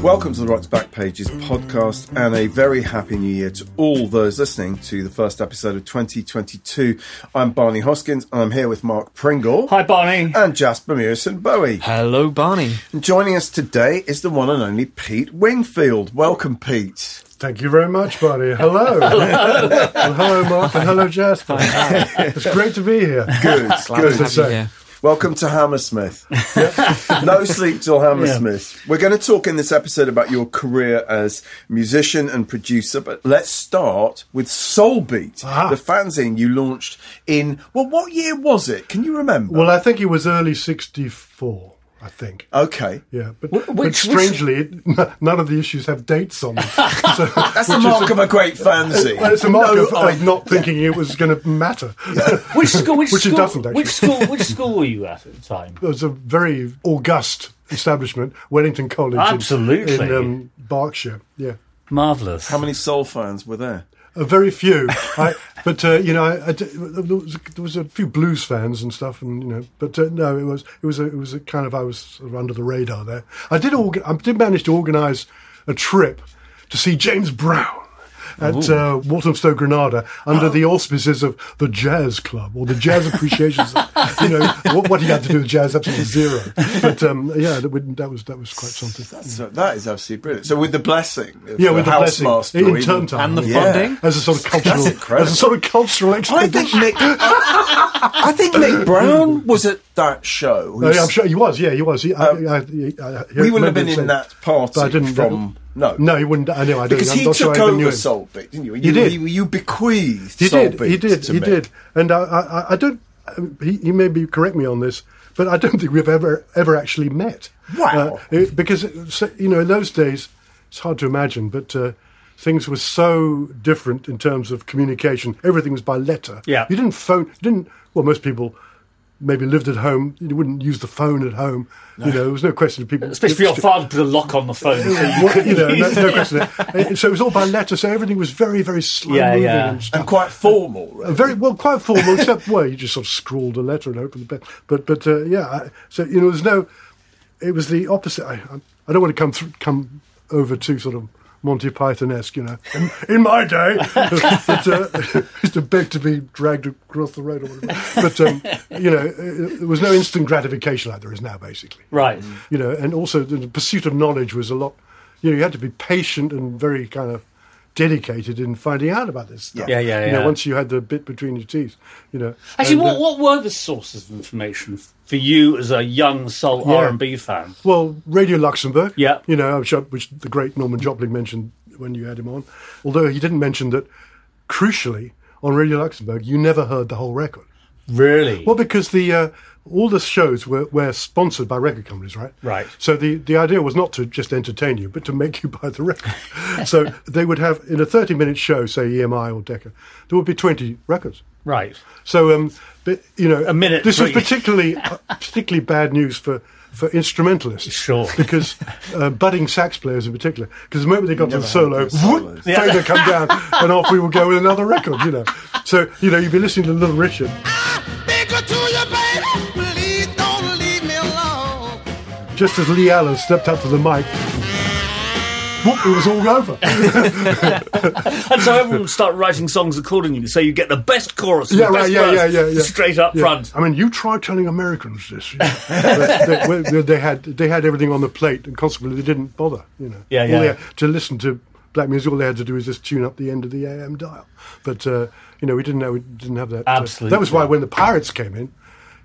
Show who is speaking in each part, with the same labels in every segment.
Speaker 1: Welcome to the Rock's Back Pages podcast, and a very happy new year to all those listening to the first episode of 2022. I'm Barney Hoskins, and I'm here with Mark Pringle
Speaker 2: Hi, Barney.
Speaker 1: and Jasper Mewison Bowie.
Speaker 3: Hello, Barney.
Speaker 1: And joining us today is the one and only Pete Wingfield. Welcome, Pete.
Speaker 4: Thank you very much, buddy. Hello. Well, hello, Mark, and hello, Jasper. It's great to be here.
Speaker 1: Good,
Speaker 4: to
Speaker 1: good.
Speaker 4: have So- you
Speaker 3: here.
Speaker 1: Welcome to Hammersmith. no sleep till Hammersmith. We're going to talk in this episode about your career as musician and producer, but let's start with Soulbeat,
Speaker 4: Ah.
Speaker 1: the fanzine you launched in, well, what year was it? Can you remember?
Speaker 4: Well, I think it was early 64, I think.
Speaker 1: okay.
Speaker 4: Yeah, but,
Speaker 3: Wh-
Speaker 4: but
Speaker 3: which-
Speaker 4: strangely, it- n- none of the issues have dates on them. So
Speaker 1: That's the mark of a great fanzine.
Speaker 4: well, it's a mark
Speaker 1: No
Speaker 4: of,
Speaker 1: idea.
Speaker 4: of not thinking it was going to matter.
Speaker 2: Which school? Which,
Speaker 4: Which it
Speaker 2: school?
Speaker 4: doesn't, actually.
Speaker 2: Which school? Which school were you at at the time?
Speaker 4: It was a very august establishment, Wellington College, in-
Speaker 2: Absolutely.
Speaker 4: in, um, Berkshire. Yeah.
Speaker 2: Marvelous.
Speaker 1: How many soul fans were there?
Speaker 4: Uh, very few, I, but uh, you know, I, I d- there, was a, there was a few blues fans and stuff, and you know, but uh, no, it was it was a, it was a kind of I was sort of under the radar there. I did orga- I did manage to organise a trip to see James Brown. At uh, Walthamstow, Granada, under the auspices of the Jazz Club or the Jazz Appreciation, Society. you know what, what he had to do with jazz, absolutely zero. But um, yeah, that, would- that was that was quite something.
Speaker 1: So uh, that is absolutely brilliant. So with the blessing, of
Speaker 4: Yeah, with the
Speaker 1: house
Speaker 4: blessing
Speaker 1: master,
Speaker 4: in
Speaker 1: even-
Speaker 4: term time
Speaker 3: And the
Speaker 4: yeah.
Speaker 3: funding?
Speaker 4: as a sort of cultural,
Speaker 1: incredible.
Speaker 4: as a sort of cultural
Speaker 1: I
Speaker 4: expedition.
Speaker 1: think Nick. I, I think Nick Brown was at that show.
Speaker 4: Oh, yeah, I'm sure he was. Yeah, he was. He, I, I, I, I,
Speaker 1: Um, we wouldn't have
Speaker 4: remember
Speaker 1: been
Speaker 4: him
Speaker 1: in
Speaker 4: saying-
Speaker 1: that party.
Speaker 4: But I didn't-
Speaker 1: From no,
Speaker 4: No, he wouldn't. I know. I don't.
Speaker 1: because
Speaker 4: I'm
Speaker 1: he
Speaker 4: not
Speaker 1: took
Speaker 4: sure I even knew
Speaker 1: over
Speaker 4: him.
Speaker 1: Saltbeat, didn't you? You,
Speaker 4: did.
Speaker 1: You, you bequeathed
Speaker 4: He did.
Speaker 1: Saltbeat
Speaker 4: He did.
Speaker 1: to
Speaker 4: He
Speaker 1: me.
Speaker 4: did. And I, I, I don't. um, He, he maybe correct me on this, but I don't think we've ever ever actually met.
Speaker 1: Wow.
Speaker 4: Uh, it- because so- you know, in those days, it's hard to imagine, but. Uh, Things were so different in terms of communication. Everything was by letter.
Speaker 2: Yeah.
Speaker 4: you didn't phone. You didn't. Well, most people maybe lived at home. You wouldn't use the phone at home. You know, there was no question of people.
Speaker 2: Especially if your father put a lock on the phone. So you
Speaker 4: What- you know,
Speaker 2: couldn't
Speaker 4: no,
Speaker 2: use
Speaker 4: no
Speaker 2: it.
Speaker 4: question. Uh, So it was all by letter. So everything was very, very slow
Speaker 2: Yeah,
Speaker 4: moving
Speaker 2: yeah.
Speaker 4: and stuff.
Speaker 1: and quite formal. Right?
Speaker 4: Very well, quite formal. except well, you just sort of scrawled a letter and opened the pen. But but uh, yeah, I, so you know, there's no. It was the opposite. I, I- I don't want to come through, come over to sort of Monty Python esque, you know. In, in my day, but, uh, used to beg to be dragged across the road or whatever. But um, you know, uh, there was no instant gratification like there is now, basically
Speaker 2: Right.
Speaker 4: you know, and also the the pursuit of knowledge was a lot. You know, you had to be patient and very kind of dedicated in finding out about this stuff.
Speaker 1: Yeah,
Speaker 2: yeah,
Speaker 4: You know,
Speaker 2: yeah.
Speaker 4: once you had the bit between your teeth, you know.
Speaker 2: Actually,
Speaker 4: And,
Speaker 2: what,
Speaker 4: uh,
Speaker 2: what were the sources of information for you as a young soul
Speaker 4: Yeah.
Speaker 2: R and B fan?
Speaker 4: Well, Radio Luxembourg.
Speaker 2: Yeah.
Speaker 4: You know, which, uh, which the great Norman Joplin mentioned when you had him on. Although he didn't mention that, crucially, on Radio Luxembourg, you never heard the whole record.
Speaker 2: Really?
Speaker 4: Well, because the uh, all the shows were, were sponsored by record companies, right?
Speaker 2: Right.
Speaker 4: So the, the idea was not to just entertain you, but to make you buy the record. so they would have in a thirty minute show, say EMI or Decca, there would be twenty records.
Speaker 2: Right.
Speaker 4: So um, but, you know,
Speaker 2: A minute,
Speaker 4: This
Speaker 2: please.
Speaker 4: was particularly uh, particularly bad news for. For instrumentalists,
Speaker 2: Sure.
Speaker 4: because uh, budding sax players in particular, because the moment they got to the solo,
Speaker 1: heard of solos.
Speaker 4: whoop, fader come down, and off we would go with another record, you know. So you know, you'd be listening to Little Richard,
Speaker 5: Be good to you, baby. Please don't leave me alone.
Speaker 4: just as Lee Allen stepped up to the mic, whoop, it was all over.
Speaker 2: And so everyone would start writing songs accordingly, so you get the best chorus, and
Speaker 4: Yeah,
Speaker 2: the
Speaker 4: right,
Speaker 2: best
Speaker 4: yeah,
Speaker 2: verse
Speaker 4: yeah, yeah, yeah.
Speaker 2: straight up
Speaker 4: Yeah.
Speaker 2: front.
Speaker 4: I mean, you try telling Americans this. you know. But they, they- they had they had everything on the plate, and consequently, they didn't bother. You know,
Speaker 2: Yeah,
Speaker 4: All
Speaker 2: yeah.
Speaker 4: they had- to listen to black music, all they had to do was just tune up the end of the AM dial. But uh, you know, we didn't know we didn't have that. uh,
Speaker 2: Absolutely.
Speaker 4: that was why when the pirates came in,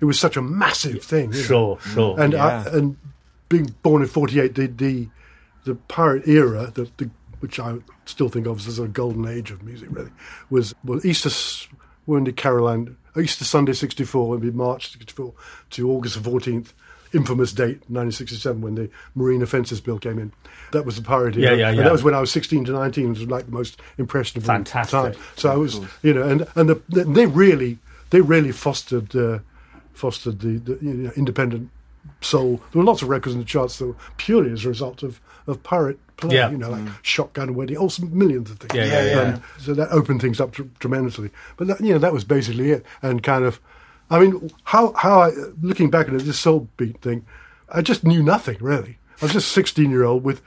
Speaker 4: it was such a massive thing. you know.
Speaker 2: Sure, sure.
Speaker 4: and uh,
Speaker 3: Yeah.
Speaker 4: I, and being born in '48, the the the pirate era, the, the which I still think of as a golden age of music, really, was well Easter S- Wounded Caroline, Uh, Easter Sunday '64, it'd be March '64 to August 14th, infamous date 1967 when the Marine Offences Bill came in. That was the pirate era,
Speaker 2: Yeah, yeah,
Speaker 4: and
Speaker 2: yeah.
Speaker 4: that was when I was 16 to 19, it was like the most impressionable
Speaker 2: Fantastic.
Speaker 4: time. So I was, you know, and and the, they really they really fostered uh, fostered the, the you know, independent soul. There were lots of records in the charts that were purely as a result of, of pirate play,
Speaker 3: Yeah.
Speaker 4: you know, like Shotgun Wedding, all some millions of things.
Speaker 3: Yeah, yeah, yeah.
Speaker 4: Um, so that opened things up tr- tremendously. But, that, you know, that was basically it. And kind of, I mean, how, how I, looking back at it, this soul beat thing, I just knew nothing really. I was just a 16 year old with.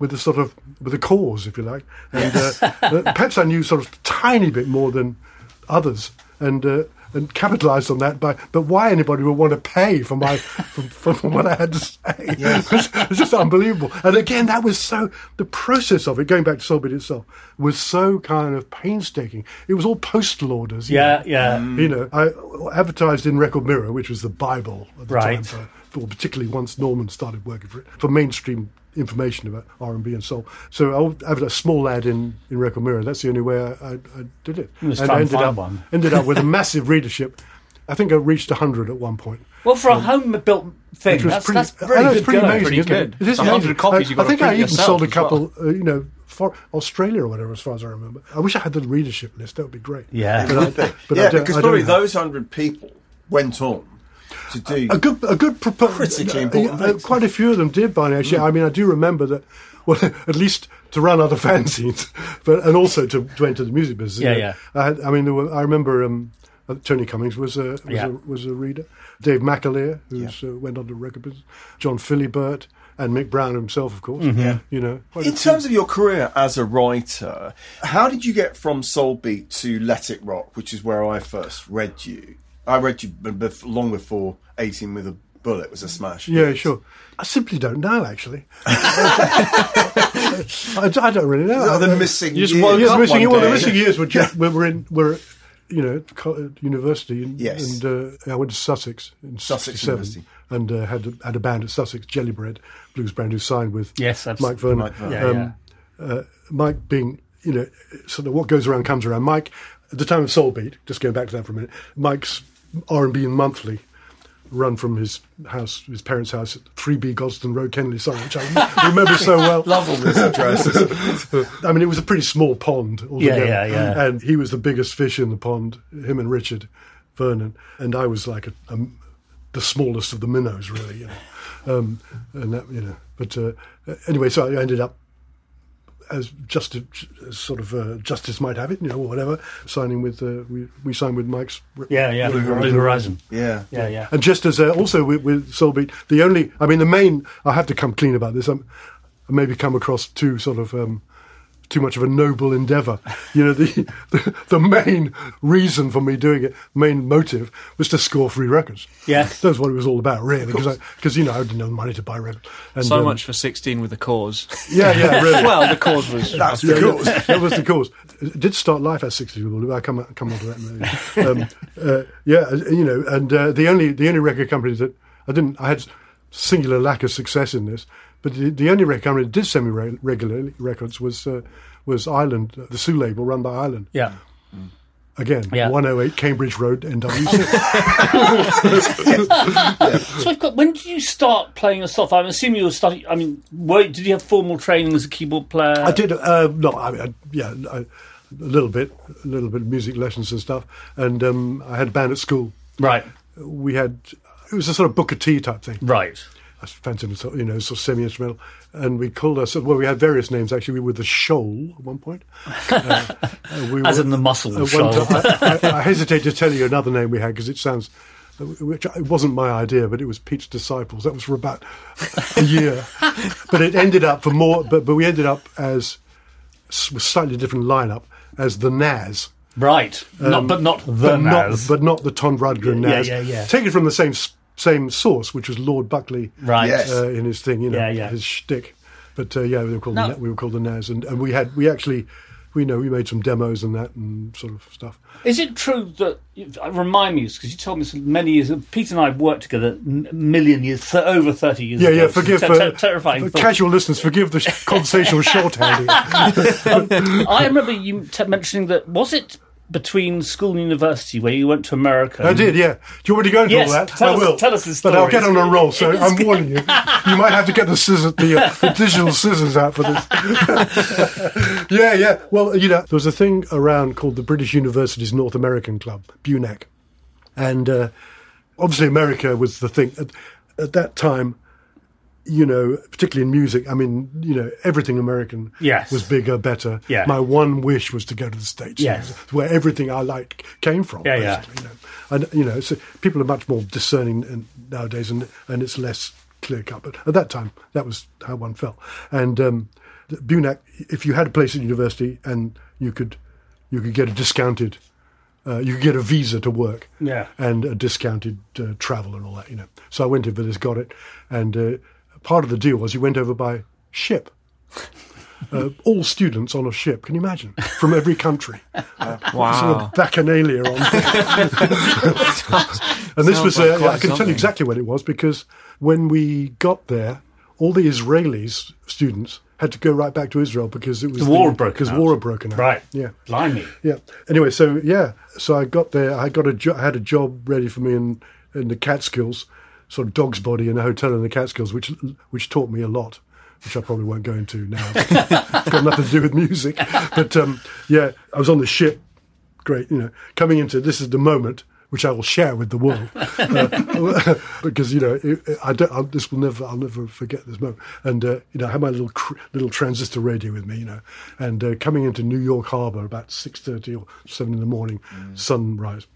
Speaker 4: With a sort of with a cause, if you like, and uh, perhaps I knew sort of tiny bit more than others and uh, and capitalised on that. By but why anybody would want to pay for my for, for what I had to say? it's, it's just unbelievable. And again, that was so the process of it going back to Solbit itself was so kind of painstaking. It was all postal orders. you
Speaker 2: Yeah,
Speaker 4: know.
Speaker 2: yeah.
Speaker 4: You know, I advertised in Record Mirror, which was the Bible at the
Speaker 2: Right.
Speaker 4: time, for, for- particularly once Norman started working for it, for mainstream information about R&B and soul. So I had a small ad in, in Record Mirror. That's the only way I, I, I did it.
Speaker 2: Just
Speaker 4: And
Speaker 2: try and
Speaker 4: I ended
Speaker 2: find
Speaker 4: up,
Speaker 2: one.
Speaker 4: ended up with a massive readership. I think I reached 100 at one point.
Speaker 2: Well, for a home-built thing,
Speaker 4: It was
Speaker 2: that's,
Speaker 4: pretty,
Speaker 2: that's
Speaker 4: I know,
Speaker 2: pretty
Speaker 4: it's
Speaker 2: good
Speaker 4: pretty
Speaker 2: going.
Speaker 4: amazing,
Speaker 3: Pretty
Speaker 4: isn't
Speaker 3: good.
Speaker 4: It? it is
Speaker 3: A hundred
Speaker 4: amazing.
Speaker 3: copies you've
Speaker 4: I,
Speaker 3: got
Speaker 4: I
Speaker 3: to
Speaker 4: think I
Speaker 3: print
Speaker 4: even
Speaker 3: yourself
Speaker 4: sold a
Speaker 3: as well.
Speaker 4: couple, uh, you know, for Australia or whatever, as far as I remember. I wish I had the readership list. That would be great.
Speaker 2: Yeah.
Speaker 4: but I, but
Speaker 1: yeah,
Speaker 4: I don't,
Speaker 1: because
Speaker 4: I don't
Speaker 1: probably
Speaker 4: have-
Speaker 1: those hundred people went on to do.
Speaker 4: a good a good propo-
Speaker 1: Critically important
Speaker 4: uh, uh,
Speaker 1: things.
Speaker 4: quite a few of them did Barney actually
Speaker 2: Mm.
Speaker 4: I mean I do remember that well at least to run other fanzines but and also to, to enter the music business you
Speaker 2: Yeah,
Speaker 4: know.
Speaker 2: yeah.
Speaker 4: I, had, I mean there were, I remember um, uh, Tony Cummings was a was,
Speaker 2: Yeah.
Speaker 4: a was a reader Dave McAleer who uh, went on to record business John Philibert and Mick Brown himself of course
Speaker 2: Mm-hmm.
Speaker 4: you know quite a
Speaker 1: In terms of your career as a writer, how did you get from Soul Beat to Let It Rock, which is where I first read you? I read you b- bef- long before 18 with a Bullet was a smash.
Speaker 4: Yeah, sure. I simply don't know, actually. I, I don't really know.
Speaker 1: Are
Speaker 4: I
Speaker 1: the
Speaker 4: don't-
Speaker 1: missing
Speaker 3: You just
Speaker 1: years?
Speaker 3: woke
Speaker 4: Yeah, the
Speaker 3: up
Speaker 4: missing,
Speaker 3: one
Speaker 4: well, the
Speaker 3: day.
Speaker 4: missing years were just, we were in were you know at co- at university and,
Speaker 1: Yes.
Speaker 4: and uh, I went to Sussex in
Speaker 1: Sussex
Speaker 4: 67
Speaker 1: University.
Speaker 4: and uh, had a, had a band at Sussex Jellybread blues band who signed with
Speaker 2: Yes, abs-
Speaker 4: Mike Vernon. Um,
Speaker 1: Mike Vernon.
Speaker 2: Yeah, yeah.
Speaker 4: Mike being you know sort of what goes around comes around. Mike at the time of Soul Beat, just going back to that for a minute. Mike's R and B monthly run from his house, his parents' house at 3B Godston Road, Kenley, Surrey, which I remember so well.
Speaker 1: Love all this address.
Speaker 4: I mean, it was a pretty small pond altogether.
Speaker 2: yeah, yeah.
Speaker 4: And he was the biggest fish in the pond, him and Richard Vernon. And I was like a, a, the smallest of the minnows, really. You know. um, and that, you know. But uh, anyway, so I ended up as just as sort of uh, justice might have it, you know, or whatever. Signing with uh, we we signed with Mike's
Speaker 2: yeah, yeah. Blue Horizon.
Speaker 1: yeah.
Speaker 2: Yeah, yeah.
Speaker 4: and just as uh, also with, with Soulbeat, the only, I mean, the main, I have to come clean about this. I'm, I maybe come across too sort of um, too much of a noble endeavour. You know, the, the the main reason for me doing it, main motive, was to score free records.
Speaker 2: Yeah.
Speaker 4: that's what it was all about, really. Because you know, I didn't have the money to buy records. And,
Speaker 3: So
Speaker 4: um,
Speaker 3: much for 16 with the cause.
Speaker 4: Yeah, yeah, really.
Speaker 3: well, the cause was.
Speaker 1: That's
Speaker 4: Yeah,
Speaker 1: the
Speaker 4: yeah.
Speaker 1: cause.
Speaker 4: that was the cause. It did start life at 60 people. I come come on to that. in a minute. Um, uh, yeah, you know, and uh, the only the only record company that I didn't I had singular lack of success in this, but the, the only record company that did send me re- regularly records was uh, was Ireland, the Sue label run by Ireland.
Speaker 2: Yeah.
Speaker 4: Again,
Speaker 2: Yeah.
Speaker 4: 108 Cambridge Road, NW.
Speaker 2: So I've got. When did you start playing yourself? I'm assuming you were starting. I mean, were, did you have formal training as a keyboard player?
Speaker 4: I did. Uh, no, I mean, I, yeah, I, a little bit, a little bit of music lessons and stuff, and um, I had a band at school.
Speaker 2: Right.
Speaker 4: we had it was a sort of Booker T type thing.
Speaker 2: Right.
Speaker 4: I fancied him, sort- you know, sort of semi instrumental, and we called ourselves. Well, we had various names actually. We were the Shoal at one point. Uh, uh, we
Speaker 2: As
Speaker 4: were-
Speaker 2: in the muscle
Speaker 4: at
Speaker 2: shoal.
Speaker 4: one time- I, I, I hesitate to tell you another name we had because it sounds, which it wasn't my idea, but it was Pete's Disciples. That was for about a year, but it ended up for more. But but we ended up as s- with slightly different lineup as the Nas
Speaker 2: Right. not, but not the
Speaker 4: but
Speaker 2: Naz.
Speaker 4: Um, not but not the Tom Rudgren
Speaker 2: Yeah, yeah,
Speaker 4: Nas.
Speaker 2: yeah, yeah.
Speaker 4: Taken from the same s- same source, which was Lord Buckley,
Speaker 2: Right.
Speaker 1: Yes.
Speaker 4: Uh, in his thing, you know,
Speaker 2: Yeah, yeah.
Speaker 4: his shtick. But uh, yeah, we were called
Speaker 2: No.
Speaker 4: the, Na- we were called the Nas, and, and we had we actually we know we made some demos and that and sort of stuff.
Speaker 2: Is it true that uh, remind me because you told me so many years. Pete and I worked together m- million years, th- over thirty years.
Speaker 4: Yeah,
Speaker 2: ago.
Speaker 4: yeah. Forgive
Speaker 2: Ter-
Speaker 4: for,
Speaker 2: ter- terrifying.
Speaker 4: for
Speaker 2: thought.
Speaker 4: casual listeners. Forgive the sh- conversational shorthand. here.
Speaker 2: I remember you t- mentioning that. Was it between school and university where you went to America?
Speaker 4: I did, yeah. Do you want me to go into
Speaker 2: Um, Yes,
Speaker 4: all that?
Speaker 2: tell
Speaker 4: I
Speaker 2: us-
Speaker 4: will.
Speaker 2: tell us this
Speaker 4: But I'll
Speaker 2: story.
Speaker 4: get on a roll, so I'm warning you. You might have to get the scissors, the, uh, the digital scissors out for this. yeah, yeah. Well, you know, there was a thing around called the British University's North E American Club, BUNAC. And uh, obviously, America was the thing. At, at that time, you know, particularly in music, I mean, you know, everything American
Speaker 2: Yes.
Speaker 4: was bigger, better.
Speaker 2: Yeah.
Speaker 4: My one wish was to go to the States,
Speaker 2: Yes.
Speaker 4: where everything I liked came from.
Speaker 2: Yeah, yeah.
Speaker 4: basically, You know? And, you know, so people are much more discerning and- nowadays and, and it's less clear cut. But at that time, that was how one felt. And um, the- Bunac, if you had a place at university and you could, you could get a discounted uh, you could get a visa to work
Speaker 2: Yeah.
Speaker 4: and a discounted uh, travel and all that, you know. So I went in for this, got it. And uh, part of the deal was you went over by ship. Uh, all students on a ship, can you imagine? From every country. Sort
Speaker 2: Ah.
Speaker 3: Wow.
Speaker 4: of bacchanalia on. and this was,
Speaker 3: Sounds like
Speaker 4: uh, I can tell
Speaker 3: quite
Speaker 4: you
Speaker 3: something.
Speaker 4: exactly when it was because when we got there, all the Israelis, students, had to go right back to Israel because it was
Speaker 2: The war had broken
Speaker 4: because
Speaker 2: out.
Speaker 4: war had broken out.
Speaker 2: Right.
Speaker 4: Yeah.
Speaker 2: Blimey.
Speaker 4: Yeah. Anyway, so yeah, so I got there. I got a jo- I had a job ready for me in in the Catskills, sort of dog's body in a hotel in the Catskills, which which taught me a lot, which I probably won't go into now. got nothing to do with music, but um, yeah, I was on the ship. Great, you know, coming into this is the moment. Which I will share with the world, Uh, because you know it, it- I don't. I, this will never. I'll never forget this moment. And uh, you know, I had my little cr- little transistor radio with me, you know, and uh, coming into New York Harbor about six thirty or seven in the morning, sunrise.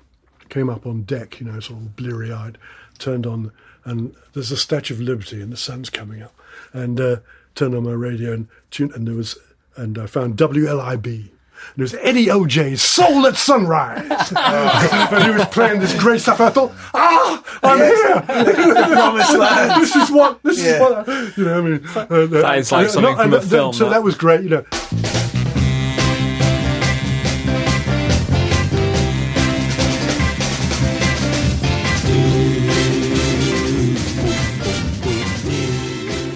Speaker 4: Came up on deck, you know, sort of bleary eyed, turned on, and there's a Statue of Liberty, and the sun's coming up, and uh, turned on my radio and tuned, and there was, and I found WLIB. And it was Eddie OJ's Soul at Sunrise. and he was playing this great stuff. I thought, ah, I'm here. this is what, this is
Speaker 1: Yeah.
Speaker 4: what, I, you know, I mean. uh,
Speaker 3: That is like
Speaker 4: uh,
Speaker 3: something from
Speaker 4: and
Speaker 3: a
Speaker 4: that-
Speaker 3: film,
Speaker 4: So
Speaker 3: that.
Speaker 4: that was great, you know.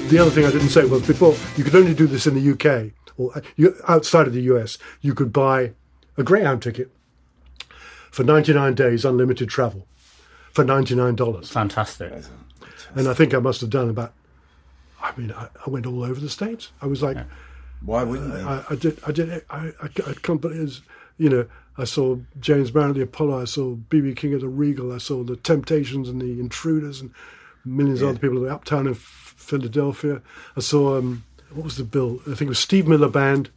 Speaker 4: The other thing I didn't say was before you could only do this in the UK or uh, you, outside of the US. You could buy a Greyhound ticket for 99 days, unlimited travel for $99.
Speaker 2: Fantastic.
Speaker 4: And I think I must have done about. I mean, I, I went all over the states. I was like,
Speaker 1: Why wouldn't they?
Speaker 4: I, I did, I did, it. I, I, I can't believe, it was, you know, I saw James Brown at the Apollo, I saw BB King at the Regal, I saw the Temptations and the Intruders and millions of other people at the Uptown in F- Philadelphia. I saw um, what was the bill? I think it was Steve Miller Band,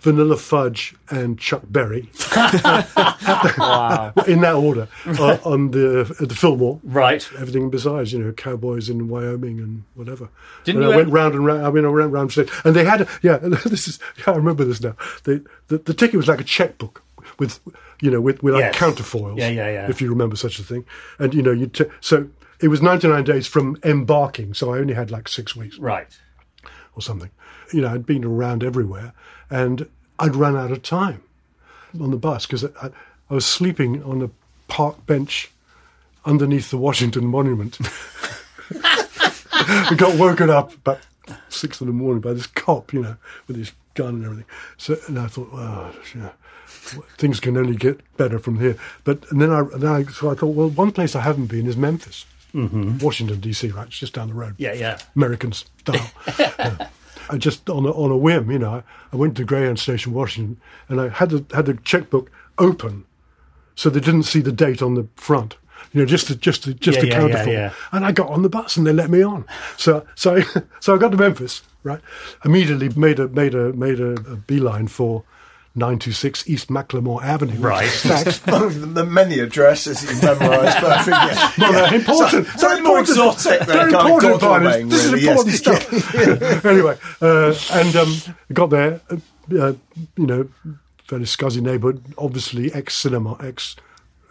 Speaker 4: Vanilla Fudge, and Chuck Berry
Speaker 3: Wow.
Speaker 4: in that order uh, on the at the Fillmore.
Speaker 2: Right.
Speaker 4: everything besides, you know, cowboys in Wyoming and whatever.
Speaker 2: Didn't
Speaker 4: and
Speaker 2: you
Speaker 4: I went
Speaker 2: have-
Speaker 4: round and round. I mean, I went round state, and they had a, yeah. This is yeah, I remember this now. They, the the ticket was like a checkbook with you know with with like
Speaker 2: Yes.
Speaker 4: counterfoils.
Speaker 2: Yeah, yeah, yeah.
Speaker 4: If you remember such a thing, and you know you t- so it was ninety nine days from embarking, so I only had like six weeks
Speaker 2: Right.
Speaker 4: or something. You know, I'd been around everywhere, and I'd run out of time on the bus because I, I, I was sleeping on a park bench underneath the Washington Monument. I got woken up about six in the morning by this cop, you know, with his gun and everything. So, and I thought, well, you know, things can only get better from here. But and then I, then I so I thought, well, one place I haven't been is Memphis, Washington D.C. Right, it's just down the road.
Speaker 2: Mm-hmm. Yeah, yeah.
Speaker 4: American style. Yeah. I just on a, on a whim, you know, I, I went to Greyhound Station, Washington, and I had the had the checkbook open, so they didn't see the date on the front. You know, just to, just to, just
Speaker 2: Yeah,
Speaker 4: to
Speaker 2: yeah,
Speaker 4: counter
Speaker 2: yeah,
Speaker 4: for.
Speaker 2: yeah.
Speaker 4: And I got on the bus, and they let me on. So so I, so I got to Memphis, right? Immediately made a made a made a, a beeline for. 926 East Macklemore Avenue.
Speaker 2: Right.
Speaker 4: Stacks.
Speaker 1: Oh, the, the many addresses you memorised perfectly. Yeah.
Speaker 4: No, no, important.
Speaker 1: So, so more
Speaker 4: important.
Speaker 1: exotic
Speaker 4: They're
Speaker 1: than kind
Speaker 4: important,
Speaker 1: of
Speaker 4: Barnes.
Speaker 1: Godalming,
Speaker 4: This
Speaker 1: really,
Speaker 4: is important
Speaker 1: yes.
Speaker 4: stuff. anyway, uh, and um, got there, uh, uh, you know, fairly scuzzy neighbourhood, obviously ex cinema, ex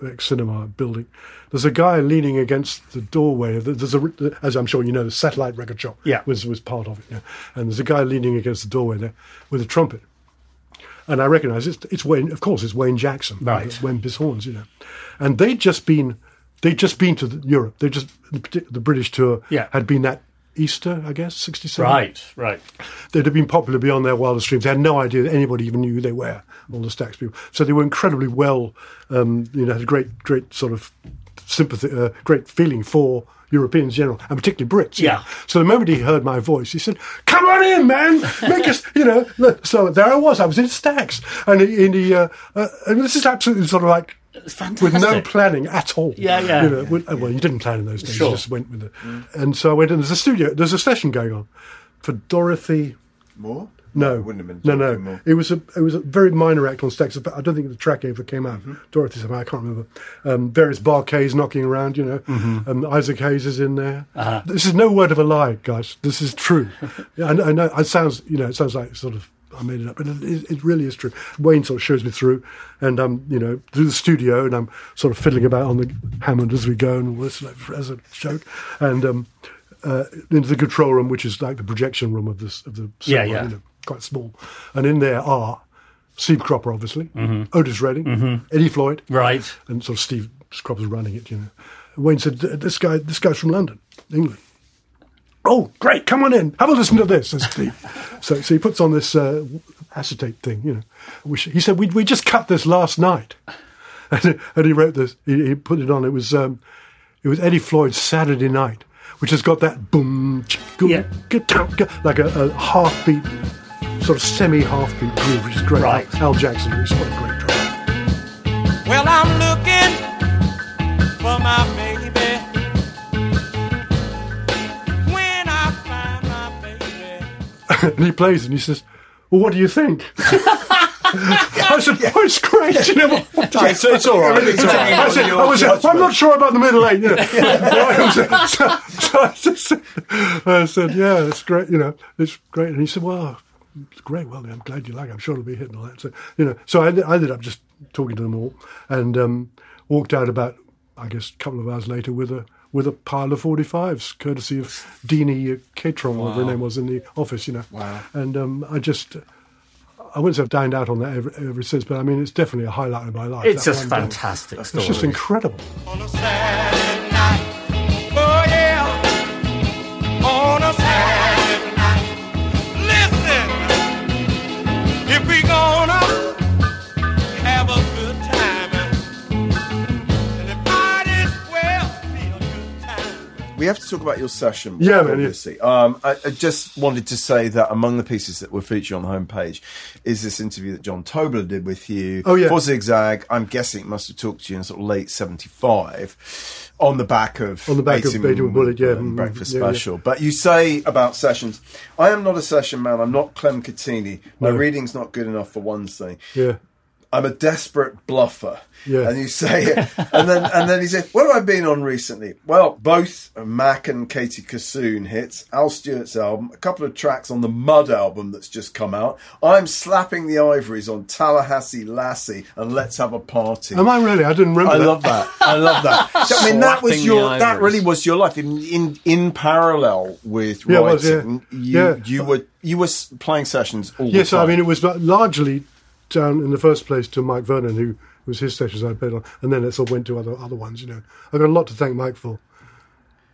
Speaker 4: ex cinema building. There's a guy leaning against the doorway. of the- There's a, as I'm sure you know, the satellite record shop
Speaker 2: Yeah.
Speaker 4: was was part of it. Yeah. And there's a guy leaning against the doorway there with a trumpet. And I recognise it's, it's Wayne. Of course, it's Wayne Jackson,
Speaker 2: Right.
Speaker 4: Wayne Bisshorns, you know. And they'd just been, they'd just been to the, Europe. They just the, the British tour
Speaker 2: Yeah.
Speaker 4: had been that Easter, I guess, '67.
Speaker 2: Right. Right.
Speaker 4: They'd have been popular beyond their wildest dreams. They had no idea that anybody even knew who they were. All the Stax people. So they were incredibly well, um, you know, had a great, great sort of sympathy, uh, great feeling for. Europeans in general, and particularly Brits. you
Speaker 2: Yeah.
Speaker 4: know. So the moment he heard my voice, he said, "Come on in, man! Make us, you know." look." So there I was. I was in Stags, and he, and he uh, uh, and this is absolutely sort of like
Speaker 2: It's fantastic.
Speaker 4: with no planning at all.
Speaker 2: Yeah, yeah.
Speaker 4: You know, with- well, you didn't plan in those days.
Speaker 2: Sure. Mm.
Speaker 4: You just went with it. And so I went in. There's a studio. There's a session going on for Dorothy.
Speaker 1: More?
Speaker 4: No,
Speaker 1: Wouldn't have been
Speaker 4: no, no.
Speaker 1: Dorothy Moore.
Speaker 4: It was a it was a very minor act on Stax. but I don't think the track ever came out.
Speaker 1: Mm-hmm.
Speaker 4: Dorothy's I can't remember. Um, various bar K's knocking around. You know,
Speaker 1: Mm-hmm.
Speaker 4: um, Isaac Hayes is in there.
Speaker 1: Uh-huh.
Speaker 4: This is no word of a lie, guys. This is true. yeah, I, know- I know. It sounds you know it sounds like sort of. I made it up, but it, it, it really is true. Wayne sort of shows me through, and um, you know, through the studio, and I'm sort of fiddling about on the Hammond as we go, and all this like, as a joke, and um, uh, into the control room, which is like the projection room of this of the
Speaker 2: Yeah,
Speaker 4: cinema,
Speaker 2: yeah.
Speaker 4: you know, quite small. And in there are Steve Cropper, obviously, Otis Redding, Eddie Floyd,
Speaker 2: Right.
Speaker 4: and sort of Steve Cropper's running it. You know, Wayne said, "This guy, this guy's from London, England." Oh, great! Come on in. Have a listen to this. says Steve. so, so he puts on this uh, acetate thing, you know. Which he said we we just cut this last night, and, and he wrote this. He, he put it on. It was um, it was Eddie Floyd's Saturday Night, which has got that boom, chicka,
Speaker 2: Yeah.
Speaker 4: gata, ga- like a, a half-beat, sort of semi-half-beat groove, which is great.
Speaker 2: Right.
Speaker 4: Al Jackson, who's quite a great drummer.
Speaker 6: Well, I'm looking for my baby. When I find my baby.
Speaker 4: and he plays and he says, "Well, what do you think?" I said, "Oh, it's great." You know, what-
Speaker 1: Okay, so it's all right. It's all right.
Speaker 4: I said, I was, I'm not sure about the middle eight. You know. so, so I, just said, I said, yeah, it's great. You know, it's great. And he said, well, it's great. Well, I'm glad you like. it. I'm sure it'll be hit and all that. So you know, so I, I ended up just talking to them all and um, walked out about, I guess, a couple of hours later with a with a pile of 45s, courtesy of Dini Catron, whatever her name was, in the office. You know, wow. And um, I just. I wouldn't say I've dined out on that ever, ever since, but I mean, it's definitely a highlight of my life.
Speaker 2: It's
Speaker 4: that
Speaker 2: just
Speaker 4: one day.
Speaker 2: fantastic
Speaker 4: It's just
Speaker 2: story.
Speaker 4: incredible.
Speaker 6: On a Saturday night. Oh, yeah. On a Saturday night. Listen. If we gonna have a good time. And the party's well, be a good time.
Speaker 1: We have to talk about your session.
Speaker 4: Yeah, man, yeah.
Speaker 1: obviously. Um, I, I just wanted to say that among the pieces that were featured on the homepage is this interview that John Tobler did with you.
Speaker 4: Oh, yeah.
Speaker 1: for Zigzag. I'm guessing it must have talked to you in sort of late '75, on the back of
Speaker 4: On the back of
Speaker 1: 18
Speaker 4: Beijing Bullet, yeah. Mm-hmm.
Speaker 1: and breakfast
Speaker 4: Yeah, yeah.
Speaker 1: special. But you say about sessions, I am not a session man. I'm not Clem Catini. My
Speaker 4: No.
Speaker 1: reading's not good enough for one thing.
Speaker 4: Yeah.
Speaker 1: I'm a desperate bluffer.
Speaker 4: Yeah.
Speaker 1: And you say it. And then and then he said, What have I been on recently? Well, both Mac and Katie Cassoon hits, Al Stewart's album, a couple of tracks on the Mud album that's just come out. I'm slapping the ivories on Tallahassee Lassie and Let's Have a Party.
Speaker 4: Am I really? I didn't remember.
Speaker 1: I
Speaker 4: that.
Speaker 1: love that. I love that. So, I mean, that was
Speaker 3: Slapping
Speaker 1: your.
Speaker 3: the
Speaker 1: That
Speaker 3: ivories.
Speaker 1: really was your life in in, in parallel with
Speaker 4: Yeah, it was, yeah.
Speaker 1: writing. You
Speaker 4: Yeah.
Speaker 1: you were you were s- playing sessions all
Speaker 4: Yes,
Speaker 1: the
Speaker 4: I
Speaker 1: time.
Speaker 4: mean, it was largely down in the first place to Mike Vernon, who was his sessions I played on, and then it sort of went to other other ones. You know, I've got a lot to thank Mike for,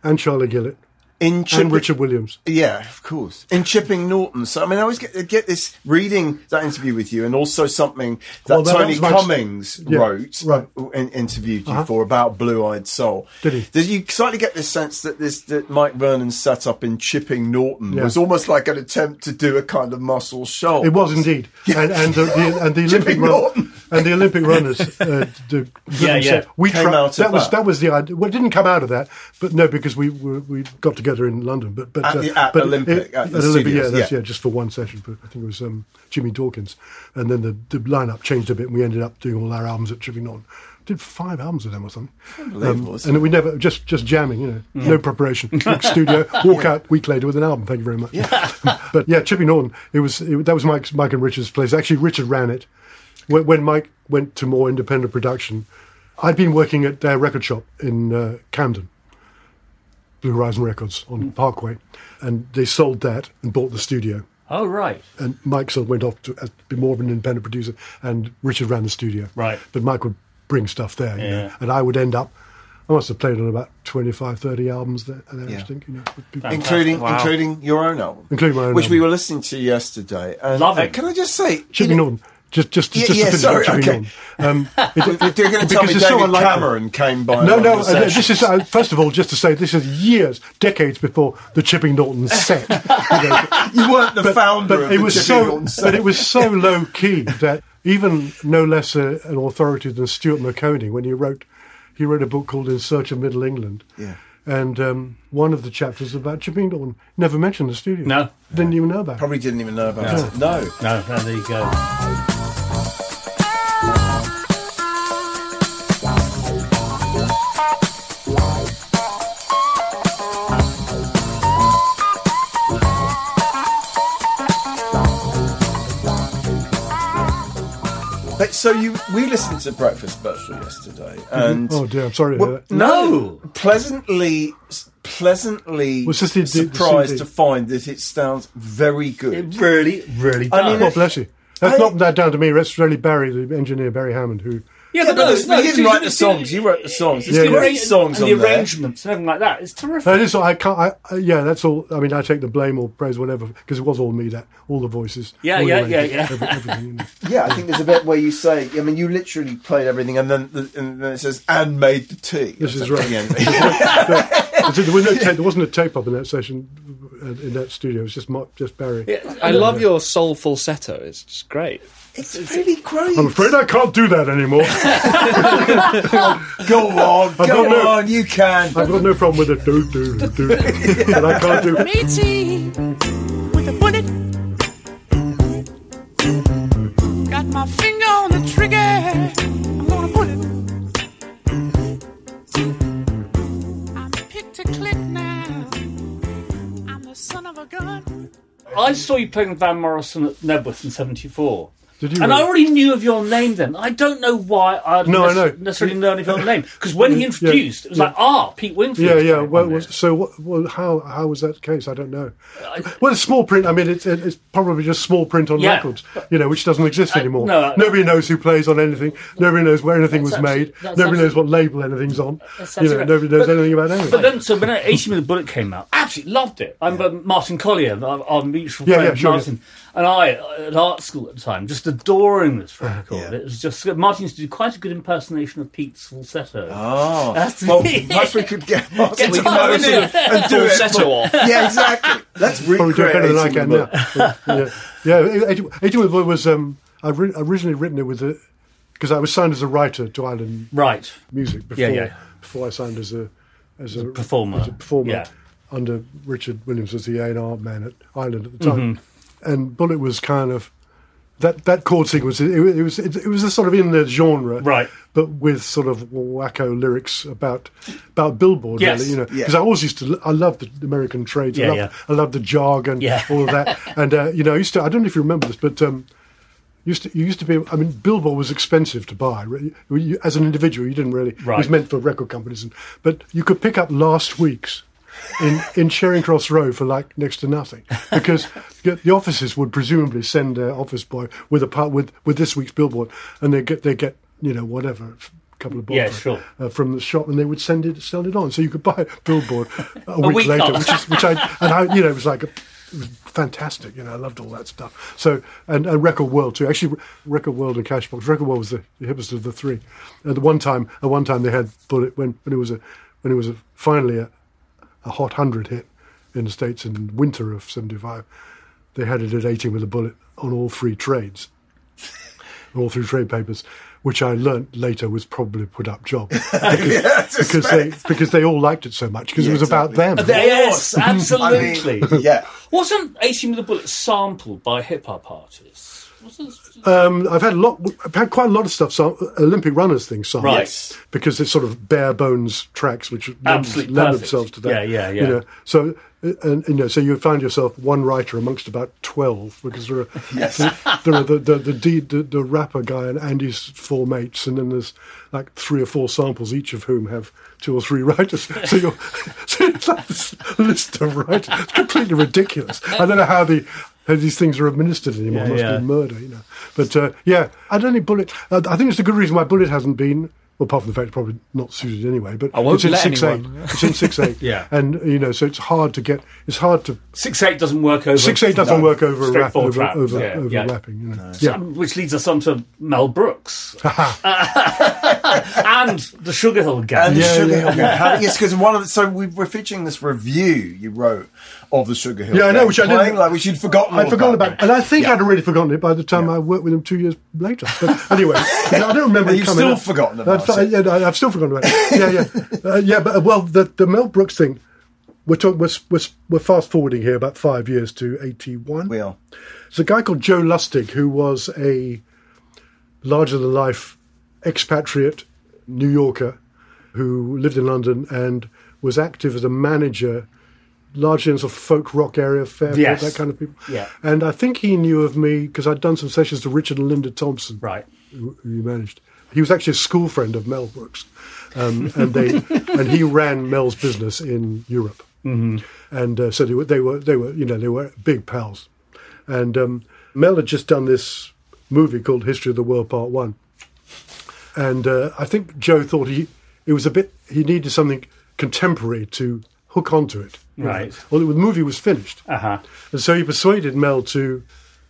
Speaker 4: and Charlie Gillett,
Speaker 1: in
Speaker 4: and Richard Williams.
Speaker 1: Yeah, of course. In Chipping Norton. So, I mean, I always get, get this reading that interview with you and also something that
Speaker 4: Well, that- that
Speaker 1: Tony
Speaker 4: was my-
Speaker 1: Cummings
Speaker 4: yeah,
Speaker 1: wrote
Speaker 4: right.
Speaker 1: and interviewed you
Speaker 4: Uh-huh.
Speaker 1: for about Blue Eyed Soul.
Speaker 4: Did he?
Speaker 1: That you slightly get this sense that this that Mike Vernon's setup in Chipping Norton
Speaker 4: Yeah.
Speaker 1: was almost like an attempt to do a kind of muscle shoal.
Speaker 4: It was indeed, and and the, the and the Olympic
Speaker 1: Jimmy
Speaker 4: run,
Speaker 1: Norton.
Speaker 4: and the Olympic runners. Uh, d- d-
Speaker 2: Yeah, yeah.
Speaker 4: We
Speaker 1: Came
Speaker 4: tried-
Speaker 1: out of
Speaker 4: that was
Speaker 1: that.
Speaker 4: that was the idea. Well, it didn't come out of that, but no, because we were, we got together in London, but but uh,
Speaker 1: At the- at
Speaker 4: but
Speaker 1: Olympic,
Speaker 4: it-
Speaker 1: at the
Speaker 4: Olympic, yeah,
Speaker 1: studios,
Speaker 4: that's,
Speaker 1: yeah.
Speaker 4: yeah, just for one session. But I think it was um, Jimmy Dawkins, and then the, the lineup changed a bit, and we ended up doing all our albums at Jimmy Norton. Did five albums with them or something, Um,
Speaker 1: Unbelievable, isn't Mm.
Speaker 4: and we never just just jamming, you know, no preparation, studio, walk out week later with an album. Thank you very much. but yeah, Chippy Norton. It was it, that was Mike's, Mike and Richard's place. Actually, Richard ran it. When, when Mike went to more independent production, I'd been working at their record shop in uh, Camden, Blue Horizon Records on
Speaker 1: Mm.
Speaker 4: Parkway, and they sold that and bought the studio.
Speaker 2: Oh, right.
Speaker 4: And Mike sort of went off to uh, be more of an independent producer, and Richard ran the studio.
Speaker 2: Right.
Speaker 4: But Mike would bring stuff there, you know,
Speaker 2: Yeah.
Speaker 4: and I would end up. I must have played on about 25, 30 albums there, there I
Speaker 1: Yeah.
Speaker 4: think, you know,
Speaker 1: including
Speaker 3: Wow.
Speaker 1: including your own album,
Speaker 4: Including my own
Speaker 1: which we
Speaker 4: album.
Speaker 1: were listening to yesterday. And,
Speaker 2: Love
Speaker 1: uh,
Speaker 2: it.
Speaker 1: can I just say,
Speaker 4: Chipping on. Just, just,
Speaker 1: Yeah,
Speaker 4: just to
Speaker 1: yeah,
Speaker 4: finish
Speaker 1: sorry,
Speaker 4: on Chipping
Speaker 1: okay.
Speaker 4: on. Um, it- it-
Speaker 1: you're going to tell
Speaker 4: because
Speaker 1: me
Speaker 4: it's sort of
Speaker 1: David
Speaker 4: like-
Speaker 1: Cameron came by?
Speaker 4: No,
Speaker 1: on
Speaker 4: no.
Speaker 1: your
Speaker 4: uh,
Speaker 1: session?
Speaker 4: This is uh, first of all just to say this is years, decades before the Chipping Norton set. You know,
Speaker 1: you weren't the founder
Speaker 4: but
Speaker 1: of
Speaker 4: it
Speaker 1: the
Speaker 4: was
Speaker 1: Chipping
Speaker 4: so,
Speaker 1: Norton set.
Speaker 4: but it was so low key that even no less a, an authority than Stuart McConey when he wrote he wrote a book called In Search of Middle England.
Speaker 1: Yeah.
Speaker 4: And um, one of the chapters about Chipping Dorn never mentioned the studio.
Speaker 2: No.
Speaker 4: Didn't even know about it.
Speaker 1: Probably didn't even know about it. No.
Speaker 2: No, no, there you go.
Speaker 1: But- So you, we listened to Breakfast Virtual yesterday, and
Speaker 4: Oh dear, I'm sorry. to hear
Speaker 1: Well,
Speaker 4: that.
Speaker 1: no, pleasantly, pleasantly
Speaker 4: Was this the- the- the
Speaker 1: surprised
Speaker 4: CD?
Speaker 1: to find that it sounds very good.
Speaker 2: It really, really
Speaker 1: I
Speaker 2: does.
Speaker 1: mean,
Speaker 4: God Oh, bless you. That's
Speaker 1: I-
Speaker 4: not that down to me. That's really Barry, the engineer Barry Hammond, who
Speaker 1: Yeah, but no, you
Speaker 2: it's-
Speaker 1: didn't write the
Speaker 2: it's-
Speaker 1: songs. You wrote the songs. There's
Speaker 2: it's
Speaker 1: great
Speaker 2: arra-
Speaker 1: songs
Speaker 2: and
Speaker 1: on
Speaker 2: the
Speaker 1: there.
Speaker 2: arrangements and everything like that. It's terrific.
Speaker 4: That is, uh, I can't. I, I, yeah, that's all. I mean, I take the blame or praise, whatever, because it was all me. That all the voices.
Speaker 2: Yeah,
Speaker 4: all the
Speaker 2: yeah,
Speaker 4: arrangements,
Speaker 2: yeah, yeah.
Speaker 4: every- everything, you know.
Speaker 1: Yeah, I think there's a bit where you say, I mean, you literally played everything, and then and then it says, "and made the tea."
Speaker 4: This is
Speaker 1: That's
Speaker 4: right.
Speaker 1: at the end.
Speaker 4: But there, was no tape, there wasn't a tape up in that session, uh, in that studio. It was just my, just Barry.
Speaker 3: I love your soul falsetto. It's just great.
Speaker 1: it's really great.
Speaker 4: I'm afraid I can't do that anymore.
Speaker 1: Go on,
Speaker 4: got no-
Speaker 1: go on, you can.
Speaker 4: I've got no problem with it. Do do do, but I can't do.
Speaker 7: Matey with a bullet. Got my finger on the trigger. I'm gonna pull it. I'm picked to click now. I'm the son of a gun.
Speaker 2: I saw you playing with Van Morrison at Nebworth in '74.
Speaker 4: Did you?
Speaker 2: And I
Speaker 4: really?
Speaker 2: already knew of your name then. I don't know why I
Speaker 4: No, I know.
Speaker 2: necessarily known of your name because when he introduced, it was like, ah, Pete Winfield.
Speaker 4: yeah, yeah. Well, was- so what, well, how how was that the case? I don't know.
Speaker 2: I-
Speaker 4: Well, it's small print. I mean, it's it's probably just small print on
Speaker 2: Yeah.
Speaker 4: records, you know, which doesn't exist
Speaker 2: I-
Speaker 4: anymore.
Speaker 2: no, I-
Speaker 4: Nobody knows who plays on anything. Nobody knows where anything was
Speaker 2: That's
Speaker 4: made.
Speaker 2: absolute- that's
Speaker 4: Nobody knows what label anything's on.
Speaker 2: That's
Speaker 4: You know,
Speaker 2: absolute-
Speaker 4: nobody knows
Speaker 2: but-
Speaker 4: anything about anything.
Speaker 2: But then, so when 80 Million Bullet came out, absolutely loved it. I remember Martin Collier, our, our mutual
Speaker 4: Yeah,
Speaker 2: friend,
Speaker 4: yeah, sure,
Speaker 2: Martin, and I at art school at the time, just adoring this
Speaker 4: Uh-huh.
Speaker 2: record.
Speaker 1: Yeah.
Speaker 2: It was just Martin used to do quite a good impersonation of Pete's falsetto.
Speaker 1: Oh,
Speaker 2: That's
Speaker 1: well,
Speaker 2: it.
Speaker 1: perhaps we could get Martin
Speaker 2: Get
Speaker 1: to
Speaker 2: Martin
Speaker 1: come over
Speaker 2: in
Speaker 1: and
Speaker 2: there.
Speaker 1: do it.
Speaker 3: Falsetto off.
Speaker 1: Yeah, exactly. Let's
Speaker 4: probably
Speaker 1: recreate
Speaker 4: do it better than I
Speaker 1: Eighteen
Speaker 4: can
Speaker 1: Minutes.
Speaker 4: now. yeah, yeah. Eighty- Eighty One Boy was um, I've ri- originally written it with a because I was signed as a writer to Island
Speaker 2: Right.
Speaker 4: Music before
Speaker 2: Yeah, yeah.
Speaker 4: before I signed as a as a
Speaker 2: performer.
Speaker 4: as a performer
Speaker 2: Yeah.
Speaker 4: under Richard Williams as the A and R man at Island at the time,
Speaker 2: Mm-hmm.
Speaker 4: and Bullet was kind of. That, that chord sequence it, it was it, it was a sort of in the genre
Speaker 2: Right.
Speaker 4: but with sort of wacko lyrics about about billboard
Speaker 2: Yes.
Speaker 4: really you know
Speaker 1: Yeah.
Speaker 4: because I always used to l- I loved the American trades
Speaker 2: Yeah,
Speaker 4: I loved,
Speaker 2: yeah.
Speaker 4: I loved the jargon
Speaker 2: Yeah.
Speaker 4: all of that and uh, you know I used to I don't know if you remember this but um, used to you used to be I mean Billboard was expensive to buy re- you- you- as an individual you didn't really it was
Speaker 2: Right.
Speaker 4: meant for record companies and, but you could pick up last week's in in Charing Cross Road for like next to nothing because the the offices would presumably send their office boy with a part with with this week's Billboard and they get they get you know whatever a couple of bob
Speaker 2: Yeah,
Speaker 4: for it,
Speaker 2: sure.
Speaker 4: uh, from the shop and they would send it sell it on so you could buy a billboard a, week,
Speaker 2: week
Speaker 4: later
Speaker 2: on.
Speaker 4: which is which I and I you know it was like a, it was fantastic you know I loved all that stuff so and, and Record World too actually Record World and Cashbox Record World was the, the hippest of the three at the one time at one time they had Bullet when when it was a when it was a, finally a, a hot hundred hit in the states in winter of '75 they had it at 18 with a bullet on all three trades all through trade papers, which I learnt later was probably a put up job
Speaker 1: Yeah,
Speaker 4: because they because they all liked it so much because
Speaker 1: Yeah,
Speaker 4: it was
Speaker 1: exactly.
Speaker 4: about them.
Speaker 2: Yes,
Speaker 1: I
Speaker 2: absolutely.
Speaker 1: mean, yeah.
Speaker 2: Wasn't 80 Million Bullet sampled by hip hop artists? Wasn't-
Speaker 4: Um, I've had a lot. I've had quite a lot of stuff. Some Olympic runners things, some
Speaker 2: Right.
Speaker 1: Yes.
Speaker 4: because it's sort of bare bones tracks which lend,
Speaker 2: Absolutely
Speaker 4: lend
Speaker 2: perfect.
Speaker 4: themselves to that.
Speaker 2: Yeah, yeah,
Speaker 4: You
Speaker 2: yeah.
Speaker 4: know, so uh, and you know, so you find yourself one writer amongst about twelve because there are there are the the the, D, the the rapper guy and Andy's four mates, and then there's like three or four samples, each of whom have two or three writers. So you're so it's like this list of writers. It's completely ridiculous. I don't know how the how these things are administered anymore.
Speaker 2: Yeah,
Speaker 4: it must
Speaker 2: yeah.
Speaker 4: be murder, you know. But uh, yeah, I don't think Bullet. Uh, I think it's a good reason why Bullet hasn't been. Well, apart from the fact it's probably not suited anyway, but
Speaker 3: I won't
Speaker 4: it's in
Speaker 3: let
Speaker 4: six
Speaker 3: anyone.
Speaker 4: eight. It's in six eight.
Speaker 2: Yeah.
Speaker 4: and you know, so it's hard to get. It's hard to
Speaker 2: Six eight doesn't work over
Speaker 4: six eight doesn't
Speaker 2: No,
Speaker 4: work over a rap
Speaker 2: straightforward
Speaker 4: over
Speaker 2: rap,
Speaker 4: over,
Speaker 2: yeah,
Speaker 4: over
Speaker 2: yeah.
Speaker 4: rapping. You know,
Speaker 2: Um, which leads us on to Mel Brooks. and the Sugar Hill Gang.
Speaker 1: And the
Speaker 4: Yeah,
Speaker 1: Sugar
Speaker 4: yeah.
Speaker 1: Hill Gang. How- yes, because one of the, so we were featuring this review you wrote of the Sugar Hill.
Speaker 4: Yeah, I know,
Speaker 1: Gang,
Speaker 4: which I
Speaker 1: playing
Speaker 4: didn't-
Speaker 1: Like which you'd forgotten. all
Speaker 4: I'd forgotten about,
Speaker 1: them.
Speaker 4: it. and I think I'd already forgotten it by the time I worked with them two years later. But anyway, I don't remember.
Speaker 1: But
Speaker 4: it
Speaker 1: you've
Speaker 4: coming
Speaker 1: still
Speaker 4: up.
Speaker 1: forgotten
Speaker 4: I'd
Speaker 1: about
Speaker 4: fi-
Speaker 1: it.
Speaker 4: yeah, I- I've still forgotten about it. Yeah, yeah, uh, yeah. But uh, well, the the Mel Brooks thing. We're talking. We're, s- we're, s- we're fast forwarding here about five years to eighty one.
Speaker 1: We are.
Speaker 4: There's a guy called Joe Lustig who was a larger than life expatriate New Yorker who lived in London and was active as a manager, largely in sort of folk rock area, Fairfield,
Speaker 2: Yes.
Speaker 4: that kind of people.
Speaker 2: Yeah.
Speaker 4: And I think he knew of me because I'd done some sessions to Richard and Linda Thompson,
Speaker 2: Right.
Speaker 4: who who you managed. He was actually a school friend of Mel Brooks, um, and they and he ran Mel's business in Europe, mm-hmm. and uh, so they were they were they were you know they were big pals, and um, Mel had just done this movie called History of the World Part One, and uh, I think Joe thought he it was a bit he needed something contemporary to hook onto it.
Speaker 2: Right.
Speaker 4: Well, the movie was finished,
Speaker 2: Uh huh.
Speaker 4: and so he persuaded Mel to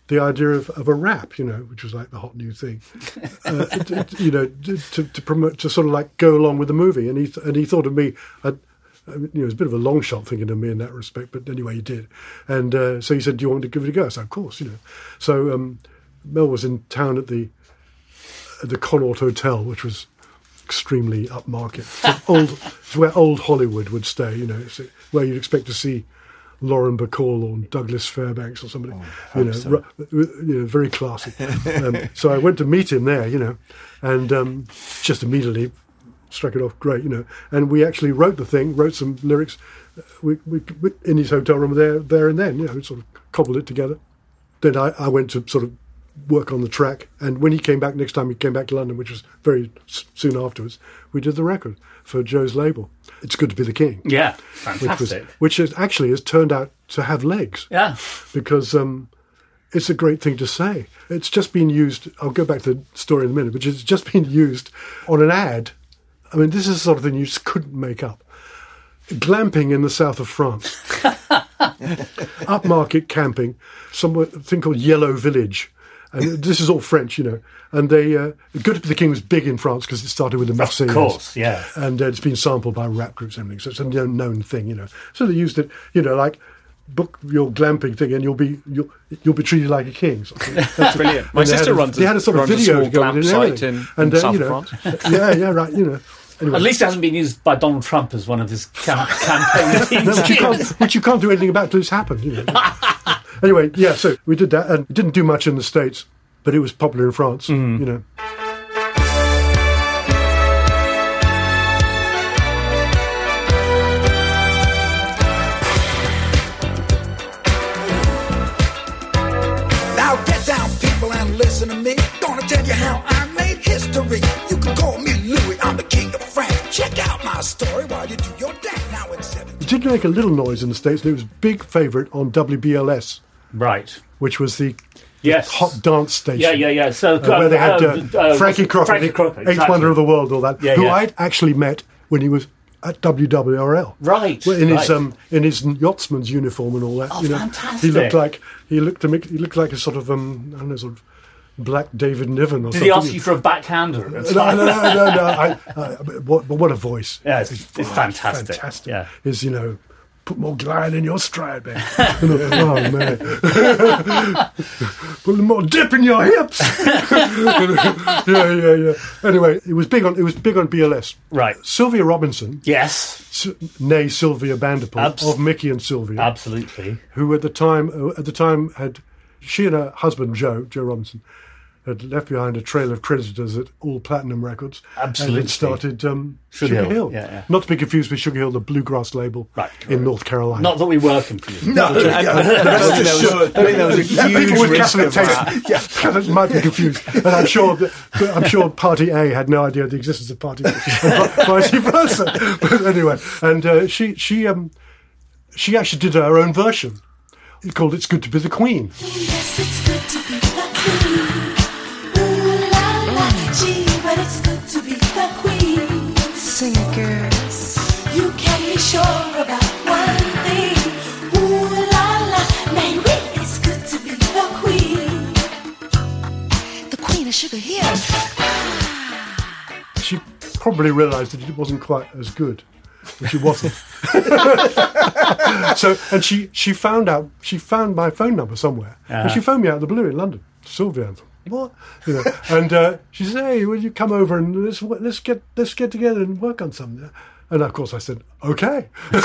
Speaker 4: the idea of, of a rap, you know, which was like the hot new thing, uh, t- t- you know, t- to, to promote, to sort of like go along with the movie. And he, th- and he thought of me, uh, I, I mean, you know, it was a bit of a long shot thinking of me in that respect, but anyway, he did. And uh, so he said, Do you want to give it a go? I said, Of course, you know. So um, Mel was in town at the, at the Connaught Hotel, which was extremely upmarket. It's old, it's where old Hollywood would stay, you know, it's where you'd expect to see Lauren Bacall or Douglas Fairbanks or somebody, you, know, ru- you know, very classy. um, so I went to meet him there, you know, and um, just immediately struck it off great, you know. And we actually wrote the thing, wrote some lyrics uh, we, we, we, in his hotel room there, there and then, you know, sort of cobbled it together. Then I, I went to sort of work on the track. And when he came back next time, he came back to London, which was very s- soon afterwards. We did the record for Joe's label. It's good to be the king,
Speaker 2: Yeah.
Speaker 4: which was
Speaker 2: Fantastic.
Speaker 4: which is actually has turned out to have legs
Speaker 2: yeah.
Speaker 4: because um, it's a great thing to say. It's just been used. I'll go back to the story in a minute, but it's just been used on an ad. I mean, this is the sort of thing you just couldn't make up. Glamping in the south of France, upmarket camping, somewhere a thing called Yellow Village. And this is all French, you know. And they, uh, Good to the King was big in France because it started with the Marseillais
Speaker 2: Of course. Yeah.
Speaker 4: and uh, it's been sampled by rap groups and everything. So it's a known, known thing, you know. So they used it, you know, like book your glamping thing, and you'll be you'll you'll be treated like a king. sort of thing. That's
Speaker 3: Brilliant. My
Speaker 4: and they
Speaker 3: sister
Speaker 4: had a-
Speaker 3: runs.
Speaker 4: They had a sort of
Speaker 3: runs
Speaker 4: video
Speaker 3: small
Speaker 4: going
Speaker 3: glamp
Speaker 4: and
Speaker 3: site
Speaker 4: everything.
Speaker 3: in,
Speaker 4: and,
Speaker 3: in
Speaker 4: uh,
Speaker 3: south
Speaker 4: you know,
Speaker 3: of France.
Speaker 4: yeah, yeah, right. You know, anyway,
Speaker 2: At least it hasn't been used by Donald Trump as one of his cam- campaign
Speaker 4: No, which, you can't,
Speaker 2: themes.
Speaker 4: which you can't do anything about till it's happened. You know. anyway, yeah. So we did that, and it didn't do much in the states, but it was popular in France.
Speaker 3: Mm.
Speaker 4: You know.
Speaker 8: Now get down, people, and listen to me. Gonna tell you how I made history. You can call me Louis, I'm the king of France. Check out my story while you do your dance. Now it's seven.
Speaker 4: It did make a little noise in the states, and it was a big favorite on WBLS,
Speaker 2: Right.
Speaker 4: which was the
Speaker 2: Yes.
Speaker 4: hot dance station.
Speaker 2: Yeah, yeah, yeah. So
Speaker 4: Uh, where they had
Speaker 2: uh,
Speaker 4: uh,
Speaker 2: uh,
Speaker 4: Frankie Crocker,
Speaker 2: Frankie Crocker,
Speaker 4: Eighth
Speaker 2: exactly.
Speaker 4: Wonder of the World, all that,
Speaker 2: Yeah,
Speaker 4: who
Speaker 2: yeah.
Speaker 4: I'd actually met when he was at WWRL.
Speaker 2: Right,
Speaker 4: Well, in his
Speaker 2: right.
Speaker 4: um, in his yachtsman's uniform and all that.
Speaker 2: Oh,
Speaker 4: you know,
Speaker 2: fantastic.
Speaker 4: He looked like he looked to make, he looked like a sort of um, I don't know, sort of black David Niven or
Speaker 2: Did
Speaker 4: something.
Speaker 2: he ask you for a backhander? It's
Speaker 4: no,
Speaker 2: like-
Speaker 4: no, no, no, no. I, I, but what, but what a voice!
Speaker 2: Yeah, it's, it's
Speaker 4: Oh,
Speaker 2: fantastic.
Speaker 4: Fantastic.
Speaker 2: Yeah.
Speaker 4: Is you know, put more glide in your stride, man. You know, oh man, put more dip in your hips. yeah, yeah, yeah. Anyway, it was big on it was big on BLS.
Speaker 2: Right.
Speaker 4: Sylvia Robinson,
Speaker 2: Yes,
Speaker 4: Sy- nay Sylvia Vanderpool
Speaker 2: Abs-
Speaker 4: of Mickey and Sylvia,
Speaker 2: absolutely.
Speaker 4: who at the time who at the time had she and her husband Joe Joe Robinson had left behind a trail of creditors at all Platinum Records. and
Speaker 2: Absolutely.
Speaker 4: had started um,
Speaker 2: Sugar
Speaker 4: Sugar,
Speaker 2: Hill,
Speaker 4: Hill.
Speaker 2: yeah, yeah.
Speaker 4: not to be confused with Sugar Hill, the bluegrass label
Speaker 2: Right, correct.
Speaker 4: in North Carolina.
Speaker 2: Not that we were confused.
Speaker 1: No, yeah,
Speaker 3: I
Speaker 1: rest
Speaker 3: think there was-
Speaker 1: assured.
Speaker 3: I think there was a
Speaker 4: Yeah, people
Speaker 3: huge
Speaker 4: with
Speaker 3: risk
Speaker 4: Catholic
Speaker 3: of
Speaker 4: taste
Speaker 3: that.
Speaker 4: yeah, Catholic might be confused, and I'm sure that- I'm sure Party A had no idea of the existence of Party B, and vi- vice versa. But anyway, and uh, she she um she actually did her own version called "It's Good to Be the Queen."
Speaker 9: Yes, it's good to be the queen. Ooh la la, gee, but it's good to be the queen. Sing it, girls. You can be sure about one thing. Ooh la la, Mary, it's good to be the queen. The queen of sugar here.
Speaker 4: She probably realised that it wasn't quite as good, which it wasn't. so, and she she found out she found my phone number somewhere, and she phoned me out of the blue in London, Sylvia. Anthem. What? You know, and uh, she said, "Hey, will you come over and let's let's get let's get together and work on something?" And of course, I said, "Okay."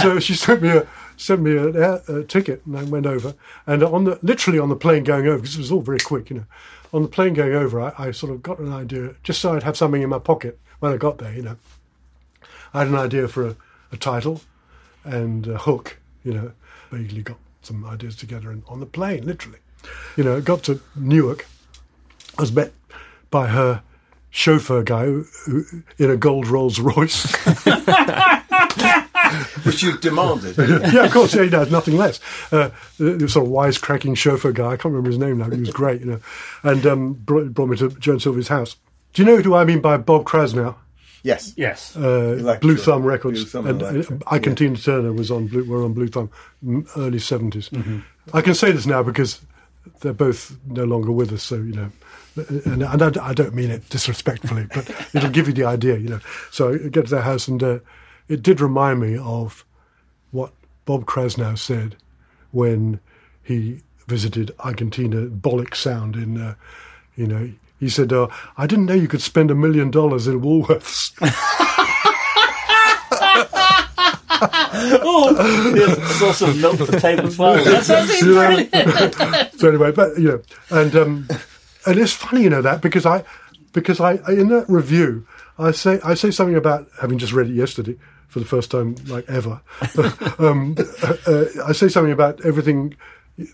Speaker 4: so she sent me a sent me a, a, a ticket, and I went over. And on the literally on the plane going over, because it was all very quick, you know. On the plane going over, I, I sort of got an idea, just so I'd have something in my pocket when I got there, you know. I had an idea for a, a title and a hook, you know. Vaguely got some ideas together and on the plane, literally. You know, got to Newark. I was met by her chauffeur guy who, who, in a gold Rolls Royce.
Speaker 1: which you demanded.
Speaker 4: yeah, of course, yeah, he does, nothing less. Uh, the sort of wisecracking chauffeur guy, I can't remember his name now, but he was great, you know, and um, brought, brought me to Joan Silver's house. Do you know who I mean by Bob Krasnow?
Speaker 1: yes.
Speaker 2: Yes.
Speaker 4: uh,
Speaker 1: Electra.
Speaker 4: Blue Thumb Records.
Speaker 1: Blue Thumb
Speaker 4: and uh,
Speaker 1: Electra,
Speaker 4: I can Tina Turner was on Blue, were on Blue Thumb, m- early 70s
Speaker 1: Mm-hmm.
Speaker 4: I can say this now because they're both no longer with us. So you know, and, and I, I don't mean it disrespectfully, but it'll give you the idea. You know, so I get to their house and uh, it did remind me of what Bob Krasnow said when he visited Argentina, Bollock Sound in, uh, you know. He said, uh, "I didn't know you could spend a million dollars in Woolworths."
Speaker 2: oh, there's a sauce of milk for table as well. That's
Speaker 4: You know? so anyway, but you know, and um, and it's funny, you know, that because I because I in that review I say I say something about having just read it yesterday for the first time like ever. um, uh, uh, I say something about everything.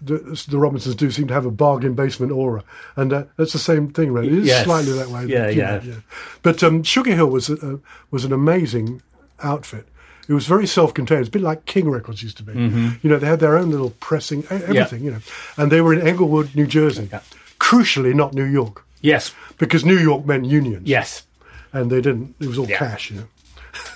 Speaker 4: The, the Robinsons do seem to have a bargain basement aura, and uh, that's the same thing, really. It is
Speaker 2: Yes.
Speaker 4: slightly that way.
Speaker 2: Yeah,
Speaker 4: you
Speaker 2: yeah.
Speaker 4: know, But um, Sugar Hill was a, was an amazing outfit. It was very self-contained. It's a bit like King Records used to be.
Speaker 2: Mm-hmm.
Speaker 4: You know, they had their own little pressing, e- everything. You know, and they were in Englewood, New Jersey. Crucially, not New York,
Speaker 2: yes.
Speaker 4: because New York meant unions.
Speaker 2: Yes.
Speaker 4: and they didn't. It was all
Speaker 2: Yeah.
Speaker 4: cash. You know.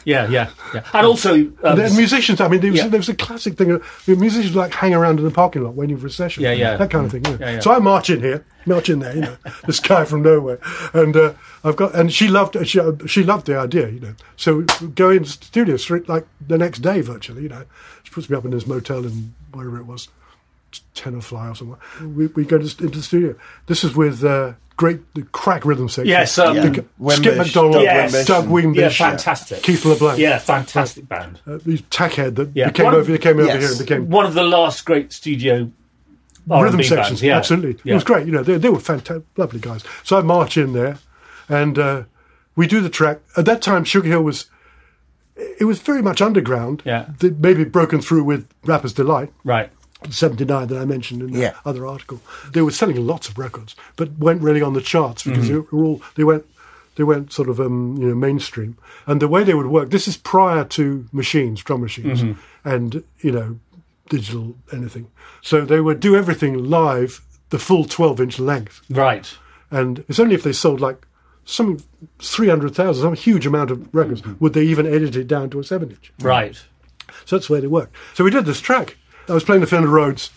Speaker 2: Yeah, yeah, yeah. And also, um,
Speaker 4: The musicians, I mean, there was,
Speaker 2: Yeah.
Speaker 4: there was a classic thing. of- The musicians would, like hang around in the parking lot waiting for a session.
Speaker 2: Yeah, yeah.
Speaker 4: That kind of thing. Yeah.
Speaker 2: yeah.
Speaker 4: So I march in here, march in there, you know, this guy from nowhere. And uh, I've got, and she loved, she, she loved the idea, you know. So we go in the studio straight like the next day virtually, you know. She puts me up in this motel in wherever it was, Tenor Fly or somewhere. We, we go to, st- into the studio. This is with uh, great, the crack rhythm section.
Speaker 2: Yes, um,
Speaker 4: The- Skip
Speaker 1: Wimbish,
Speaker 4: McDonald,
Speaker 1: Doug
Speaker 2: Yes.
Speaker 1: Wimbish.
Speaker 4: Doug Wimbish,
Speaker 2: yeah, fantastic.
Speaker 4: Keith LeBlanc
Speaker 2: Yeah, fantastic band.
Speaker 4: uh, these tackhead that
Speaker 2: Yeah.
Speaker 4: came
Speaker 2: One-
Speaker 4: over, they came over
Speaker 1: Yes.
Speaker 4: here and became
Speaker 2: One of the last great studio
Speaker 4: rhythm
Speaker 2: R&B
Speaker 4: sections.
Speaker 2: bands. Yeah,
Speaker 4: Absolutely,
Speaker 2: Yeah.
Speaker 4: it was great. You know, they, they were fantastic, lovely guys. So I march in there, and uh, we do the track. At that time, Sugar Hill was it was very much underground.
Speaker 2: Yeah.
Speaker 4: They'd maybe broken through with Rapper's Delight.
Speaker 2: Right.
Speaker 4: 79 that I mentioned in the
Speaker 1: Yeah.
Speaker 4: other article. They were selling lots of records, but weren't really on the charts because they were all they went they went sort of um, you know mainstream. And the way they would work, this is prior to machines, drum machines, and you know digital anything. So they would do everything live, the full 12 inch length
Speaker 2: Right.
Speaker 4: and it's only if they sold like some 300,000, some huge amount of records, would they even edit it down to a 7 inch.
Speaker 2: Right.
Speaker 4: So that's the way they work. So we did this track. I was playing the Fender Rhodes,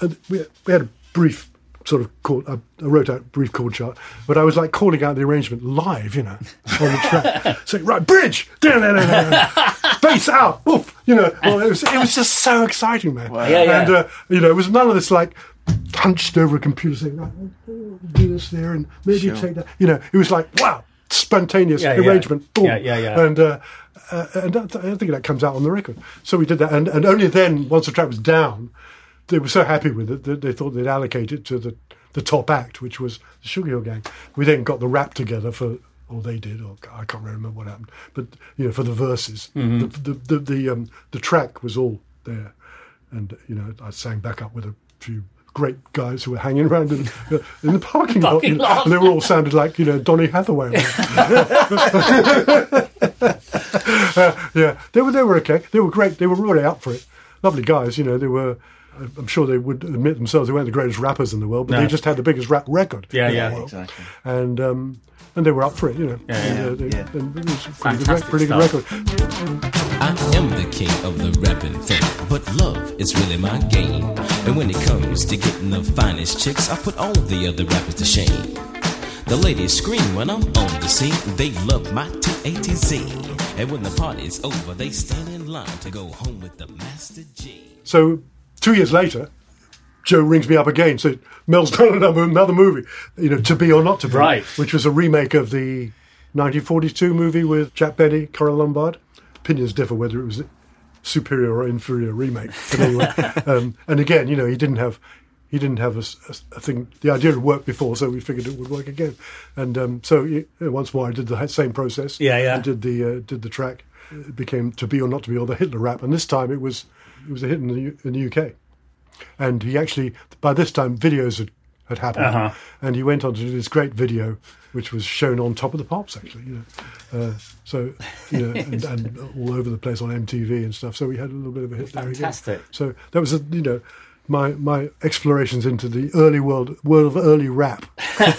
Speaker 4: and we, we had a brief sort of chord. I, I wrote out a brief chord chart, but I was like calling out the arrangement live, you know, on the track. so right, bridge, bass out, woof, you know. Well, it was it was just so exciting, man.
Speaker 2: Yeah, yeah.
Speaker 4: And uh, you know, it was none of this like hunched over a computer saying, right, we'll do this there and maybe take that. You know, it was like wow, spontaneous
Speaker 2: Yeah, yeah.
Speaker 4: arrangement. Boom.
Speaker 2: Yeah, yeah, yeah.
Speaker 4: And uh, uh, and that, I think that comes out on the record. So we did that, and, and only then, once the track was down, they were so happy with it that they thought they'd allocate it to the the top act, which was the Sugar Hill Gang. We then got the rap together for. Or they did, or I can't remember what happened. But you know, for the verses, the the the the, um, the track was all there, and you know, I sang back up with a few great guys who were hanging around in, in the parking lot. you
Speaker 2: Parking
Speaker 4: know,
Speaker 2: lot.
Speaker 4: and they were all sounded like you know Donny Hathaway. yeah, they were they were okay. They were great. They were really up for it. Lovely guys, you know. They were. I'm I'm sure they would admit themselves they weren't the greatest rappers in the world, but
Speaker 2: No.
Speaker 4: they just had the biggest rap record.
Speaker 2: Yeah,
Speaker 4: in the
Speaker 2: yeah.
Speaker 4: world.
Speaker 1: Exactly.
Speaker 4: And um, and they were up for it, you know. Yeah, and, uh, they,
Speaker 1: yeah.
Speaker 4: and it was a pretty, good, rec-
Speaker 2: Fantastic
Speaker 4: pretty good
Speaker 2: stuff.
Speaker 4: record.
Speaker 10: I am the king of the rapping thing, but love is really my game. And when it comes to getting the finest chicks, I put all of the other rappers to shame. The ladies scream when I'm on the scene. They love my 2ATZ. And when the party's over, they stand in line to go home with the Master G.
Speaker 4: So two years later, Joe rings me up again. So Mel's done another, another movie, you know, To Be or Not to Be,
Speaker 2: Right.
Speaker 4: which was a remake of the 1942 movie with Jack Benny, Coral Lombard. Opinions differ whether it was a superior or inferior remake. But anyway, um, and again, you know, he didn't have he didn't have a, s- a s- a thing. The idea had worked before, so we figured it would work again. And um, so you know, once more, I did the ha- same process.
Speaker 2: Yeah, yeah.
Speaker 4: I did the uh, did the track. It became To Be or Not to Be or the Hitler rap, and this time it was it was a hit in the, U- in the UK and he actually by this time videos had, had happened
Speaker 2: Uh-huh.
Speaker 4: and he went on to do this great video which was shown on top of the pops actually you know uh, so you know and, and all over the place on mtv and stuff so we had a little bit of a hit there again.
Speaker 2: Fantastic.
Speaker 4: so that was a, you know my my explorations into the early world world of early rap
Speaker 1: Mel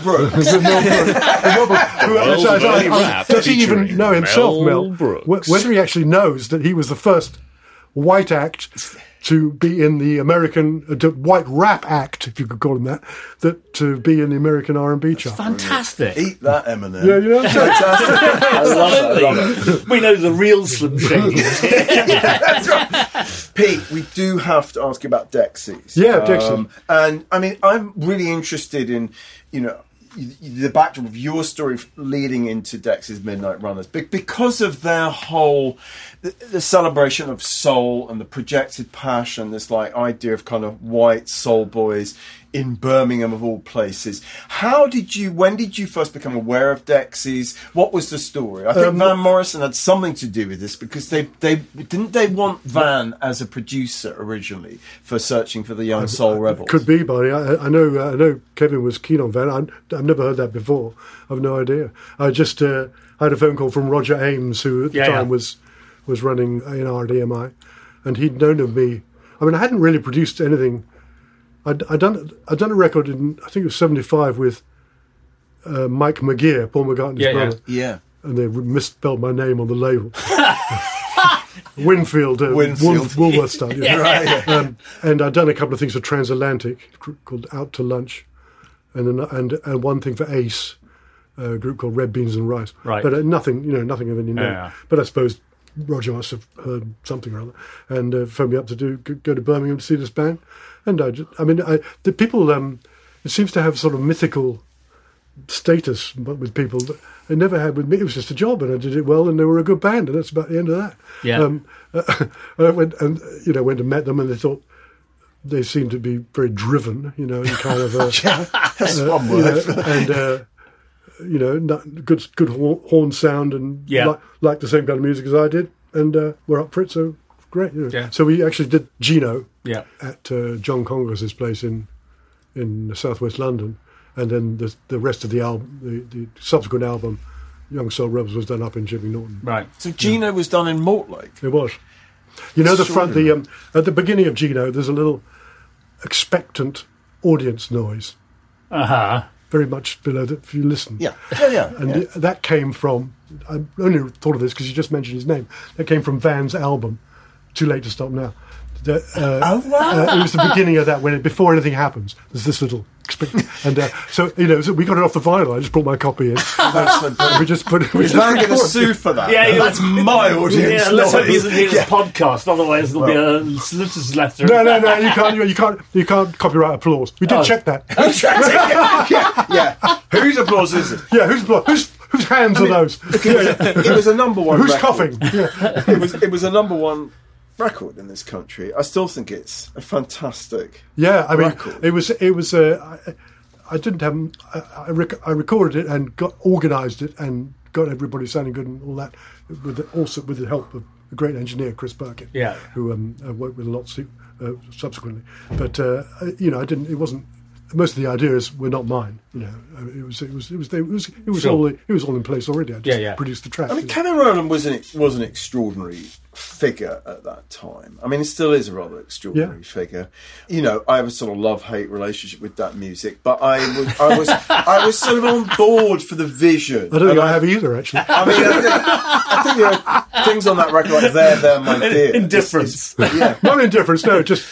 Speaker 1: Brooks.
Speaker 4: Who-
Speaker 1: Well,
Speaker 4: so- so-
Speaker 1: very
Speaker 4: I- I-
Speaker 1: rap,
Speaker 4: does he even
Speaker 1: featuring
Speaker 4: know himself,
Speaker 1: Mel
Speaker 4: Mel? Wh- Whether he actually knows that he was the first white act to be in the American uh, to- white rap act, if you could call him that, that to be in the American R and B chart.
Speaker 2: Fantastic.
Speaker 1: Eat that, Eminem.
Speaker 4: Yeah, you know. What I'm saying?
Speaker 1: I love it. I love it.
Speaker 2: we know the real Slim Shady.
Speaker 1: Pete, we do have to ask you about Dexys. Um,
Speaker 4: Yeah, Dexys.
Speaker 1: and I mean, I'm really interested in, you know, y- y- the backdrop of your story leading into Dexys Midnight Runners be- because of their whole the, the celebration of soul and the projected passion, this like idea of kind of white soul boys in Birmingham of all places. How did you? When did you first become aware of Dexys? What was the story? I think Van Morrison had something to do with this because they they didn't they want Van as a producer originally for searching for the young soul rebels.
Speaker 4: Could be, buddy. I, I know. uh, I know. Kevin was keen on Van. I, I've never heard that before. I've no idea. I just uh, had a phone call from Roger Ames, who at
Speaker 2: Yeah,
Speaker 4: the
Speaker 2: yeah.
Speaker 4: time was was running ANRDMI, and he'd known of me. I mean, I hadn't really produced anything. I'd, I'd done I'd done a record in I think it was '75 with uh, Mike McGear, Paul McCartney's
Speaker 2: Yeah, yeah.
Speaker 4: brother,
Speaker 1: yeah.
Speaker 4: and they misspelled my name on the label. Winfield, uh,
Speaker 1: Winfield.
Speaker 4: Wool- Woolworth stuff. yeah
Speaker 1: Right.
Speaker 4: um, and I'd done a couple of things for Transatlantic, a group called Out to Lunch, and an, and, and one thing for Ace, a group called Red Beans and Rice.
Speaker 2: Right.
Speaker 4: But uh, nothing, you know, nothing of any note.
Speaker 2: Yeah.
Speaker 4: But I suppose Roger must have heard something or other, and uh, phoned me up to do go- go to Birmingham to see this band. And I, just, I mean, I, the people, um, it seems to have sort of mythical status but with people that I never had with me. It was just a job, and I did it well, and they were a good band, and that's about the end of that.
Speaker 2: Yeah.
Speaker 4: Um, I went and you know went and met them, and they thought they seemed to be very driven, you know, and kind of uh,
Speaker 1: That's one
Speaker 4: you know,
Speaker 1: word.
Speaker 4: and uh, you know, not- good good hor- horn sound, and
Speaker 2: Yeah.
Speaker 4: like, like the same kind of music as I did, and uh, we're up for it. So great. You know.
Speaker 2: Yeah.
Speaker 4: So we actually did Gino
Speaker 2: yeah.
Speaker 4: at uh, John Congress's place in in southwest London, and then the the rest of the album, the, the subsequent album, Young Soul Rebels, was done up in Jimmy Norton.
Speaker 2: Right.
Speaker 1: So Gino was done in Mortlake.
Speaker 4: It was. You know the front the um, at the beginning of Gino, there's a little expectant audience noise,
Speaker 2: Uh huh.
Speaker 4: very much below that if you listen.
Speaker 1: Yeah, yeah, yeah.
Speaker 4: And
Speaker 1: yeah.
Speaker 4: th- that came from, I only thought of this because you just mentioned his name. That came from Van's album, Too Late to Stop Now. The, uh,
Speaker 1: Oh, wow.
Speaker 4: uh, it was the beginning of that, when it, before anything happens, there's this little. expect- And uh, so, you know, so we got it off the vinyl. I just brought my copy in. Uh,
Speaker 1: That's the-
Speaker 4: we just put it.
Speaker 1: Is Larry going to sue for that?
Speaker 2: Yeah, yeah.
Speaker 1: that's my audience.
Speaker 2: Yeah, let's hope he
Speaker 1: noise.
Speaker 2: doesn't hear this podcast, otherwise there'll be a solicitor's letter.
Speaker 4: No, no, no! You can't, you can't, you can't copyright applause. We did
Speaker 2: Oh.
Speaker 4: check that.
Speaker 1: yeah, yeah. Whose applause is it?
Speaker 4: Yeah, who's blo- who's whose hands are those?
Speaker 1: It was a number one.
Speaker 4: Who's
Speaker 1: record.
Speaker 4: coughing? Yeah.
Speaker 1: It was it was a number one record in this country. I still think it's a fantastic.
Speaker 4: yeah, I mean,
Speaker 1: Record.
Speaker 4: it was it was. Uh, I, I didn't have. I, I, rec- I recorded it and got organised it and got everybody sounding good and all that. With the, also with the help of a great engineer, Chris Birkin,
Speaker 2: Yeah.
Speaker 4: who um, I worked with a lot su- uh, subsequently. But uh, I- you know, I didn't. It wasn't. Most of the ideas were not mine. You know, I mean, it was it was it was it was it was
Speaker 2: Sure.
Speaker 4: all it was all in place already. I just
Speaker 2: Yeah, yeah.
Speaker 4: produced the track.
Speaker 1: I mean, Kevin Rowland was an was an extraordinary figure at that time. I mean, it still is a rather extraordinary
Speaker 4: Yeah.
Speaker 1: figure. You know, I have a sort of love hate relationship with that music, but I was I was I was sort of on board for the vision.
Speaker 4: I don't think
Speaker 1: And
Speaker 4: I have either actually.
Speaker 1: I mean, I think, I think there are things on that record like "There, There, My Dear."
Speaker 2: Indifference.
Speaker 1: It's- it's- yeah.
Speaker 4: Not indifference, no, just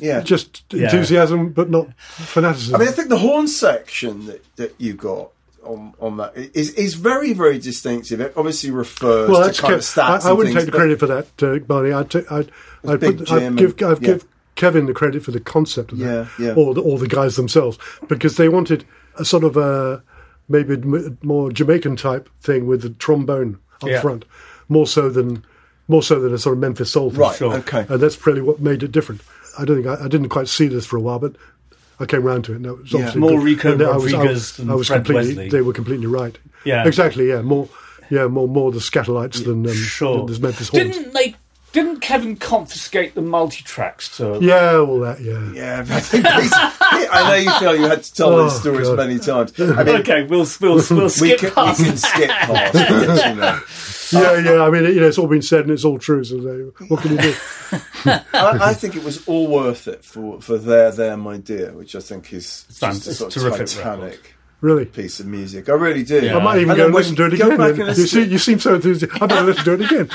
Speaker 1: Yeah.
Speaker 4: just
Speaker 1: Yeah.
Speaker 4: enthusiasm, but not fanaticism.
Speaker 1: I mean, I think the horn section that, that you got on on that is is very very distinctive. It obviously refers
Speaker 4: well,
Speaker 1: to
Speaker 4: that's
Speaker 1: kind of
Speaker 4: Kev-
Speaker 1: stats.
Speaker 4: I, I
Speaker 1: and
Speaker 4: wouldn't
Speaker 1: things,
Speaker 4: take the
Speaker 1: but-
Speaker 4: credit for that, uh, Barney. I'd, t- I'd, I'd,
Speaker 1: Big
Speaker 4: put,
Speaker 1: Jim
Speaker 4: I'd give,
Speaker 1: and-
Speaker 4: I'd
Speaker 1: yeah.
Speaker 4: give Kevin the credit for the concept of that,
Speaker 1: Yeah, yeah.
Speaker 4: Or, the, or the guys themselves, because they wanted a sort of a, maybe m- more Jamaican type thing with the trombone up
Speaker 1: Yeah.
Speaker 4: front, more so than more so than a sort of Memphis soul. thing.
Speaker 1: Right, Sure. okay.
Speaker 4: and that's probably what made it different. I don't think I, I didn't quite see this for a while, but. I came round to it. No, it was
Speaker 2: Yeah.
Speaker 4: obviously
Speaker 2: More
Speaker 4: good.
Speaker 2: Rico
Speaker 4: And I was, I
Speaker 2: Rodriguez
Speaker 4: was,
Speaker 2: than
Speaker 4: I was
Speaker 2: Fred
Speaker 4: completely.
Speaker 2: Wesley.
Speaker 4: They were completely right.
Speaker 2: Yeah.
Speaker 4: exactly. Yeah, more. Yeah, more more the Scatolites than um,
Speaker 2: Sure.
Speaker 4: than this Memphis Horns.
Speaker 2: Didn't they? Didn't Kevin confiscate the multi-tracks to?
Speaker 4: Yeah, all that. Yeah.
Speaker 1: Yeah, I think he's- I know you feel you had to tell those
Speaker 2: Oh,
Speaker 1: stories
Speaker 2: God.
Speaker 1: many times. I mean,
Speaker 2: okay, we'll we'll, we'll skip
Speaker 1: we can,
Speaker 2: past.
Speaker 1: we can skip past. it, you know.
Speaker 4: Yeah, yeah. I mean, you know, it's all been said and it's all true. So uh, what can you do?
Speaker 1: I, I think it was all worth it for for there, there, my dear, which I think is just a
Speaker 4: It's
Speaker 1: sort
Speaker 4: a
Speaker 1: of
Speaker 4: terrific
Speaker 1: titanic
Speaker 4: really
Speaker 1: piece of music. I really do.
Speaker 4: I might even
Speaker 1: And
Speaker 4: go
Speaker 1: then
Speaker 4: and
Speaker 1: when
Speaker 4: listen to it
Speaker 1: you
Speaker 4: again.
Speaker 1: Go back
Speaker 4: then.
Speaker 1: and
Speaker 4: you,
Speaker 1: listen
Speaker 4: see, you seem so enthusiastic. I better listen to it again.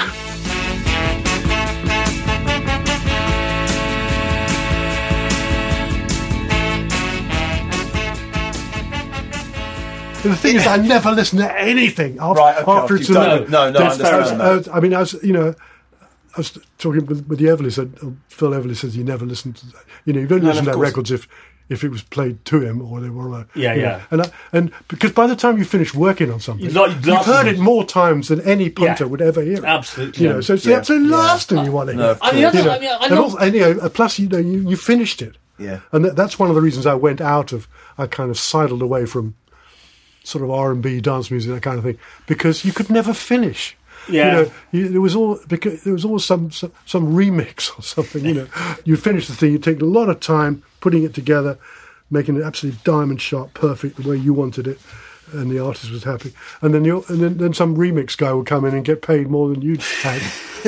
Speaker 4: The thing is, I never listen to anything after,
Speaker 1: Right, okay,
Speaker 4: after
Speaker 1: after
Speaker 4: it's
Speaker 1: you've done
Speaker 4: over.
Speaker 1: it. No, no, I
Speaker 4: That's fair
Speaker 1: understand
Speaker 4: enough.
Speaker 1: that.
Speaker 4: I, mean, I was, you know, I was talking with, with the Everly said uh, Phil Everly says you never listen to, that. you know, you don't
Speaker 1: No, no,
Speaker 4: listen to
Speaker 1: of
Speaker 4: that
Speaker 1: course.
Speaker 4: records if if it was played to him or they were on a
Speaker 2: Yeah,
Speaker 4: you know.
Speaker 2: yeah.
Speaker 4: and I, and because by the time you finish working on something,
Speaker 2: You'd like- you'd
Speaker 4: you've
Speaker 2: laugh
Speaker 4: heard
Speaker 2: at
Speaker 4: it more times than any punter
Speaker 2: Yeah.
Speaker 4: would ever hear. it.
Speaker 2: Absolutely.
Speaker 4: You know, so it's
Speaker 2: Yeah.
Speaker 4: the absolute last thing you want to
Speaker 2: No,
Speaker 4: hear.
Speaker 2: of I mean, course.
Speaker 4: You
Speaker 2: I
Speaker 4: know,
Speaker 2: mean, I
Speaker 4: and
Speaker 2: know-
Speaker 4: also- and, you know, plus you know you, you finished it.
Speaker 1: Yeah.
Speaker 4: And that, that's one of the reasons I went out of. I kind of sidled away from sort of R and B dance music that kind of thing because you could never finish.
Speaker 2: Yeah.
Speaker 4: You know, you, there was all because there was always some, some some remix or something. You know, you finish the thing, you take a lot of time putting it together, making it absolutely diamond sharp, perfect the way you wanted it, and the artist was happy. And then you and then, then some remix guy would come in and get paid more than you had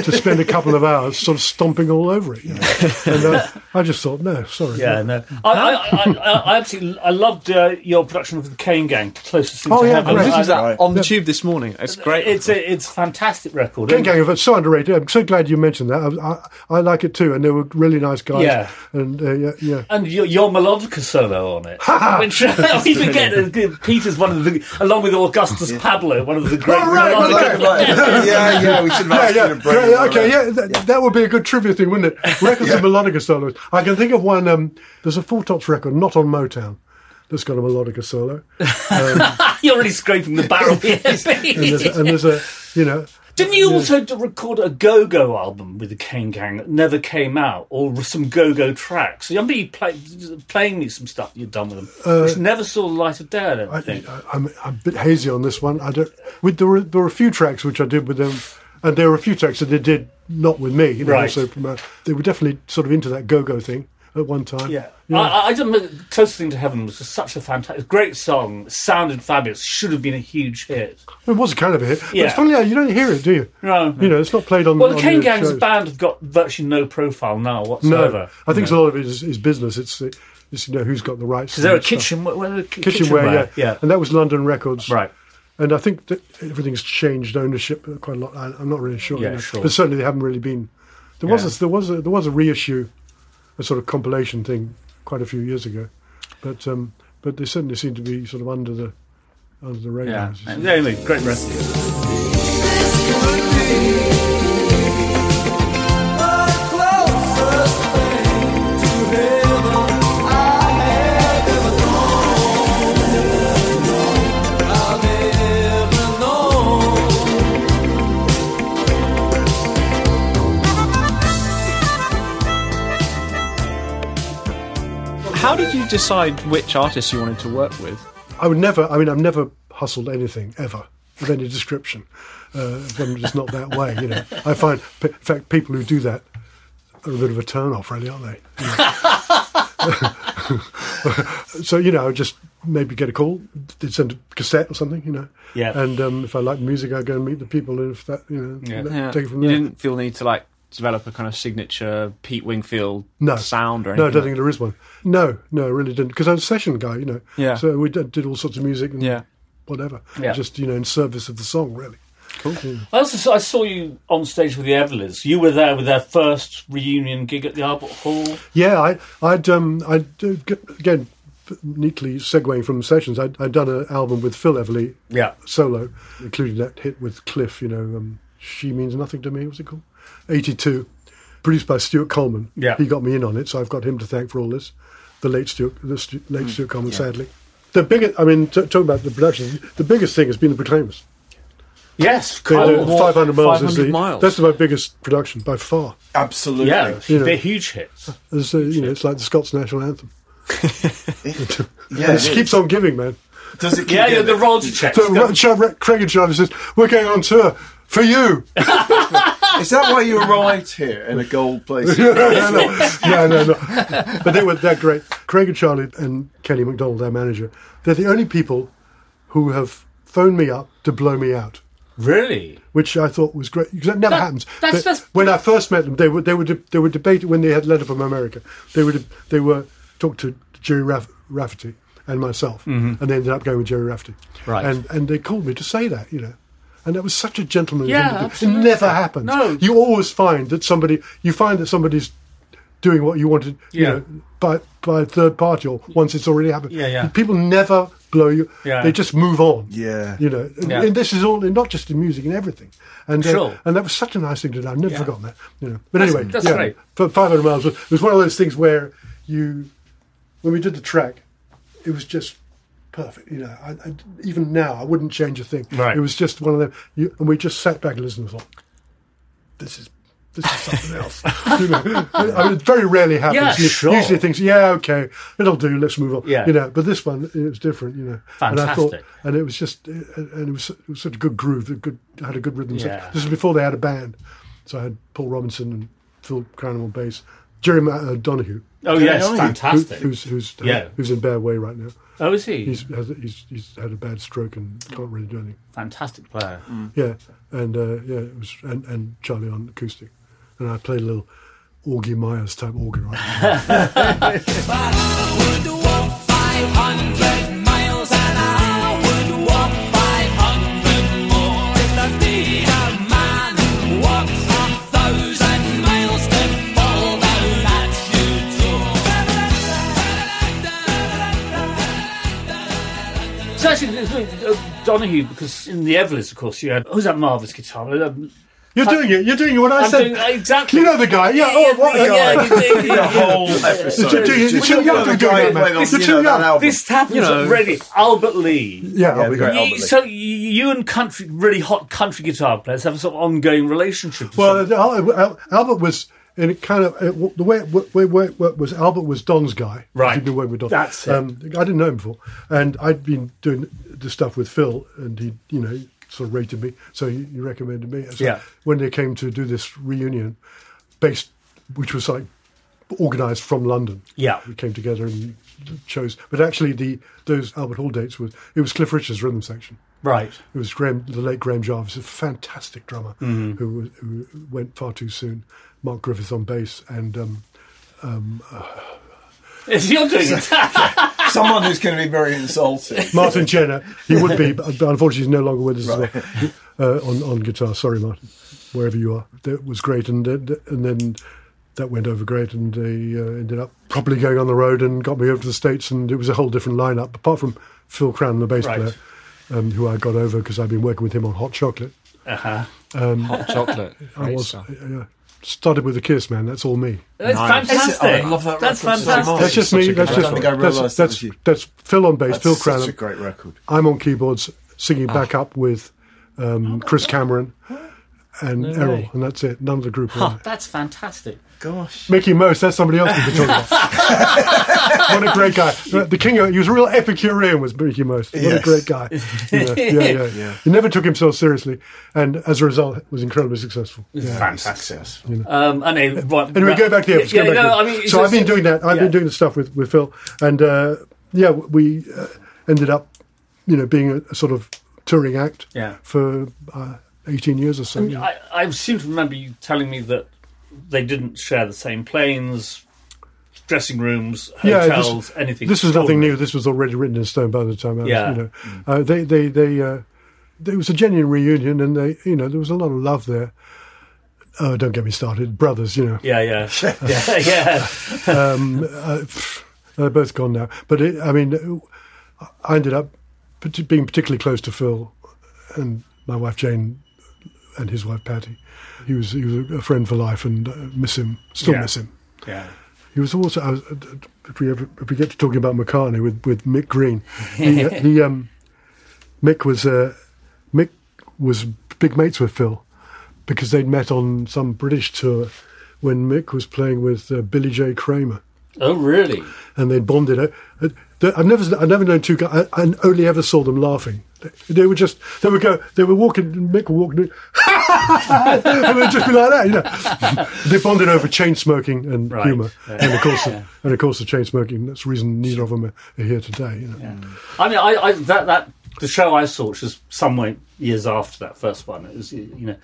Speaker 4: to spend a couple of hours sort of stomping all over it. You know? and uh, I just thought, no, sorry.
Speaker 2: Yeah, no. I, I, I, I, I absolutely I loved uh, your production of the Kane Gang, closest thing
Speaker 4: Oh,
Speaker 2: to
Speaker 4: yeah,
Speaker 2: heaven.
Speaker 4: great.
Speaker 2: I-
Speaker 4: This is that
Speaker 3: on the tube this morning. It's great.
Speaker 2: It's a it's a fantastic record.
Speaker 4: Gang
Speaker 2: isn't
Speaker 4: Gang,
Speaker 2: it?
Speaker 4: it's so underrated. I'm so glad you mentioned that. I, I, I like it too, and they were really nice guys.
Speaker 2: Yeah.
Speaker 4: and uh, yeah, yeah.
Speaker 2: and your, your melodica solo on it, which we forget. uh, Peter's one of the, along with Augustus Pablo, one of the great. melodica-
Speaker 1: right, right. Yeah, yeah, we should have asked you to bring
Speaker 4: Oh, yeah,
Speaker 1: it all
Speaker 4: okay,
Speaker 1: up.
Speaker 4: yeah that, that would be a good trivia thing, wouldn't it? Records and melodica solos. I can think of one. Um, there's a Four Tops record, not on Motown, that's got a melodica solo.
Speaker 2: You're really scraping the barrel here.
Speaker 4: And there's, a,
Speaker 2: Pete.
Speaker 4: and there's a, you know,
Speaker 2: Didn't you also d- record a Go Go album with the Kane Gang that never came out, or some Go Go tracks? I remember you play, playing me some stuff that you'd done with them, which never saw the light of day. I don't think.
Speaker 4: I, uh, I'm, I'm a bit hazy on this one. I don't. With there were there were a few tracks which I did with them, and there were a few tracks that they did not with me. You know,
Speaker 2: Right.
Speaker 4: So from, uh, they were definitely sort of into that go-go thing at one time.
Speaker 2: yeah. I, I- I don't know. Closest thing to heaven was just such a fantastic, great song. Sounded fabulous. Should have been a huge hit.
Speaker 4: It was kind of a hit. But
Speaker 2: Yeah.
Speaker 4: it's funny how you don't hear it, do you?
Speaker 2: No.
Speaker 4: You know, it's not played on.
Speaker 2: Well, the
Speaker 4: on
Speaker 2: Kane
Speaker 4: your
Speaker 2: Gang as a
Speaker 4: shows.
Speaker 2: band have got virtually no profile now
Speaker 4: No,
Speaker 2: whatsoever.
Speaker 4: I think it's a lot of it is, is business. It's uh, just you know who's got the rights.
Speaker 2: Is there a
Speaker 4: and stuff.
Speaker 2: kitchen? Where, where, kitchenware,
Speaker 4: kitchenware? yeah,
Speaker 2: yeah.
Speaker 4: And that was London Records,
Speaker 2: Right.
Speaker 4: And I think that everything's changed ownership quite a lot. I, I'm not really sure,
Speaker 2: Yeah,
Speaker 4: you know,
Speaker 2: sure.
Speaker 4: but certainly they haven't really been. There was
Speaker 2: Yeah.
Speaker 4: a, there was a, there was a reissue, a sort of compilation thing, quite a few years ago, but um, but they certainly seem to be sort of under the under the radar.
Speaker 2: Yeah. Yeah, anyway, great record.
Speaker 3: How did you decide which artists you wanted to work with?
Speaker 4: I would never. I mean, I've never hustled anything ever of any description. Uh, when it's not that way, you know. I find, p- in fact, people who do that are a bit of a turn off, really, aren't they? You know. so you know, I just maybe get a call, they'd send a cassette or something, you know.
Speaker 3: Yeah.
Speaker 4: And um, if I like music, I go and meet the people, and if that, you know,
Speaker 3: Yeah.
Speaker 4: take it from
Speaker 3: you
Speaker 4: there.
Speaker 3: didn't feel the need to like develop a kind of signature Pete Wingfield
Speaker 4: No.
Speaker 3: sound or
Speaker 4: No,
Speaker 3: anything.
Speaker 4: I don't think
Speaker 3: like-
Speaker 4: there is one. No, no, I really didn't. Because I was a session guy, you know.
Speaker 3: Yeah.
Speaker 4: So we did, did all sorts of music and
Speaker 3: Yeah.
Speaker 4: whatever.
Speaker 3: Yeah.
Speaker 4: Just, you know, in service of the song, really. Cool.
Speaker 2: I also saw, I saw you on stage with the Everlys. You were there with their first reunion gig at the Albert Hall.
Speaker 4: Yeah, I, I'd, um, I'd uh, g- again, neatly segueing from sessions, I'd, I'd done an album with Phil Everly
Speaker 2: Yeah.
Speaker 4: solo, including that hit with Cliff, you know, um, She Means Nothing to Me, was it called? 82, produced by Stuart Coleman.
Speaker 2: Yeah.
Speaker 4: He got me in on it, so I've got him to thank for all this. The late Stuart, the Stu, late Stuart Coleman,
Speaker 1: yeah.
Speaker 4: sadly. The biggest, I mean, t- talking about the production, the biggest thing has been the Proclaimers.
Speaker 2: Yes,
Speaker 4: They
Speaker 2: Cold
Speaker 4: do
Speaker 2: War-
Speaker 4: 500 miles is the,
Speaker 2: 500 miles.
Speaker 4: that's my biggest production by far.
Speaker 1: Absolutely.
Speaker 2: Yeah,
Speaker 4: You know.
Speaker 2: they're huge hits.
Speaker 4: It's, uh, you know, it's like the Scots national anthem.
Speaker 1: Yeah,
Speaker 4: it just
Speaker 1: it
Speaker 4: keeps
Speaker 1: is.
Speaker 4: on giving, man.
Speaker 1: Does it keep
Speaker 2: Yeah, yeah,
Speaker 1: going?
Speaker 2: the royalty checks.
Speaker 4: So Ro- Char- Re- Craig and Jarvis says, "We're going on tour for you."
Speaker 1: Is that why you arrived here in a gold place?
Speaker 4: no, no, no, no, no. But they were they're great. Craig and Charlie and Kenny McDonald, our manager, they're the only people who have phoned me up to blow me out,
Speaker 2: Really?
Speaker 4: which I thought was great because that never happens.
Speaker 2: that's-
Speaker 4: They-
Speaker 2: that's-
Speaker 4: when I first met them, they were they were de- they were debating when they had letter from America. They were de- they were talked to Jerry Raff- Rafferty and myself,
Speaker 2: Mm-hmm.
Speaker 4: and they ended up going with Jerry Rafferty.
Speaker 3: Right.
Speaker 4: and and they called me to say that, you know. And that was such a gentleman.
Speaker 2: Yeah,
Speaker 4: it
Speaker 2: absolutely.
Speaker 4: never happens.
Speaker 2: No.
Speaker 4: You always find that somebody, you find that somebody's doing what you wanted, you
Speaker 2: Yeah.
Speaker 4: know, by by a third party or once it's already happened.
Speaker 2: Yeah, yeah.
Speaker 4: People never blow you.
Speaker 2: Yeah.
Speaker 4: They just move on.
Speaker 1: Yeah.
Speaker 4: You know, and,
Speaker 2: Yeah.
Speaker 4: and this is all not just in music and everything. And uh,
Speaker 2: Sure.
Speaker 4: and that was such a nice thing to do. I've never
Speaker 2: Yeah.
Speaker 4: forgotten that. You know, but
Speaker 2: That's-
Speaker 4: anyway,
Speaker 2: that's
Speaker 4: yeah,
Speaker 2: great.
Speaker 4: For 500 miles, it was one of those things where you, when we did the track, it was just perfect. You know, I, I, even now I wouldn't change a thing.
Speaker 2: Right.
Speaker 4: It was just one of them, you, and we just sat back and listened and thought, "This is." This is something else. you know, I mean, it very rarely happens.
Speaker 2: Yeah,
Speaker 4: You-
Speaker 2: sure.
Speaker 4: Usually things, yeah, okay, it'll do. Let's move on.
Speaker 2: Yeah.
Speaker 4: You know, but this one it was different. You know, and I thought,
Speaker 2: Fantastic.
Speaker 4: and it was just, and it was, it was such a good groove. A good had a good rhythm. section.
Speaker 2: Yeah.
Speaker 4: This was before they had a band, so I had Paul Robinson and Phil Cronin on bass, Jerry Ma- uh, Donahue,
Speaker 2: Oh, yes,
Speaker 1: who-
Speaker 2: fantastic.
Speaker 4: who- who's who's uh,
Speaker 2: Yeah.
Speaker 4: who's in bad way right now.
Speaker 2: oh, is he?
Speaker 4: He's, has, he's he's had a bad stroke and can't really do anything.
Speaker 2: fantastic player.
Speaker 4: Yeah, and uh, yeah, it was and, and Charlie on acoustic, and I played a little Augie Myers type organ. Right?
Speaker 2: It's actually it's, uh, Donahue because in the Everlys, of course, you had who's that marvelous guitar? player? Um,
Speaker 4: You're doing it. You're doing what I
Speaker 2: I'm
Speaker 4: said.
Speaker 2: doing- exactly.
Speaker 4: You know the guy. Yeah. Oh, what the guy.
Speaker 2: yeah, yeah, yeah,
Speaker 1: The
Speaker 2: yeah.
Speaker 1: whole episode.
Speaker 4: You're too- you're
Speaker 1: Just
Speaker 4: too
Speaker 1: look
Speaker 4: young
Speaker 1: at
Speaker 4: to
Speaker 1: the
Speaker 4: do
Speaker 1: guy
Speaker 4: that,
Speaker 1: who played
Speaker 4: mate.
Speaker 1: on,
Speaker 4: You're
Speaker 1: you
Speaker 4: too
Speaker 1: know, that
Speaker 4: young.
Speaker 1: album.
Speaker 2: This happens
Speaker 3: You know.
Speaker 2: already. Albert Lee.
Speaker 4: Yeah,
Speaker 1: Yeah,
Speaker 4: I'll be
Speaker 1: we got
Speaker 4: great.
Speaker 1: Albert
Speaker 2: You,
Speaker 1: Lee.
Speaker 2: so you, you and country, really hot country guitar players have a sort of ongoing relationship. or
Speaker 4: Well,
Speaker 2: something.
Speaker 4: the- Al- Al- Albert was, and it kind of it, the way it wo- way- way it worked was Albert was Don's guy.
Speaker 2: Right.
Speaker 4: he'd been working with Don.
Speaker 2: That's it.
Speaker 4: Um, I didn't know him before, and I'd been doing the stuff with Phil, and he, you know, sort of rated me, so he, he recommended me. So
Speaker 2: Yeah.
Speaker 4: When they came to do this reunion, based, which was like organised from London.
Speaker 2: Yeah.
Speaker 4: we came together and chose. But actually, the those Albert Hall dates was it was Cliff Richard's rhythm section.
Speaker 2: right.
Speaker 4: It was Graham, the late Graham Jarvis, a fantastic drummer who, was, who went far too soon. Mark Griffith on bass, and um,
Speaker 2: You're doing it.
Speaker 1: Someone who's going to be very insulting.
Speaker 4: Martin Jenner. He would be, but unfortunately, he's no longer with us as well uh, on on guitar. Sorry, Martin, wherever you are. That was great, and then- and then that went over great, and they uh, ended up properly going on the road and got me over to the states, and it was a whole different lineup apart from Phil Crown, the bass
Speaker 2: Right.
Speaker 4: player, um, who I got over because I've been working with him on Hot Chocolate.
Speaker 2: Uh-huh.
Speaker 3: Hot chocolate.
Speaker 4: I
Speaker 3: Great
Speaker 4: was
Speaker 3: stuff.
Speaker 4: yeah, started with a kiss, man. That's all me.
Speaker 2: That's
Speaker 3: Nice.
Speaker 2: fantastic.
Speaker 1: Oh, I love that
Speaker 2: That's
Speaker 1: record so
Speaker 2: fantastic.
Speaker 1: much.
Speaker 4: That's just
Speaker 3: Such
Speaker 4: me.
Speaker 3: a good
Speaker 4: That's just
Speaker 1: record. I don't think I
Speaker 4: that's
Speaker 1: realised that
Speaker 4: that's,
Speaker 1: was you.
Speaker 4: that's Phil on bass,
Speaker 1: That's
Speaker 4: Phil
Speaker 1: such a
Speaker 4: Cranham.
Speaker 1: great Ah. record.
Speaker 4: I'm on keyboards, singing back up with um, Chris Cameron and Errol,
Speaker 2: Oh, way.
Speaker 4: and that's it. None of the group. are on
Speaker 2: Huh,
Speaker 4: it.
Speaker 2: Oh, that's fantastic.
Speaker 1: Gosh.
Speaker 4: Mickey Most, that's somebody else we could talk about. what a great guy! The king. Of, he was a real Epicurean, was Mickey Most. What a
Speaker 1: Yes.
Speaker 4: great guy! You know, yeah, yeah, yeah. He never took himself seriously, and as a result, was incredibly successful.
Speaker 2: Fantastic.
Speaker 1: Success.
Speaker 2: Um, and it, right,
Speaker 4: And we
Speaker 2: right-
Speaker 4: go back to the episode.
Speaker 2: Yeah,
Speaker 4: go
Speaker 2: no,
Speaker 4: back to
Speaker 2: I
Speaker 4: the-
Speaker 2: mean, it's
Speaker 4: so I've
Speaker 2: just-
Speaker 4: been doing that. I've
Speaker 2: yeah.
Speaker 4: been doing the stuff with, with Phil, and uh, yeah, we uh, ended up, you know, being a, a sort of touring act
Speaker 2: Yeah.
Speaker 4: for uh, eighteen years or so.
Speaker 2: I, I seem to remember you telling me that they didn't share the same planes, dressing rooms,
Speaker 4: Yeah, this-
Speaker 2: hotels, anything.
Speaker 4: this was nothing new. This was already written in stone by the time I was,
Speaker 2: Yeah. Mm.
Speaker 4: you know, uh, they they they. Uh, it was a genuine reunion, and they, you know, there was a lot of love there. Oh, don't get me started, brothers. You know,
Speaker 2: Yeah, yeah, yeah, yeah.
Speaker 4: um, uh, pff, they're both gone now. But it, I mean, I ended up parti- being particularly close to Phil and my wife Jane and his wife Patty. He was he was a friend for life, and uh, miss him, still
Speaker 2: Yeah.
Speaker 4: miss him.
Speaker 2: Yeah.
Speaker 4: He was also. I was, uh, if we ever, if we get to talking about McCartney with, with Mick Green, he, he um, Mick was uh, Mick was big mates with Phil because they'd met on some British tour when Mick was playing with uh, Billy J. Kramer,
Speaker 2: Oh, really?
Speaker 4: and they'd bonded. Uh, uh, I've never I've never known two guys. I, I only ever saw them laughing. They, they were just they would go they were walking. Mick were walking. and they'd just be like that, you know. they bonded over chain smoking and
Speaker 2: Right.
Speaker 4: humour,
Speaker 2: Yeah.
Speaker 4: and of course, and of course, the chain smoking. That's the reason neither of them are, are here today. You know.
Speaker 2: I mean, I, I that that the show I saw, which was somewhere years after that first one, it was you know,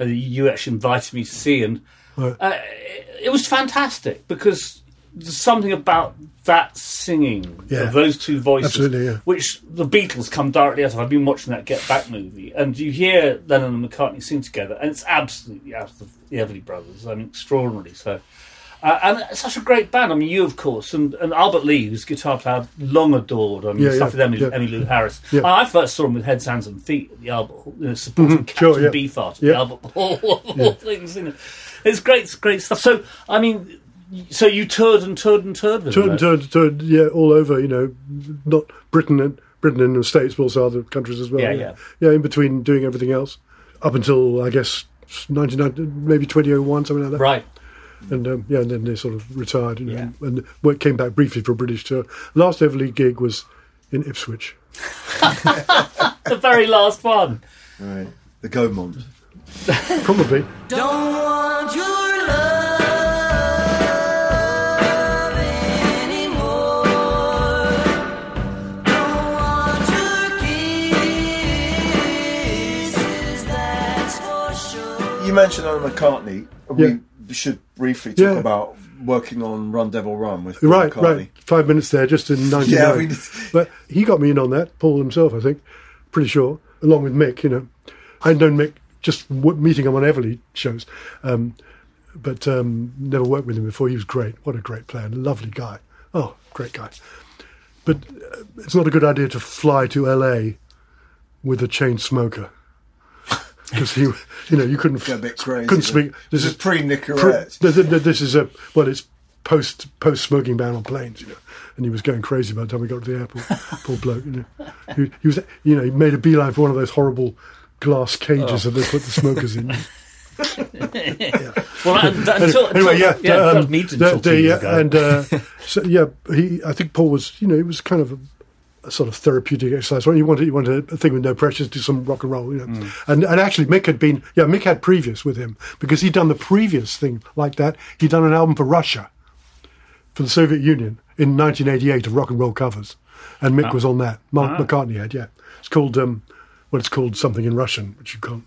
Speaker 2: uh, you actually invited me to see, and uh, it was fantastic because there's something about that singing
Speaker 4: Yeah.
Speaker 2: of those two voices,
Speaker 4: Absolutely, yeah.
Speaker 2: which the Beatles come directly out of. I've been watching that Get Back movie, and you hear Lennon and McCartney sing together, and it's absolutely out of the, the Everly Brothers. I mean, extraordinarily so. Uh, and it's such a great band. I mean, you, of course, and, and Albert Lee, who's a guitar player, I've long adored. I mean,
Speaker 4: Yeah,
Speaker 2: stuff
Speaker 4: yeah,
Speaker 2: with Emily,
Speaker 4: yeah.
Speaker 2: Emmy Lou Harris.
Speaker 4: Yeah.
Speaker 2: I first saw him with Heads, Hands, and Feet at the Albert Hall, you know, supporting Captain
Speaker 4: Mm-hmm. sure, yeah.
Speaker 2: Beefheart at
Speaker 4: Yeah.
Speaker 2: the Albert Hall, of all things. You know. It's great, it's great stuff. So, I mean, so you toured and toured and toured with
Speaker 4: Turned,
Speaker 2: them,
Speaker 4: turned, turned, yeah, all over. You know, not Britain and Britain and the states, but also other countries as well.
Speaker 2: Yeah, yeah.
Speaker 4: yeah. In between doing everything else, up until I guess 1990, maybe 2001, something like that.
Speaker 2: Right.
Speaker 4: And um, yeah, and then they sort of retired you know, and, and well, came back briefly for a British tour. Last Everly gig was in Ipswich.
Speaker 2: the very last one.
Speaker 1: Right. The Gaumont.
Speaker 4: Probably.
Speaker 1: Oh,
Speaker 9: Don't want your love anymore. Don't want your kisses, that's for sure.
Speaker 1: You mentioned Alan McCartney.
Speaker 4: Yeah.
Speaker 1: We should briefly talk
Speaker 4: Yeah.
Speaker 1: about working on Run Devil Run with
Speaker 4: Right,
Speaker 1: McCartney.
Speaker 4: right. Five minutes there, just in '99.
Speaker 1: Yeah, I mean, it's-
Speaker 4: but he got me in on that. Paul himself, I think, pretty sure, along with Mick. You know, I'd known Mick just w- meeting him on Everly shows, um, but um, never worked with him before. He was great. What a great player, and a lovely guy. Oh, great guy. But uh, it's not a good idea to fly to LA with a chain smoker. Because he, you know, you couldn't
Speaker 1: Get a bit crazy.
Speaker 4: couldn't speak.
Speaker 1: This is pre-Nicorette.
Speaker 4: Pre- th- th- this is a well, it's post post smoking ban on planes, you know. And he was going crazy by the time we got to the airport. Poor bloke, you know. He, he was, you know, he made a beeline for one of those horrible glass
Speaker 1: Oh.
Speaker 4: cages that they put the smokers in.
Speaker 2: Well, and, and, until,
Speaker 4: anyway, yeah,
Speaker 2: until- yeah,
Speaker 4: um,
Speaker 2: don't need to
Speaker 4: the-
Speaker 2: talk to
Speaker 4: the-
Speaker 2: you
Speaker 4: yeah,
Speaker 2: ago.
Speaker 4: and uh, so yeah, he. I think Paul was, you know, it was kind of a, a sort of therapeutic exercise. Well, you wanted, you wanted a thing with no pressures, do some rock and roll, you know.
Speaker 2: Mm.
Speaker 4: And and actually, Mick had been, yeah, Mick had previous with him because he'd done the previous thing like that. He'd done an album for Russia, for the Soviet Union in 1988 of rock and roll covers, and
Speaker 2: Ah.
Speaker 4: Mick was on that. Mark McCartney had, yeah. It's called, um, well, it's called something in Russian, which you can't.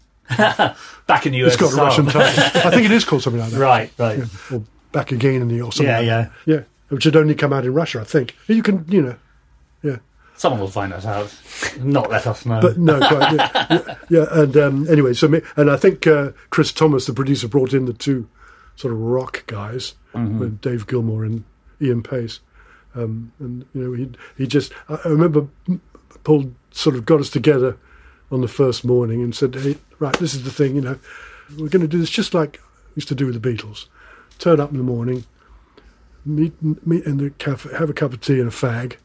Speaker 2: back in the US.
Speaker 4: It's got a Russian title. I think it is called something like that
Speaker 2: Right, right.
Speaker 4: or back again in the or something.
Speaker 2: Yeah,
Speaker 4: like
Speaker 2: yeah.
Speaker 4: that. yeah. Which had only come out in Russia, I think. You can, you know,
Speaker 2: Someone will find us out. Not let us know.
Speaker 4: but no, quite, yeah, yeah, yeah. And um, anyway, so me, and I think uh, Chris Thomas, the producer, brought in the two sort of rock guys, with Dave Gilmore and Ian Pace, um, and you know, he he just I, I remember Paul sort of got us together on the first morning and said, "Hey, right, this is the thing, you know, we're going to do this just like we used to do with the Beatles. Turn up in the morning." Meet, meet in the cafe, have a cup of tea and a fag,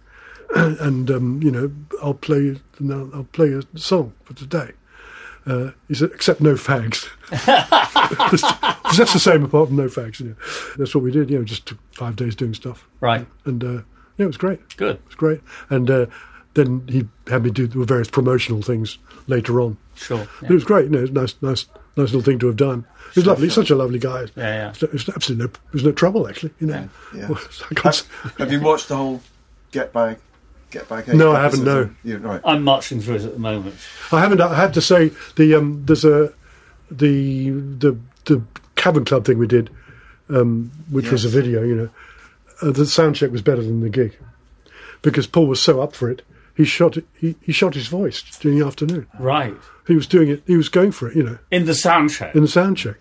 Speaker 4: and um, you know I'll play and I'll, I'll play a song for today. Uh, he said, except no fags. Because that's the same apart from no fags. You know. That's what we did. You know, just took five days doing stuff,
Speaker 2: right,
Speaker 4: and uh, yeah, it was great. It
Speaker 2: good,
Speaker 4: was great. And uh, then he had me do the various promotional things later on.
Speaker 2: sure. yeah.
Speaker 4: But it was great. You know, it was a nice, nice, nice little thing to have done. He was lovely. He's Such a lovely guy.
Speaker 2: yeah.
Speaker 4: It was absolutely no, it was no trouble actually. You know,
Speaker 1: Yeah, yeah.
Speaker 4: I can't,
Speaker 1: Have you watched the whole Get Back? Get Back?
Speaker 4: No, I haven't, no.
Speaker 1: You, right.
Speaker 2: I'm marching through it at the moment.
Speaker 4: I haven't. I have to say the um, there's a the the the cabin club thing we did, um, which was a
Speaker 1: Yes.
Speaker 4: video. You know, uh, the sound check was better than the gig because Paul was so up for it. he shot he, he shot his voice during the afternoon.
Speaker 2: Right.
Speaker 4: He was doing it. He was going for it. You know,
Speaker 2: in the sound check.
Speaker 4: In the sound check.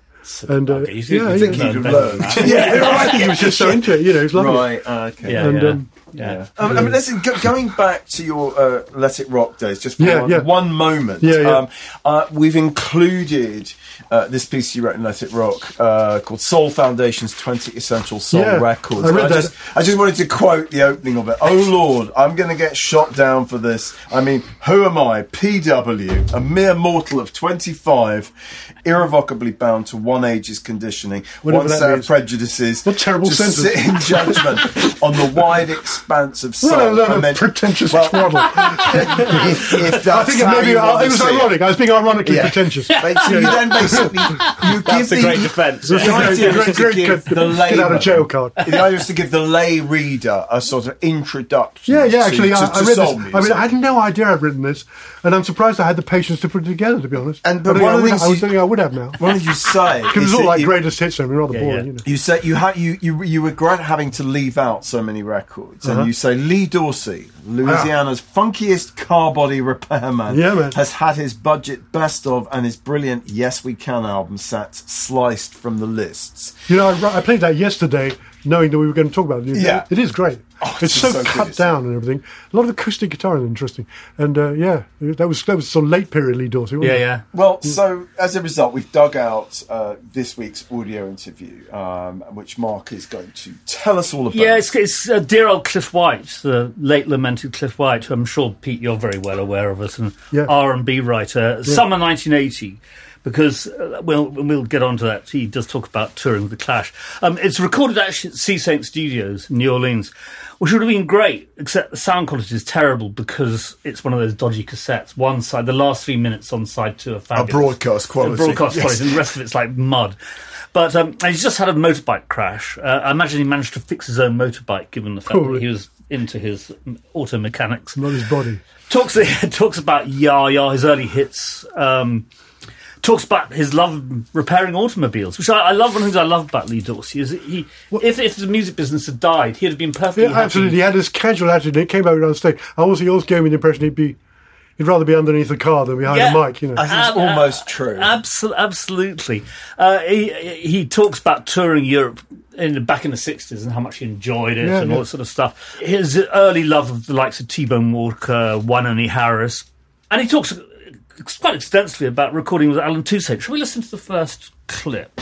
Speaker 4: And uh,
Speaker 2: you think-
Speaker 4: yeah,
Speaker 2: you think
Speaker 4: yeah.
Speaker 2: he'd have learned that. Yeah,
Speaker 4: I think he was just so into it. You know, he was loving
Speaker 1: Right,
Speaker 4: it.
Speaker 1: okay.
Speaker 4: And, um,
Speaker 1: yeah. Um, I mean, listen, go, going back to your uh, Let It Rock days, just for
Speaker 4: Yeah,
Speaker 1: one,
Speaker 4: yeah.
Speaker 1: one moment,
Speaker 4: Yeah, yeah.
Speaker 1: Um, uh, we've included uh, this piece you wrote in Let It Rock uh, called Soul Foundation's 20 Essential Soul
Speaker 4: Yeah,
Speaker 1: Records.
Speaker 4: I read that.
Speaker 1: just, I just wanted to quote the opening of it. Oh, Lord, I'm going to get shot down for this. I mean, who am I? PW, a mere mortal of 25, irrevocably bound to one age's conditioning,
Speaker 4: Whatever
Speaker 1: one
Speaker 4: that
Speaker 1: set
Speaker 4: means.
Speaker 1: of prejudices.
Speaker 4: What terrible
Speaker 1: to
Speaker 4: sentence.
Speaker 1: sit in judgment on the wide expanse of soul.
Speaker 4: What a load
Speaker 1: and then-
Speaker 4: of pretentious
Speaker 1: Well,
Speaker 4: twaddle.
Speaker 1: if, if that's
Speaker 4: I think it
Speaker 1: how
Speaker 4: maybe
Speaker 1: you
Speaker 4: it
Speaker 1: want to
Speaker 4: was
Speaker 1: see it.
Speaker 4: ironic. I was being ironically
Speaker 1: Yeah.
Speaker 4: pretentious.
Speaker 1: But so you then basically you
Speaker 3: That's
Speaker 1: give
Speaker 3: a great
Speaker 1: the,
Speaker 3: defence.
Speaker 1: The
Speaker 3: That's a
Speaker 1: idea
Speaker 4: great-
Speaker 1: is to
Speaker 4: great-
Speaker 1: give
Speaker 4: great-
Speaker 1: the
Speaker 4: get
Speaker 1: layman-
Speaker 4: out of jail card.
Speaker 1: The idea is to give the lay reader a sort of introduction.
Speaker 4: Yeah,
Speaker 1: to-
Speaker 4: yeah. Actually,
Speaker 1: to,
Speaker 4: I,
Speaker 1: to
Speaker 4: I read this.
Speaker 1: soul
Speaker 4: I
Speaker 1: music.
Speaker 4: mean, I had no idea I'd written this, and I'm surprised I had the patience to put it together. To be honest,
Speaker 1: And- but
Speaker 4: I, don't
Speaker 1: one
Speaker 4: think
Speaker 1: of the things
Speaker 4: I, would- I was
Speaker 1: you-
Speaker 4: thinking I would have now.
Speaker 1: What did you say?
Speaker 4: Because it's
Speaker 1: is
Speaker 4: all
Speaker 1: that
Speaker 4: like
Speaker 1: you-
Speaker 4: greatest hits, I mean, rather boring. You know.
Speaker 1: You say you ha- you, you you regret having to leave out so many records,
Speaker 4: Uh-huh. Ah.
Speaker 1: and you say Lee Dorsey, Louisiana's funkiest car body repairman,
Speaker 4: Yeah, man.
Speaker 1: has had his budget best of and his brilliant "Yes We Can" album set sliced from the lists.
Speaker 4: You know, I, ri- I played that yesterday, knowing that we were going to talk about it.
Speaker 1: Yeah. Oh,
Speaker 4: it is great. it's,
Speaker 1: it's
Speaker 4: so,
Speaker 1: so good,
Speaker 4: cut
Speaker 1: isn't it?
Speaker 4: down and everything. A lot of acoustic guitar is interesting, and uh, yeah, that was that was some late period Lee Dorsey. Wasn't
Speaker 2: Yeah,
Speaker 4: it?
Speaker 2: yeah.
Speaker 1: Well, so as a result, we've dug out uh, this week's audio interview, um, which Mark is going to tell us all about.
Speaker 2: Yeah, it's, it's uh, dear old Cliff White, the late lamented Cliff White, who I'm sure Pete you're very well aware of as an
Speaker 4: Yeah.
Speaker 2: R and B writer. Summer 1980, because uh, we'll we'll get on to that. He does talk about touring with the Clash. Um, it's recorded actually at Sea Saint Studios, in New Orleans, which would have been great, except the sound quality is terrible because it's one of those dodgy cassettes. One side, the last three minutes on side two are fabulous.
Speaker 1: broadcast quality,
Speaker 2: A broadcast
Speaker 1: yes.
Speaker 2: quality, and the rest of it's like mud. But um, he's just had a motorbike crash. Uh, I imagine he managed to fix his own motorbike, given the fact
Speaker 4: Probably.
Speaker 2: that he was into his auto mechanics.
Speaker 4: not his body.
Speaker 2: Talks talks about Yah Yah, his early hits. Um, talks about his love of repairing automobiles, which I, I love. One of the things I love about Lee Dorsey is that he, if, if the music business had died, he'd have been perfectly
Speaker 4: Yeah,
Speaker 2: happy.
Speaker 4: absolutely. He had this casual attitude. and It came over on stage. I also he also gave me the impression he'd be, he'd rather be underneath the car than behind
Speaker 2: Yeah.
Speaker 4: a mic. You know,
Speaker 1: I think it's
Speaker 2: Ab-
Speaker 1: almost true.
Speaker 2: Absol- Um, uh, absolutely. Uh, he he talks about touring Europe in back in the sixties and how much he enjoyed it
Speaker 4: Yeah,
Speaker 2: and
Speaker 4: yeah.
Speaker 2: all that sort of stuff. His early love of the likes of T Bone Walker, One Only Harris, and he talks quite extensively about recording with Alan Toussaint. Shall we listen to the first clip?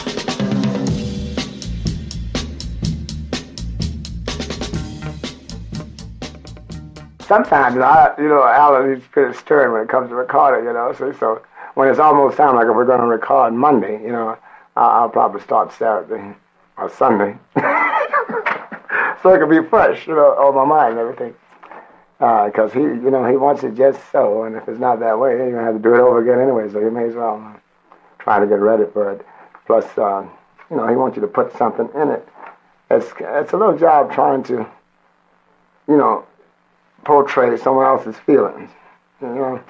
Speaker 11: sometimes I, you know, Alan he's pretty stern when it comes to recording, you know. So, so when it's almost time like if we're going to record Monday, you know, I'll, I'll probably start Saturday or Sunday, so it can be fresh, you know, on my mind and everything. Because he, you know, he wants it just so, and if it's not that way, you're gonna have to do it over again anyway. So you may as well try to get ready for it. Plus, uh, you know, he wants you to put something in it. It's it's a little job trying to, you know, portray someone else's feelings. You know,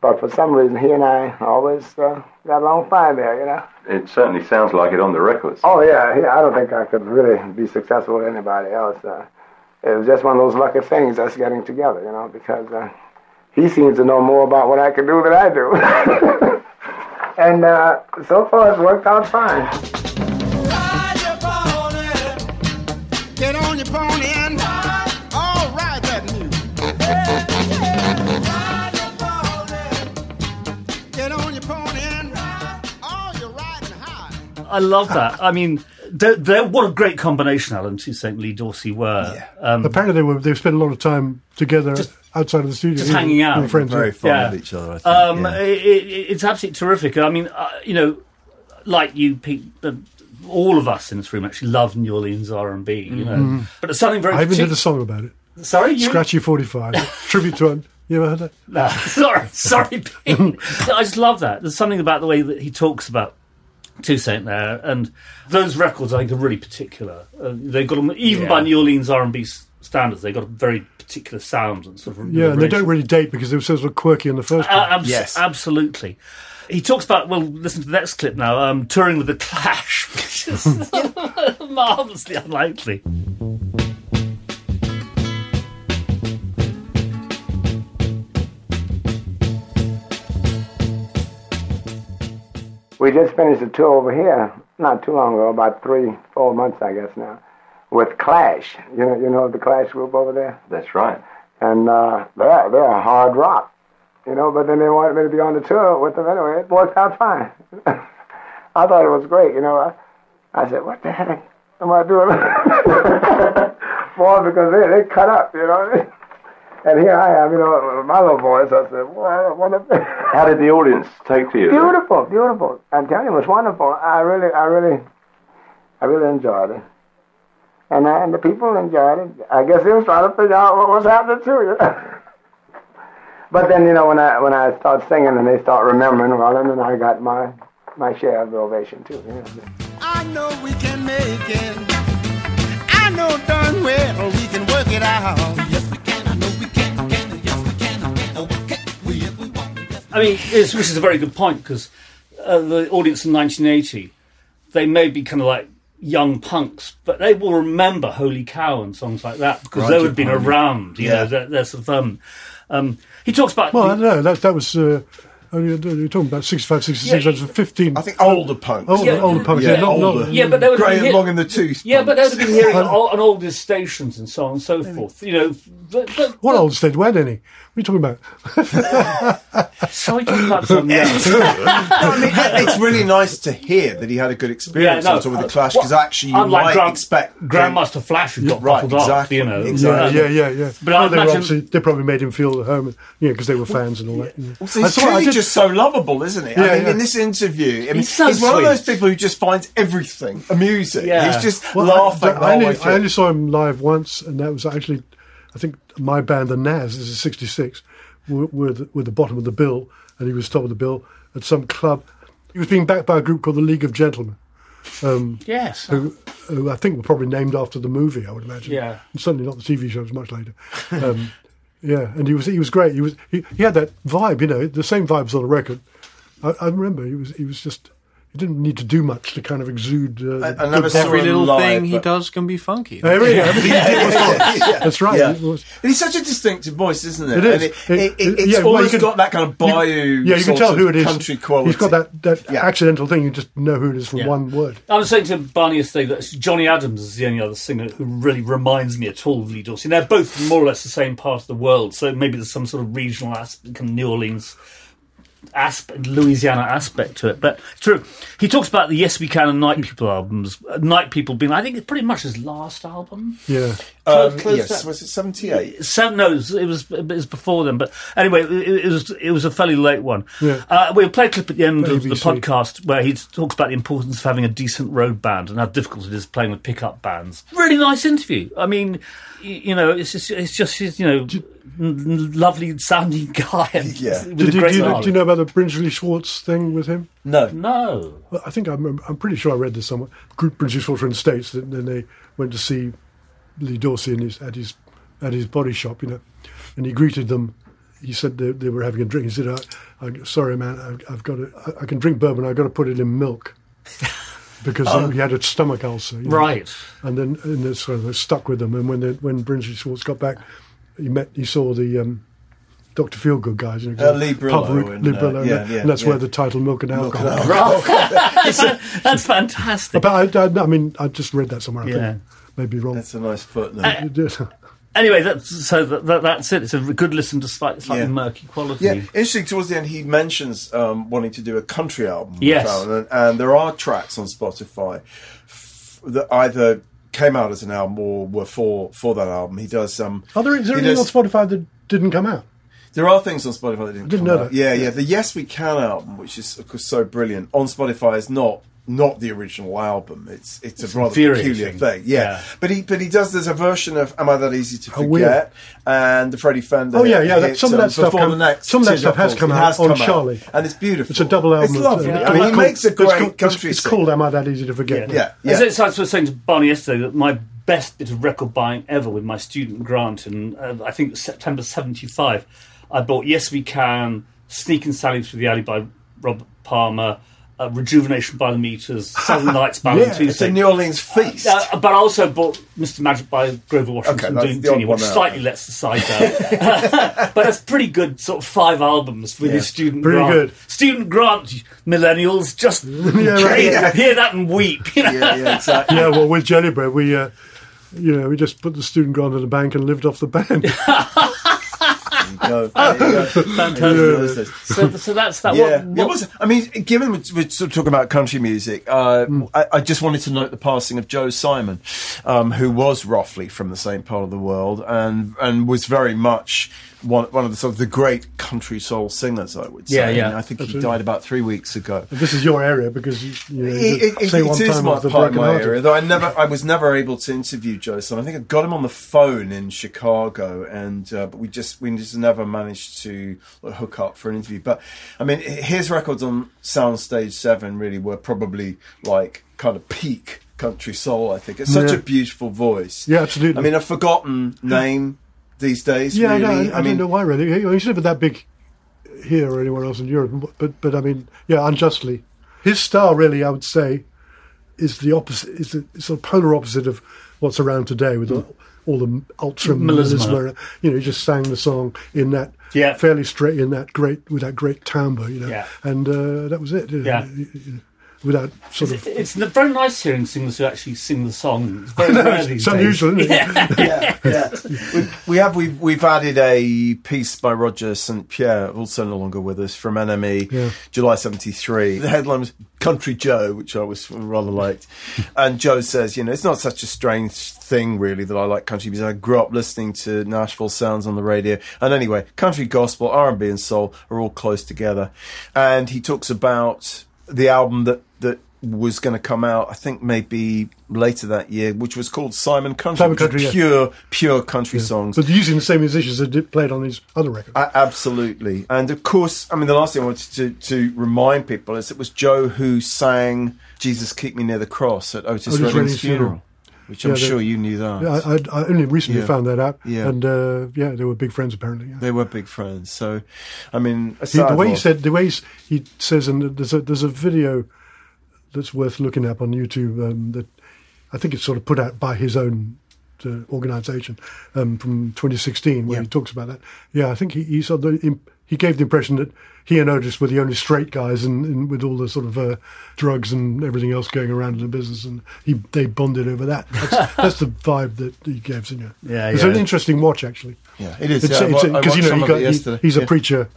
Speaker 11: but for some reason, he and I always uh, got along fine there. You know.
Speaker 12: It certainly sounds like it on the records.
Speaker 11: Oh yeah, he, I don't think I could really be successful with anybody else. Uh, it was just one of those lucky things us getting together. You know, because uh, he seems to know more about what I can do than I do. and uh, so far, it's worked out fine.
Speaker 5: Get on your pony and all right that mule. Get on your pony and all your riding high.
Speaker 2: I love that. I mean, they're, they're, what a great combination Alan Toussaint and Lee Dorsey were. Um,
Speaker 4: apparently they were they spent a lot of time together outside of the studio,
Speaker 2: just
Speaker 4: you know,
Speaker 2: hanging out.
Speaker 4: they were friends.
Speaker 1: Very
Speaker 4: yeah.
Speaker 1: fond of each other. I think.
Speaker 2: Um,
Speaker 1: yeah.
Speaker 2: it, it, it's absolutely terrific. I mean, uh, you know, like you, Pete, uh, all of us in this room actually love New Orleans R and B. You know, but it's something very.
Speaker 4: Mm. I even did a
Speaker 2: partic-
Speaker 4: song about it.
Speaker 2: sorry, you.
Speaker 4: Scratchy Forty Five tribute to him. You ever heard that?
Speaker 2: No, sorry, sorry, Pete. I just love that. There's something about the way that he talks about Toussaint there, and those records I think are really particular. Uh, they got them even by
Speaker 3: Yeah.
Speaker 2: New Orleans R and B standards. They got a very particular sound and sort of
Speaker 4: Yeah, and they
Speaker 2: arrangement.
Speaker 4: don't really date because they were so sort of quirky in the first place.
Speaker 2: Uh, abs-
Speaker 1: Yes.
Speaker 2: absolutely. He talks about well. Listen to the next clip now. Um, touring with the Clash, which is marvelously unlikely.
Speaker 11: we just finished a tour over here not too long ago, about three, four months, I guess now, with Clash. You know, you know the Clash group over there,
Speaker 12: That's right.
Speaker 11: and uh, they're they're hard rock, you know. But then they wanted me to be on the tour with them anyway. It worked out fine. I thought it was great, you know. I, I said, what the heck am I doing? Boy, because they they cut up, you know. And here I am, you know, with my little voice. I said, well, I don't want to.
Speaker 12: How did the audience take to you?
Speaker 11: Beautiful, beautiful. I'm telling you, it was wonderful. I really, I really, I really enjoyed it. And, I, and the people enjoyed it. I guess they was trying to figure out what was happening to you. but then, you know, when I when I start singing and they start remembering, well, then, then I got my my share of the ovation too. you know.
Speaker 5: I know we can make it. I know darn well we can work it out. Yes, we can. I know we can. can. Yes, we can. I know we can. We, if we want.
Speaker 2: I mean, it's, which is a very good point because uh, the audience in 1980, they may be kind of like young punks, but they will remember Holy Cow and songs like that because they
Speaker 4: Roger
Speaker 2: would have been
Speaker 4: Palmer.
Speaker 2: around. You
Speaker 4: Yeah.
Speaker 2: know, they're, they're sort of, um, um, he talks about.
Speaker 4: Well, Oh, I don't know. That, that was. Uh, oh, you're, you're talking about 65, 66,
Speaker 2: Yeah.
Speaker 4: that was 15. I
Speaker 1: think older punks.
Speaker 4: Older, older punks, yeah. not, not-
Speaker 2: yeah, but they would
Speaker 1: Grey
Speaker 2: have
Speaker 1: and
Speaker 2: been hea-
Speaker 1: long in the tooth
Speaker 2: Yeah, but they would have been hearing
Speaker 4: I-
Speaker 2: on, on older stations and so on and so forth. You know, but, but
Speaker 4: What old state? When any? What are you talking about?
Speaker 2: sorry to interrupt on that.
Speaker 1: No, I mean, it- it's really nice to hear that he had a good experience
Speaker 2: Yeah, no. uh,
Speaker 1: on tour with the Clash
Speaker 2: What-
Speaker 1: because actually you
Speaker 2: unlike
Speaker 1: might
Speaker 2: Grand-
Speaker 1: expect
Speaker 2: Grandmaster Flash who got
Speaker 1: right,
Speaker 2: bottled up,
Speaker 1: exactly,
Speaker 2: you know.
Speaker 1: exactly.
Speaker 4: Yeah, yeah, yeah.
Speaker 2: But I
Speaker 4: Well, they, were
Speaker 2: imagine-
Speaker 4: obviously, they probably made him feel at home, you know, because they were fans and all that. you know.
Speaker 1: So he's
Speaker 4: I saw- I
Speaker 1: clearly
Speaker 4: did-
Speaker 1: just so lovable, isn't he?
Speaker 4: Yeah,
Speaker 1: I mean,
Speaker 4: yeah.
Speaker 1: in this interview, I mean, he's,
Speaker 4: He's so
Speaker 1: one of
Speaker 4: sweet.
Speaker 1: those people who just finds everything amusing. He's just
Speaker 4: Well,
Speaker 1: laughing. the
Speaker 4: I, I,
Speaker 1: whole way
Speaker 4: only, I
Speaker 1: through.
Speaker 4: only saw him live once, and that was actually, I think, my band, the Nas. This is '66. Were, were, the, were the bottom of the bill, and he was top of the bill at some club. He was being backed by a group called the League of Gentlemen. Um,
Speaker 2: Yes.
Speaker 4: Who, who I think were probably named after the movie, I would imagine.
Speaker 2: Yeah.
Speaker 4: Certainly not the TV show. It was much later. Um, yeah, and he was he was great. He was he, he had that vibe, you know, the same vibes on the record. I, I remember he was he was just he didn't need to do much to kind of exude. Uh,
Speaker 1: I- I
Speaker 4: good
Speaker 1: never saw
Speaker 4: vibe.
Speaker 1: Every little him live, thing
Speaker 3: He does can be funky.
Speaker 4: There we go. Everything
Speaker 1: Yeah,
Speaker 4: is
Speaker 1: yeah,
Speaker 4: different.
Speaker 1: yeah.
Speaker 4: That's right.
Speaker 1: Yeah.
Speaker 4: It was-
Speaker 1: And he's such a distinctive voice, isn't it?
Speaker 4: It is.
Speaker 1: And it, it,
Speaker 4: It-
Speaker 1: it's
Speaker 4: yeah, well, you
Speaker 1: almost
Speaker 4: can-
Speaker 1: got that kind of bayou.
Speaker 4: yeah, you can
Speaker 1: sort
Speaker 4: tell
Speaker 1: of
Speaker 4: who it is.
Speaker 1: Country quality.
Speaker 4: He's got that, that accidental thing. You just know who it is from
Speaker 2: Yeah.
Speaker 4: one word.
Speaker 2: I was saying to Barney yesterday that Johnny Adams is the only other singer who really reminds me at all of Lee Dorsey. They're both from more or less the same part of the world, so maybe there's some sort of regional aspect, New Orleans aspect, Louisiana aspect to it. But it's true. He talks about the Yes We Can and Night People albums. Uh, Night People being, I think, it's pretty much his last album.
Speaker 4: Yeah.
Speaker 2: Close-
Speaker 1: Um,
Speaker 2: close
Speaker 1: yes,
Speaker 2: that.
Speaker 1: was it 78?
Speaker 2: Seven, no, it was, it was it was before then. But anyway, it, it was it was a fairly late one.
Speaker 1: Yeah.
Speaker 2: Uh, we'll play a clip at the end of the
Speaker 1: ABC.
Speaker 2: podcast where he talks about the importance of having a decent road band and how difficult it is playing with pickup bands. Really nice interview. I mean, y- you know, it's just it's just his, you know, n- lovely sounding guy. And with
Speaker 4: Did
Speaker 2: a
Speaker 4: you,
Speaker 2: great
Speaker 4: do, you,
Speaker 2: smile.
Speaker 4: do you know about the Brinsley Schwartz thing with him?
Speaker 1: No.
Speaker 2: No.
Speaker 4: Well, I think I remember, I'm pretty sure I read this somewhere. Group Brinsley Schwartz were in the States, and then they went to see Lee Dorsey in his, at, his, at his body shop, you know, and he greeted them. He said they, they were having a drink. He said, I, I, Sorry, man, I, I've got to, I, I can drink bourbon, I've got to put it in milk. Because
Speaker 2: Oh.
Speaker 4: he had a stomach ulcer, you know.
Speaker 2: Right.
Speaker 4: And then and then sort of stuck with them. And when they, when Brinsley Schwartz got back, he met he saw the um, Doctor Feelgood guys. You
Speaker 1: Uh, Lee Brillo
Speaker 4: pub route-
Speaker 1: and,
Speaker 4: Lee
Speaker 1: uh,
Speaker 4: Brillo,
Speaker 1: yeah,
Speaker 4: and
Speaker 1: yeah,
Speaker 4: that's
Speaker 1: yeah.
Speaker 4: where the title "Milk and Alcohol."
Speaker 2: that's, that's fantastic.
Speaker 4: But I, I, I mean, I just read that somewhere. I
Speaker 2: Yeah.
Speaker 4: think. maybe wrong. That's
Speaker 1: a nice footnote.
Speaker 4: Uh,
Speaker 2: Anyway, that's, so that, that, that's it. It's a good listen to slight, slightly
Speaker 1: Yeah.
Speaker 2: murky quality.
Speaker 1: Yeah, interesting. Towards the end, he mentions um, wanting to do a country album. with
Speaker 2: Yes.
Speaker 1: Fallon, and, and there are tracks on Spotify f- that either came out as an album or were for for that album. He does um,
Speaker 4: Are there, is there
Speaker 1: It
Speaker 4: anything on
Speaker 1: is-
Speaker 4: Spotify that didn't come out?
Speaker 1: There are things on Spotify that didn't,
Speaker 4: didn't
Speaker 1: come
Speaker 4: know
Speaker 1: out.
Speaker 4: that.
Speaker 1: Yeah, yeah. The Yes We Can album, which is of course so brilliant, on Spotify is not not the original album. It's it's,
Speaker 2: It's
Speaker 1: a rather
Speaker 2: infuriating.
Speaker 1: peculiar thing. Yeah.
Speaker 2: Yeah.
Speaker 1: But he but he does there's a version of Am I That Easy to
Speaker 4: Oh, weird.
Speaker 1: Forget and the Freddie Fender.
Speaker 4: Oh, yeah, yeah,
Speaker 1: hit,
Speaker 4: that- some of
Speaker 1: um,
Speaker 4: that stuff
Speaker 1: Before
Speaker 4: come-
Speaker 1: the next
Speaker 4: some of that
Speaker 1: Teardrop
Speaker 4: stuff has
Speaker 1: Falls.
Speaker 4: come
Speaker 1: It
Speaker 4: out on
Speaker 1: come out.
Speaker 4: Charlie.
Speaker 1: And it's beautiful.
Speaker 4: It's a double album.
Speaker 1: It's lovely.
Speaker 4: Yeah.
Speaker 1: I mean,
Speaker 4: It's
Speaker 1: he
Speaker 4: called-
Speaker 1: makes a
Speaker 4: it's called-
Speaker 1: great
Speaker 4: it's-
Speaker 1: country
Speaker 4: It's
Speaker 1: singer.
Speaker 4: called "Am I That Easy to Forget"?
Speaker 2: As it's- I was saying to Barney yesterday that my best bit of record buying ever with my student grant, and uh, I think it was September 75, I bought Yes We Can, Sneak and Sally Through the Alley by Rob Palmer, uh, Rejuvenation by the Meters, Southern Nights by
Speaker 1: Yeah,
Speaker 2: the Tuesday.
Speaker 1: it's a New Orleans feast.
Speaker 2: Uh, but I also bought Mr. Magic by Grover Washington
Speaker 1: that's
Speaker 2: doing
Speaker 1: the odd
Speaker 2: Teeny, which
Speaker 1: one out.
Speaker 2: slightly lets the side down. but that's pretty good, sort of five albums with
Speaker 4: Yeah.
Speaker 2: his student
Speaker 4: Pretty
Speaker 2: grant.
Speaker 4: good.
Speaker 2: Student grant, millennials, just
Speaker 4: right.
Speaker 2: hear- hear that and weep. You know?
Speaker 4: yeah, well, with Jelly Bread, we, uh, you know, we just put the student grant in the bank and lived off the band.
Speaker 1: No, there you go.
Speaker 4: Fantastic.
Speaker 2: So, so that's that
Speaker 1: yeah,
Speaker 2: one.
Speaker 1: Oh. it was. I mean, given we're, we're sort of talking about country music, uh, I, I just wanted to note the passing of Joe Simon, um, who was roughly from the same part of the world and and was very much one one of the sort of the great country soul singers. I would say.
Speaker 4: Yeah, yeah.
Speaker 1: And I think he
Speaker 4: Absolutely.
Speaker 1: died about three weeks ago.
Speaker 4: this is your area because you, you know, you
Speaker 1: It, it,
Speaker 4: just say
Speaker 1: it-
Speaker 4: one
Speaker 1: it is
Speaker 4: time
Speaker 1: my
Speaker 4: of the
Speaker 1: part of
Speaker 4: broken
Speaker 1: my
Speaker 4: hearted.
Speaker 1: area, though I never, I was never able to interview Joe Simon. I think I got him on the phone in Chicago, and uh, but we just we just never managed to hook up for an interview. But I mean, his records on Soundstage Seven really were probably like kind of peak country soul. I think it's such
Speaker 4: Yeah.
Speaker 1: a beautiful voice.
Speaker 4: Yeah, absolutely.
Speaker 1: I mean, a forgotten name these days.
Speaker 4: yeah,
Speaker 1: really.
Speaker 4: I, know, I,
Speaker 1: I
Speaker 4: don't
Speaker 1: mean,
Speaker 4: know why really. He- He's never that big here or anywhere else in Europe, but but I mean, yeah, unjustly, his style really, I would say, is the opposite, is the sort of polar opposite of what's around today
Speaker 1: Hmm.
Speaker 4: with all, all the ultra
Speaker 2: Melisma.
Speaker 4: melisma. You know, he just sang the song in that
Speaker 2: Yeah.
Speaker 4: fairly straight in that great with that great timbre, you know,
Speaker 2: Yeah.
Speaker 4: and uh, that was it. you know,
Speaker 2: Yeah.
Speaker 4: without sort of.
Speaker 2: It's n- very nice hearing singers who actually sing the song. It's very
Speaker 4: I know,
Speaker 2: rare
Speaker 4: it's
Speaker 2: these
Speaker 4: unusual,
Speaker 2: days.
Speaker 4: isn't it?
Speaker 2: Yeah.
Speaker 1: we have we've, we've added a piece by Roger St Pierre, also no longer with us, from NME,
Speaker 4: Yeah.
Speaker 1: July '73. The headline was "Country Joe," which I was rather liked. and Joe says, you know, it's not such a strange thing really that I like country music. I grew up listening to Nashville sounds on the radio, and anyway, country gospel, R and B, and soul are all close together. And he talks about the album that that. Was going to come out, I think maybe later that year, which was called Simon Country,
Speaker 4: Simon
Speaker 1: which was
Speaker 4: Country, yeah.
Speaker 1: pure, pure country songs.
Speaker 4: But using the same musicians that did, played on his other record.
Speaker 1: A- absolutely. And of course, I mean, the last thing I wanted to, to remind people is it was Joe who sang Jesus Keep Me Near the Cross at Otis,
Speaker 4: Otis
Speaker 1: Redding's
Speaker 4: Redding's
Speaker 1: funeral,
Speaker 4: funeral.
Speaker 1: which
Speaker 4: Yeah,
Speaker 1: I'm
Speaker 4: the-
Speaker 1: sure you knew that.
Speaker 4: Yeah, I, I, I only recently
Speaker 1: Yeah.
Speaker 4: found that out,
Speaker 1: Yeah.
Speaker 4: and uh, yeah, they were big friends apparently. yeah.
Speaker 1: they were big friends. So, I mean, a
Speaker 4: He- the
Speaker 1: sad
Speaker 4: way he
Speaker 1: loss.
Speaker 4: said, the way he's, he says, and there's a there's a video that's worth looking up on YouTube um, that I think it's sort of put out by his own uh, organization um, from 2016 where he talks about that. Yeah, I think he he sort of im- he gave the impression that he and Otis were the only straight guys, and, and with all the sort of uh, drugs and everything else going around in the business, and he they bonded over that. That's, that's the vibe that he gives. You know.
Speaker 1: Yeah,
Speaker 4: it's
Speaker 1: yeah.
Speaker 4: an interesting watch actually.
Speaker 1: Yeah, it is.
Speaker 4: It's-
Speaker 1: Yeah, I
Speaker 4: it's a-
Speaker 1: wa- I
Speaker 4: 'cause,
Speaker 1: watched
Speaker 4: you know
Speaker 1: some
Speaker 4: you
Speaker 1: of
Speaker 4: got-
Speaker 1: it
Speaker 4: he-
Speaker 1: yesterday.
Speaker 4: he's a
Speaker 1: Yeah.
Speaker 4: preacher,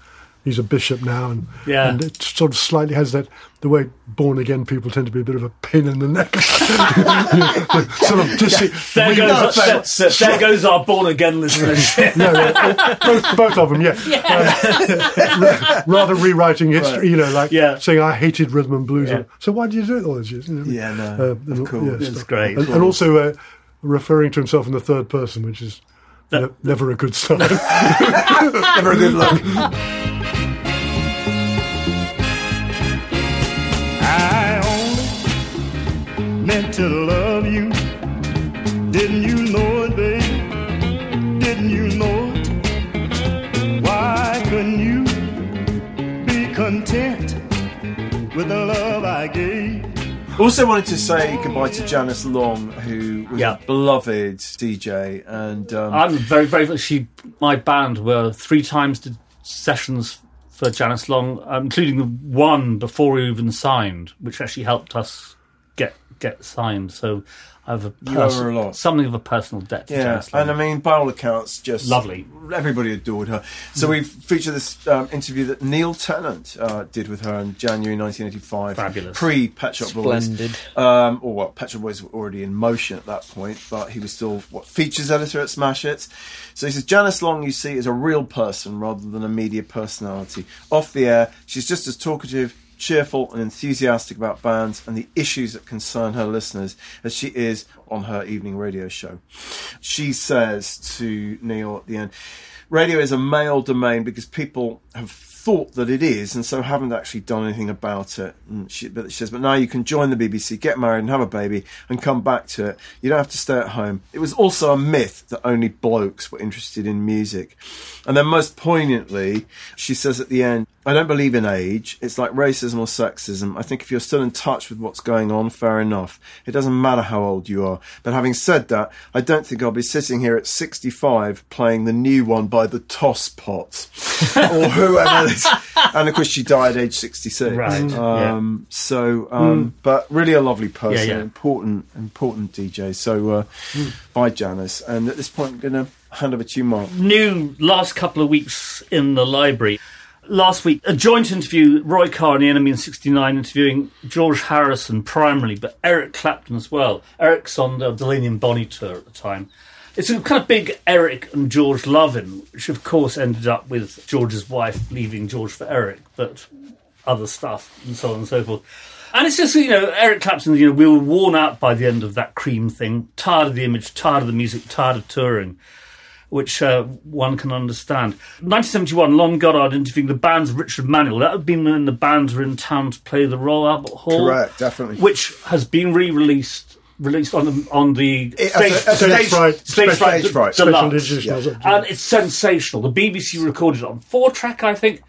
Speaker 4: he's a bishop now, and
Speaker 1: Yeah.
Speaker 4: and it sort of slightly has that the way born again people tend to be a bit of a pain in the neck, sort of just
Speaker 2: There
Speaker 4: we-
Speaker 2: goes,
Speaker 4: so-
Speaker 2: there,
Speaker 4: so-
Speaker 2: there goes our born again listenership.
Speaker 4: no, no, both, both of them, yeah. Um, ra- rather rewriting history, you know, like saying I hated rhythm and blues.
Speaker 1: Yeah.
Speaker 4: So why did you do it all these years? You know,
Speaker 1: Yeah, no,
Speaker 4: uh, and-
Speaker 1: of course. It's
Speaker 4: stuff.
Speaker 1: great.
Speaker 4: and, and also uh, referring to himself in the third person, which is ne- never a good sign.
Speaker 1: Never a good look.
Speaker 13: I only meant to love you. Didn't you know it, babe? Didn't you know it? Why couldn't you be content with the love I gave?
Speaker 1: Also wanted to say goodbye to Janice Long, who was a beloved DJ, and um,
Speaker 2: I'm very, very. She, my band were three times did sessions for Janice Long, um, including the one before we even signed, which actually helped us get get signed. So I have a,
Speaker 1: You owe her
Speaker 2: perso-
Speaker 1: a lot.
Speaker 2: something of a personal debt to
Speaker 1: Yeah,
Speaker 2: Janice Long.
Speaker 1: and I mean, by all accounts, just
Speaker 2: Lovely.
Speaker 1: Everybody adored her. So
Speaker 2: Mm.
Speaker 1: we've featured this um, interview that Neil Tennant uh, did with her in January 1985.
Speaker 2: Fabulous.
Speaker 1: Pre Pet Shop Boys.
Speaker 2: Splendid.
Speaker 1: Um, or what? Pet Shop Boys were already in motion at that point, but he was still what features editor at Smash Hits. So he says Janice Long, you see, is a real person rather than a media personality. Off the air, she's just as talkative. Cheerful and enthusiastic about bands and the issues that concern her listeners as she is on her evening radio show. She says to Neil at the end, Radio is a male domain because people have thought that it is and so haven't actually done anything about it. And she, but she says, but now you can join the BBC, get married and have a baby and come back to it. You don't have to stay at home. It was also a myth that only blokes were interested in music. And then most poignantly, she says at the end, I don't believe in age. It's like racism or sexism. I think if you're still in touch with what's going on, fair enough. It doesn't matter how old you are. But having said that, I don't think I'll be sitting here at 65 playing the new one by the Toss Pot or whoever it is. And of course, she died age 66.
Speaker 2: Right, yeah.
Speaker 1: Um, So, um,
Speaker 2: Mm.
Speaker 1: but really a lovely person,
Speaker 2: Yeah, yeah.
Speaker 1: important, important DJ. So, uh, bye, Janice. And at this point, I'm going to hand over to you, Mark.
Speaker 2: new last couple of weeks in the library. Last week, a joint interview, Roy Carr and the Enemy in 69 interviewing George Harrison primarily, but Eric Clapton as well. Eric's on the Delaney and Bonnie tour at the time. It's a kind of big Eric and George loving, which of course ended up with George's wife leaving George for Eric, but other stuff and so on and so forth. And it's just, you know, Eric Clapton, you know, we were worn out by the end of that cream thing, tired of the image, tired of the music, tired of touring which uh, one can understand. 1971, Lon Goddard interviewing the band's Richard Manuel. That would have been when the bands were in town to play the Royal Albert Hall.
Speaker 1: Correct, definitely.
Speaker 2: Which has been re-released, released on the on the
Speaker 1: It- as a- as a
Speaker 2: stage
Speaker 1: stage fright-
Speaker 2: stage
Speaker 1: special
Speaker 2: fright
Speaker 1: stage fright.
Speaker 2: deluxe.
Speaker 1: Special edition,
Speaker 2: Yeah.
Speaker 1: was it?
Speaker 2: and it's sensational. The BBC recorded it on four track, I think.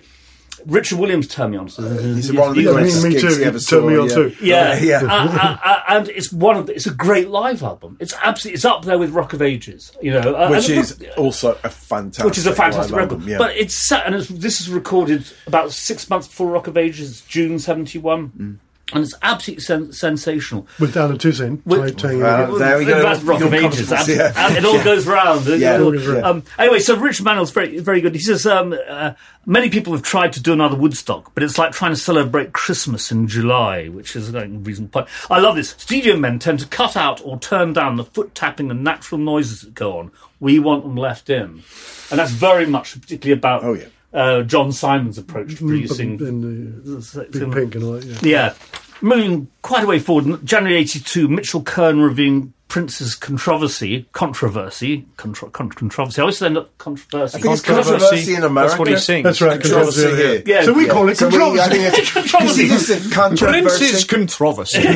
Speaker 2: Richard Williams turned me on. to this.
Speaker 1: he's one of the Yeah, me- greatest me gigs too. he ever He saw, turned me on yeah. too.
Speaker 2: Yeah,
Speaker 1: Yeah.
Speaker 2: Uh, uh, uh, and it's one of the, it's a great live album. It's absolutely it's up there with Rock of Ages. You know, uh,
Speaker 1: which
Speaker 2: and-
Speaker 1: is also a fantastic,
Speaker 2: which is a fantastic
Speaker 1: live
Speaker 2: record.
Speaker 1: album, yeah.
Speaker 2: But it's set, and it's, this is recorded about six months before Rock of Ages, June seventy one, and it's absolutely sen- sensational.
Speaker 4: With Dan and Toussaint. playing- playing- uh,
Speaker 2: Well, That's Rock of Ages. That's- and It all goes round. It
Speaker 4: Yeah.
Speaker 2: all-
Speaker 4: It all goes round.
Speaker 2: Um, anyway, so Rich Manuel's very, very good. He says um, uh, many people have tried to do another Woodstock, but it's like trying to celebrate Christmas in July, which is a reasonable point. I love this. Studio men tend to cut out or turn down the foot tapping and natural noises that go on. We want them left in, and that's very much particularly about. Oh yeah. Uh, John Simon's approach to producing
Speaker 4: in the Big Pink and all that. Yeah.
Speaker 2: yeah. Moving quite a way forward, January 82, Mitchell Kern reviewing Prince's controversy, controversy, contro- con- controversy. I always end up controversy.
Speaker 1: I think it's controversy in America.
Speaker 4: That's right.
Speaker 1: Controversy, here.
Speaker 2: Yeah.
Speaker 4: So we call it
Speaker 1: So we-
Speaker 4: controversy.
Speaker 1: I think it's-
Speaker 2: Controversy.
Speaker 1: This is controversy.
Speaker 3: Prince's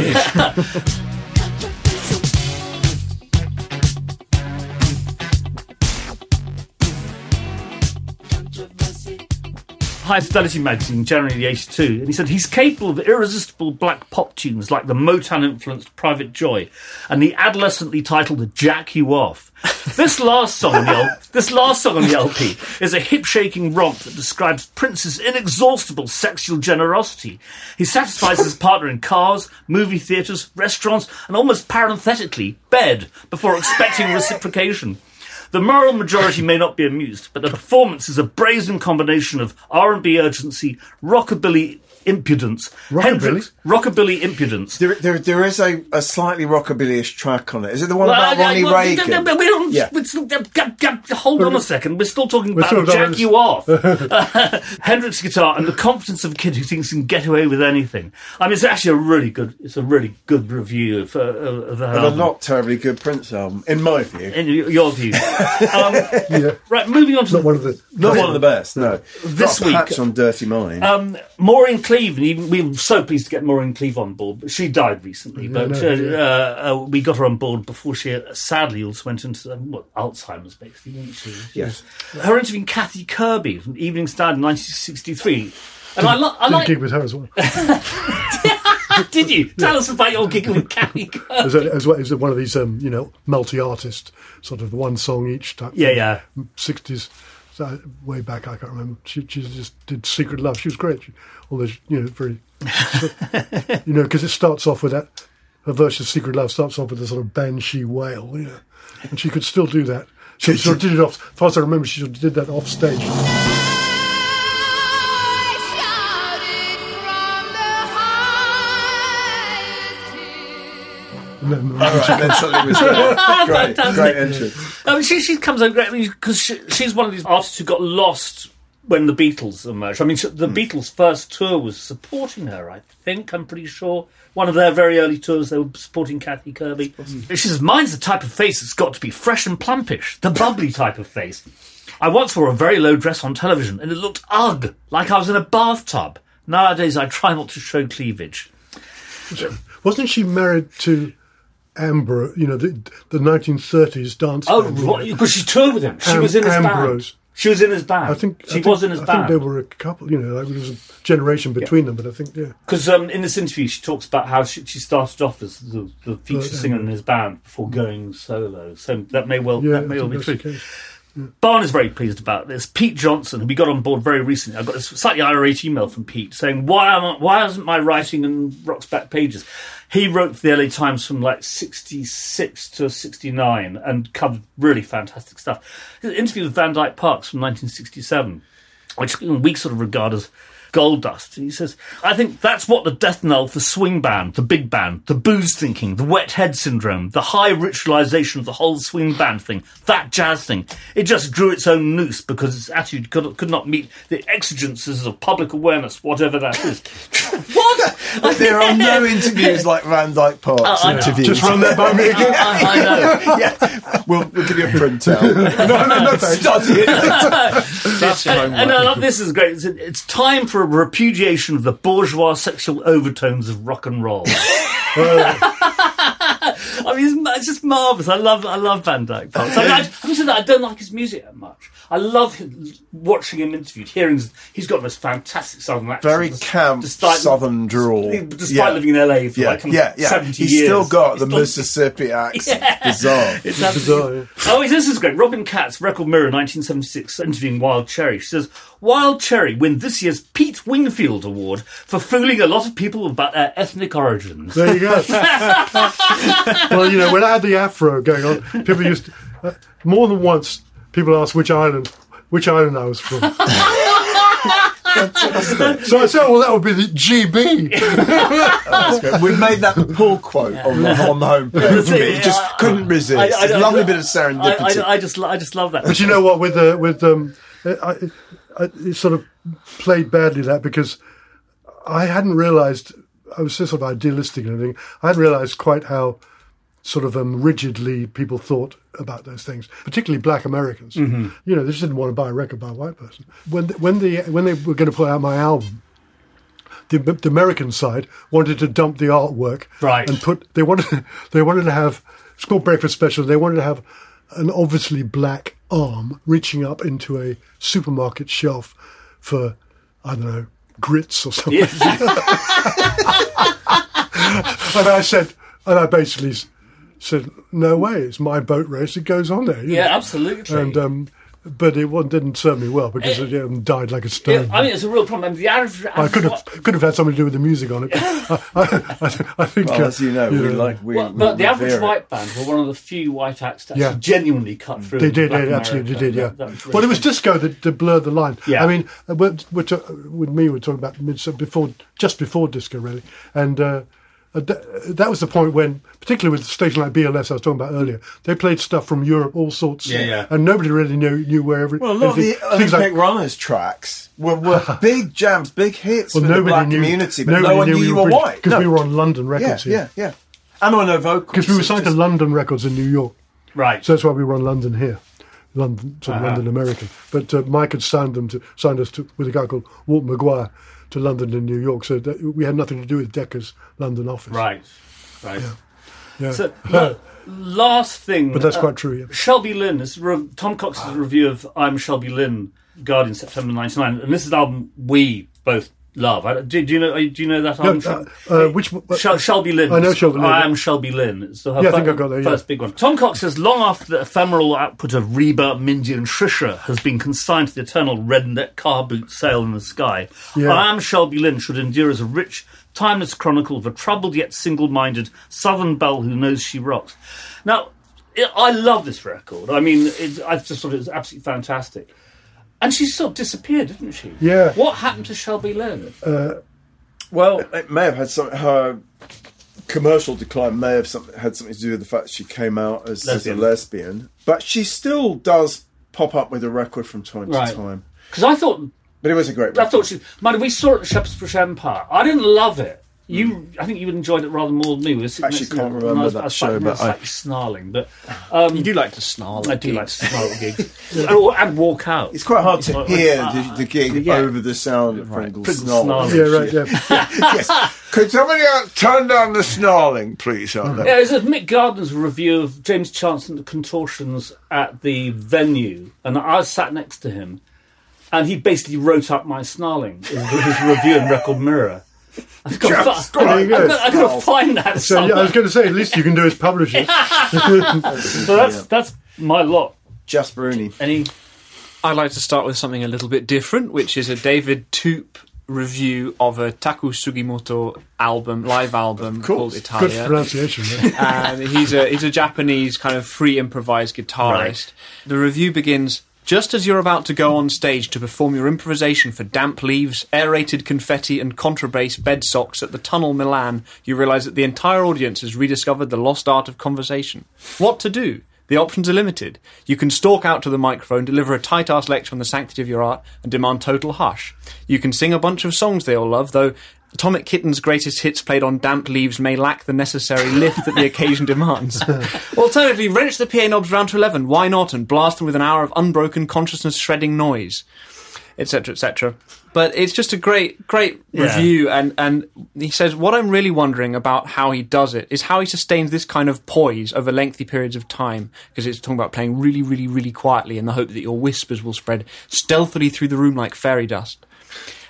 Speaker 3: controversy.
Speaker 2: High Fidelity magazine, January 82, and he said he's capable of irresistible black pop tunes like the Motown influenced Private Joy and the adolescently titled Jack You Off. This last song on the, L- this last song on the LP is a hip shaking romp that describes Prince's inexhaustible sexual generosity. He satisfies his partner in cars, movie theatres, restaurants, and almost parenthetically, bed, before expecting reciprocation. The moral majority may not be amused, but the performance is a brazen combination of R&B urgency, rockabilly impudence, rockabilly, rockabilly impudence.
Speaker 1: There, there, there is a, a slightly rockabillyish track on it. Is it the one about
Speaker 2: Well,
Speaker 1: Ronnie
Speaker 2: well,
Speaker 1: Reagan?
Speaker 2: no, no, no, we don't-
Speaker 1: Yeah.
Speaker 2: we still- g- g- g- hold on a second. We're still talking
Speaker 1: We're
Speaker 2: about
Speaker 1: still talking-
Speaker 2: Jack You Off. Hendrix guitar and the confidence of a kid who thinks he can get away with anything. I mean, it's actually a really good, it's a really good review of, uh, of that
Speaker 1: And a
Speaker 2: album.
Speaker 1: not terribly good Prince album, in my view.
Speaker 2: In y- your view. Um, Right, moving on to
Speaker 1: not
Speaker 4: one of the
Speaker 1: not one of the best. No,
Speaker 2: This
Speaker 1: Got a patch
Speaker 2: week-
Speaker 1: on Dirty Mind.
Speaker 2: Um, Maureen Cleave, and even- we were so pleased to get Maureen Cleave on board. but She died recently, but
Speaker 1: I know,
Speaker 2: uh,
Speaker 1: yeah.
Speaker 2: uh, uh, we got her on board before she uh, sadly also went into um, what, Alzheimer's, basically, didn't she? She
Speaker 1: Yes.
Speaker 2: was- Her interviewing Kathy Kirby from Evening Standard in 1963. And I,
Speaker 4: Did-
Speaker 2: lo- I
Speaker 4: did a
Speaker 2: like.
Speaker 4: gig with her as well.
Speaker 2: did you? Tell us about your gig with Kathy Kirby.
Speaker 4: It was, a, it was a- it was one of these, um, you know, multi-artist sort of one song each type.
Speaker 2: Yeah, yeah.
Speaker 4: Sixties, way back. I can't remember. She, she just did "Secret Love." She was great. She, although she- you know, very, you know, because it starts off with that. Her version of "Secret Love" starts off with a sort of banshee wail, you know, and she could still do that. She sort of did it off. As far as I remember, she sort of did that off stage. And then,
Speaker 1: right, then suddenly was there. Great,
Speaker 2: Fantastic.
Speaker 1: great entrance.
Speaker 2: Um, she she comes out great because she, she's one of these artists who got lost when the Beatles emerged. I mean, she, the Beatles' first tour was supporting her. I think I'm pretty sure one of their very early tours they were supporting Kathy Kirby. She says, "Mine's the type of face that's got to be fresh and plumpish, the bubbly type of face." I once wore a very low dress on television, and it looked ugh, like I was in a bathtub. Nowadays, I try not to show cleavage.
Speaker 4: Wasn't she married to Ambrose? You know, the the nineteen thirties dance.
Speaker 2: Oh,
Speaker 4: band?
Speaker 2: because she toured with him. She
Speaker 4: Am-
Speaker 2: was in his
Speaker 4: Ambrose.
Speaker 2: She was in his band.
Speaker 4: I think
Speaker 2: she
Speaker 4: I think-
Speaker 2: was in his
Speaker 4: I think
Speaker 2: band.
Speaker 4: there were a couple. You know, like, there was a generation between them. But I think yeah,
Speaker 2: Because um, in this interview, she talks about how she, she started off as the, the feature
Speaker 4: Right,
Speaker 2: singer
Speaker 4: yeah.
Speaker 2: in his band before going solo. So that may well
Speaker 4: yeah,
Speaker 2: that may
Speaker 4: I
Speaker 2: well be
Speaker 4: think
Speaker 2: true.
Speaker 4: that's the case.
Speaker 2: Barn is very pleased about this. Pete Johnson, who we got on board very recently, I got this slightly irate email from Pete saying, "Why am I, why isn't my writing in Rock's back pages?" He wrote for the LA Times from like '66 to '69 and covered really fantastic stuff. His interview with Van Dyke Parks from 1967, which we sort of regard as gold dust. And he says, I think that's what the death knell for swing band, the big band, the booze thinking, the wet head syndrome, the high ritualization of the whole swing band thing, that jazz thing. It just drew its own noose because its attitude could, could not meet the exigencies of public awareness, whatever that is. what?
Speaker 1: There are no interviews like Van Dyke Parks
Speaker 2: Uh, I know.
Speaker 1: interviews.
Speaker 2: Just run that by me again. I- I know.
Speaker 1: yeah. we'll, we'll give you a printout.
Speaker 2: no, no, no,
Speaker 1: Study it.
Speaker 2: and, and I love this is great. It's, it's time for a repudiation of the bourgeois sexual overtones of rock and roll. I mean, it's, ma- it's just marvelous. I love, I love Van Dyke Parks. I, mean, I, I, mean, I don't like his music that much. I love him, watching him interviewed, hearing his- he's got this fantastic southern accent.
Speaker 1: Very camp
Speaker 2: despite-
Speaker 1: southern drawl.
Speaker 2: despite living in LA for
Speaker 1: yeah.
Speaker 2: like
Speaker 1: yeah, yeah.
Speaker 2: 70
Speaker 1: He's
Speaker 2: years.
Speaker 1: still got the
Speaker 2: He's still-
Speaker 1: Mississippi accent.
Speaker 2: Yeah.
Speaker 1: Bizarre.
Speaker 2: It's absolutely- Oh, this is great. Robin Katz, Record Mirror, 1976, interviewing Wild Cherry. She says, Wild Cherry win this year's Pete Wingfield Award for fooling a lot of people about their ethnic origins.
Speaker 4: There you go. well, you know, when I had the afro going on, people used to, uh, more than once. People asked which island, which island I was from. so I said, "Well, that would be the
Speaker 1: That's
Speaker 4: GB."
Speaker 1: great. We've made that the pull quote on the, on the home page.
Speaker 4: That's it,
Speaker 1: It just
Speaker 4: yeah.
Speaker 1: couldn't resist.
Speaker 4: I- I-
Speaker 1: It's a
Speaker 4: I-
Speaker 1: lovely bit of
Speaker 2: I,
Speaker 1: serendipity.
Speaker 2: I, I just, lo- I just love that.
Speaker 4: But you know what? With uh, with um, I, I, it sort of played badly that because I hadn't realised I was so sort of idealistic and everything. I hadn't realised quite how sort of um, rigidly people thought about those things, particularly Black Americans.
Speaker 14: Mhm.
Speaker 4: You know, they just didn't want to buy a record by a white person. When th when the when they were going to put out my album. The, the American side wanted to dump the artwork,
Speaker 2: right?
Speaker 4: And put they wanted they wanted to have it's called Breakfast Special. They wanted to have an obviously black arm reaching up into a supermarket shelf for I don't know grits or something. and I said, and I basically s- said, "No way! It's my boat race. It goes on there." you
Speaker 2: Yeah,
Speaker 4: know.
Speaker 2: absolutely. Eh,
Speaker 4: And um, but it wa- didn't serve me well because it, um, died like a stone.
Speaker 2: I mean, it's a real problem. And the average,
Speaker 4: I could have could have had something to do with the music on it. I, I, I think,
Speaker 1: Well,
Speaker 4: uh,
Speaker 1: as you know, we like we.
Speaker 2: Well,
Speaker 1: we
Speaker 2: but the average
Speaker 1: revere it.
Speaker 2: white band were one of the few white acts that actually
Speaker 4: Yeah.
Speaker 2: genuinely cut through.
Speaker 4: They did,
Speaker 2: Black
Speaker 4: they absolutely
Speaker 2: America.
Speaker 4: did, yeah.
Speaker 2: That- that was really
Speaker 4: well, it was disco that, that blurred the line.
Speaker 2: Yeah.
Speaker 4: I mean, uh, we're, we're ta- with me, we're talking about mid so before, just before disco, really, and uh, uh, th- that was the point when, particularly with a station like BLS, I was talking about earlier, they played stuff from Europe, all sorts,
Speaker 1: Yeah, yeah.
Speaker 4: and nobody really knew knew where every
Speaker 1: Well, a lot of the
Speaker 4: anything-
Speaker 1: Olympic runners tracks were, were big jams, big hits
Speaker 4: well,
Speaker 1: for the
Speaker 4: nobody
Speaker 1: black
Speaker 4: knew,
Speaker 1: community, but
Speaker 4: nobody
Speaker 1: no one knew,
Speaker 4: we
Speaker 1: you were
Speaker 4: British,
Speaker 1: white.
Speaker 4: because
Speaker 1: No.
Speaker 4: we were on London records
Speaker 1: yeah,
Speaker 4: here.
Speaker 1: yeah, yeah. And on no vocals.
Speaker 4: Because we were signed to London Records in New York.
Speaker 2: Right.
Speaker 4: So that's why we were on London here. London, sort of
Speaker 2: Uh-huh.
Speaker 4: London American. But uh, Mike had signed them to signed us to, with a guy called Walt McGuire to London and New York. So that, we had nothing to do with Decker's London office.
Speaker 2: Right, right.
Speaker 4: Yeah.
Speaker 2: So, look, last thing. uh,
Speaker 4: But that's quite true, yeah. Ah.
Speaker 2: Shelby Lynn, is re- Tom Cox's review of I'm Shelby Lynn, Guardian, September 99. And this is the album we both love. I, do, do, you know, do you know that
Speaker 4: No,
Speaker 2: album? Shel-
Speaker 4: uh, uh, which one-
Speaker 2: Shel- Shelby Lynn.
Speaker 4: I know Shelby Lynn,
Speaker 2: I
Speaker 4: yeah.
Speaker 2: am Shelby Lynn. It's the, her
Speaker 4: Yeah, I
Speaker 2: fir-
Speaker 4: think I got that, yeah.
Speaker 2: First big one. Tom Cox says long after the ephemeral output of Reba, Mindy, and Trisha has been consigned to the eternal redneck car boot sale in the sky,
Speaker 14: Yeah.
Speaker 2: I am Shelby Lynn should endure as a rich, timeless chronicle of a troubled yet single-minded Southern belle who knows she rocks. Now, I I love this record. I mean, it, I just thought it was absolutely fantastic. And she sort of disappeared, didn't she?
Speaker 4: Yeah.
Speaker 2: What happened to Shelby Lynn?
Speaker 4: Uh,
Speaker 1: Well, it may have had some her commercial decline may have some, had something to do with the fact she came out as, as a
Speaker 2: Lesbian.
Speaker 1: lesbian, but she still does pop up with a record from time
Speaker 2: Right.
Speaker 1: to time.
Speaker 2: Because I thought
Speaker 1: But it was a great
Speaker 2: I thought she. Man, we saw it at the Shepherd's Bush Empire. I didn't love it. You, I think you enjoyed it rather more than me. We were sitting
Speaker 1: Actually
Speaker 2: next to
Speaker 1: can't
Speaker 2: you,
Speaker 1: remember
Speaker 2: and I was-
Speaker 1: that
Speaker 2: I was
Speaker 1: show,
Speaker 2: slightly-
Speaker 1: but I- Oh,
Speaker 2: slightly snarling. But um, you
Speaker 3: do like to snarl.
Speaker 2: I
Speaker 3: at
Speaker 2: do like to
Speaker 3: gigs.
Speaker 2: snarl at gigs and, or- and walk out.
Speaker 1: It's quite hard to
Speaker 2: like-
Speaker 1: hear
Speaker 2: like,
Speaker 1: the, the gig
Speaker 2: yeah.
Speaker 1: over the sound of Pringle
Speaker 2: Pringle
Speaker 1: snarling.
Speaker 2: snarling.
Speaker 4: Yeah, right, yeah.
Speaker 1: yes. Could somebody else turn down the snarling, please? out there?
Speaker 2: Yeah, it was a Mick Gardner's review of James Chance and the Contortions at the venue, and I sat next to him, and he basically wrote up my snarling in his review in Record Mirror. I've got, to,
Speaker 4: Just
Speaker 2: fi- I've,
Speaker 4: go.
Speaker 2: got, I've got to find that.
Speaker 4: So yeah, I was
Speaker 2: somewhere.
Speaker 4: going to say, at least you can do is publish it.
Speaker 2: so that's that's my lot.
Speaker 1: Just Rooney.
Speaker 2: Any?
Speaker 3: I'd like to start with something a little bit different, which is a David Toop review of a Taku Sugimoto album, live album called Italia.
Speaker 4: Good pronunciation.
Speaker 3: and he's a he's a Japanese kind of free improvised guitarist. The review begins just as you're about to go on stage to perform your improvisation for damp leaves, aerated confetti, and contrabass bed socks at the Tunnel Milan, you realise that the entire audience has rediscovered the lost art of conversation. What to do? The options are limited. You can stalk out to the microphone, deliver a tight ass lecture on the sanctity of your art, and demand total hush. You can sing a bunch of songs they all love, though Atomic Kitten's greatest hits played on damp leaves may lack the necessary lift that the occasion demands. Alternatively, wrench the PA knobs round to 11, why not, and blast them with an hour of unbroken consciousness shredding noise, etc., etc. But it's just a great, great
Speaker 2: Yeah.
Speaker 3: review, and, and he says, What I'm really wondering about how he does it is how he sustains this kind of poise over lengthy periods of time, because it's talking about playing really, really, really quietly in the hope that your whispers will spread stealthily through the room like fairy dust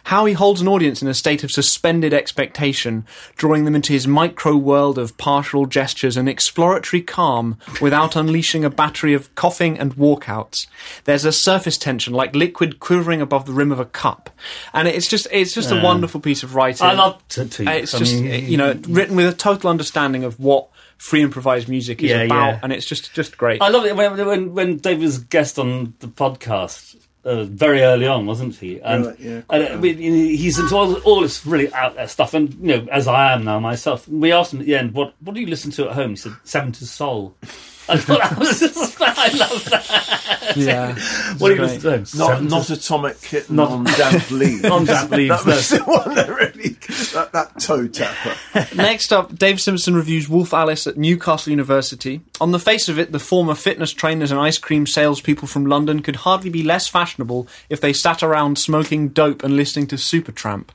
Speaker 3: how he holds an audience in a state of suspended expectation, drawing them into his micro world of partial gestures and exploratory calm without unleashing a battery of coughing and walkouts. There's a surface tension like liquid quivering above the rim of a cup. And it's just it's just a
Speaker 2: Yeah.
Speaker 3: wonderful piece of writing.
Speaker 2: I love to- to-
Speaker 3: Uh, It's
Speaker 2: I
Speaker 3: just
Speaker 2: mean-
Speaker 3: you know, written with a total understanding of what free improvised music is
Speaker 2: Yeah,
Speaker 3: about
Speaker 2: yeah.
Speaker 3: and it's just just great.
Speaker 2: I love it when when, when David was a guest on the podcast uh, very early on, wasn't he? And,
Speaker 1: Right, yeah, quite
Speaker 2: and uh, we, he's into all, all this really out there stuff. And you know, as I am now myself, we asked him at the end, "What what do you listen to at home?" He said, "Seventies Soul." I thought that was just, I love that.
Speaker 3: Yeah.
Speaker 2: what do you listen to? at home?
Speaker 1: Not,
Speaker 2: Seventies-
Speaker 1: not atomic kitten
Speaker 2: Not-
Speaker 1: on damp leaves.
Speaker 2: On damp leaves,
Speaker 1: That was
Speaker 2: no.
Speaker 1: the one that really that, that toe tapper.
Speaker 3: Next up, Dave Simpson reviews Wolf Alice at Newcastle University. On the face of it, the former fitness trainers and ice cream salespeople from London could hardly be less fashionable if they sat around smoking dope and listening to Supertramp.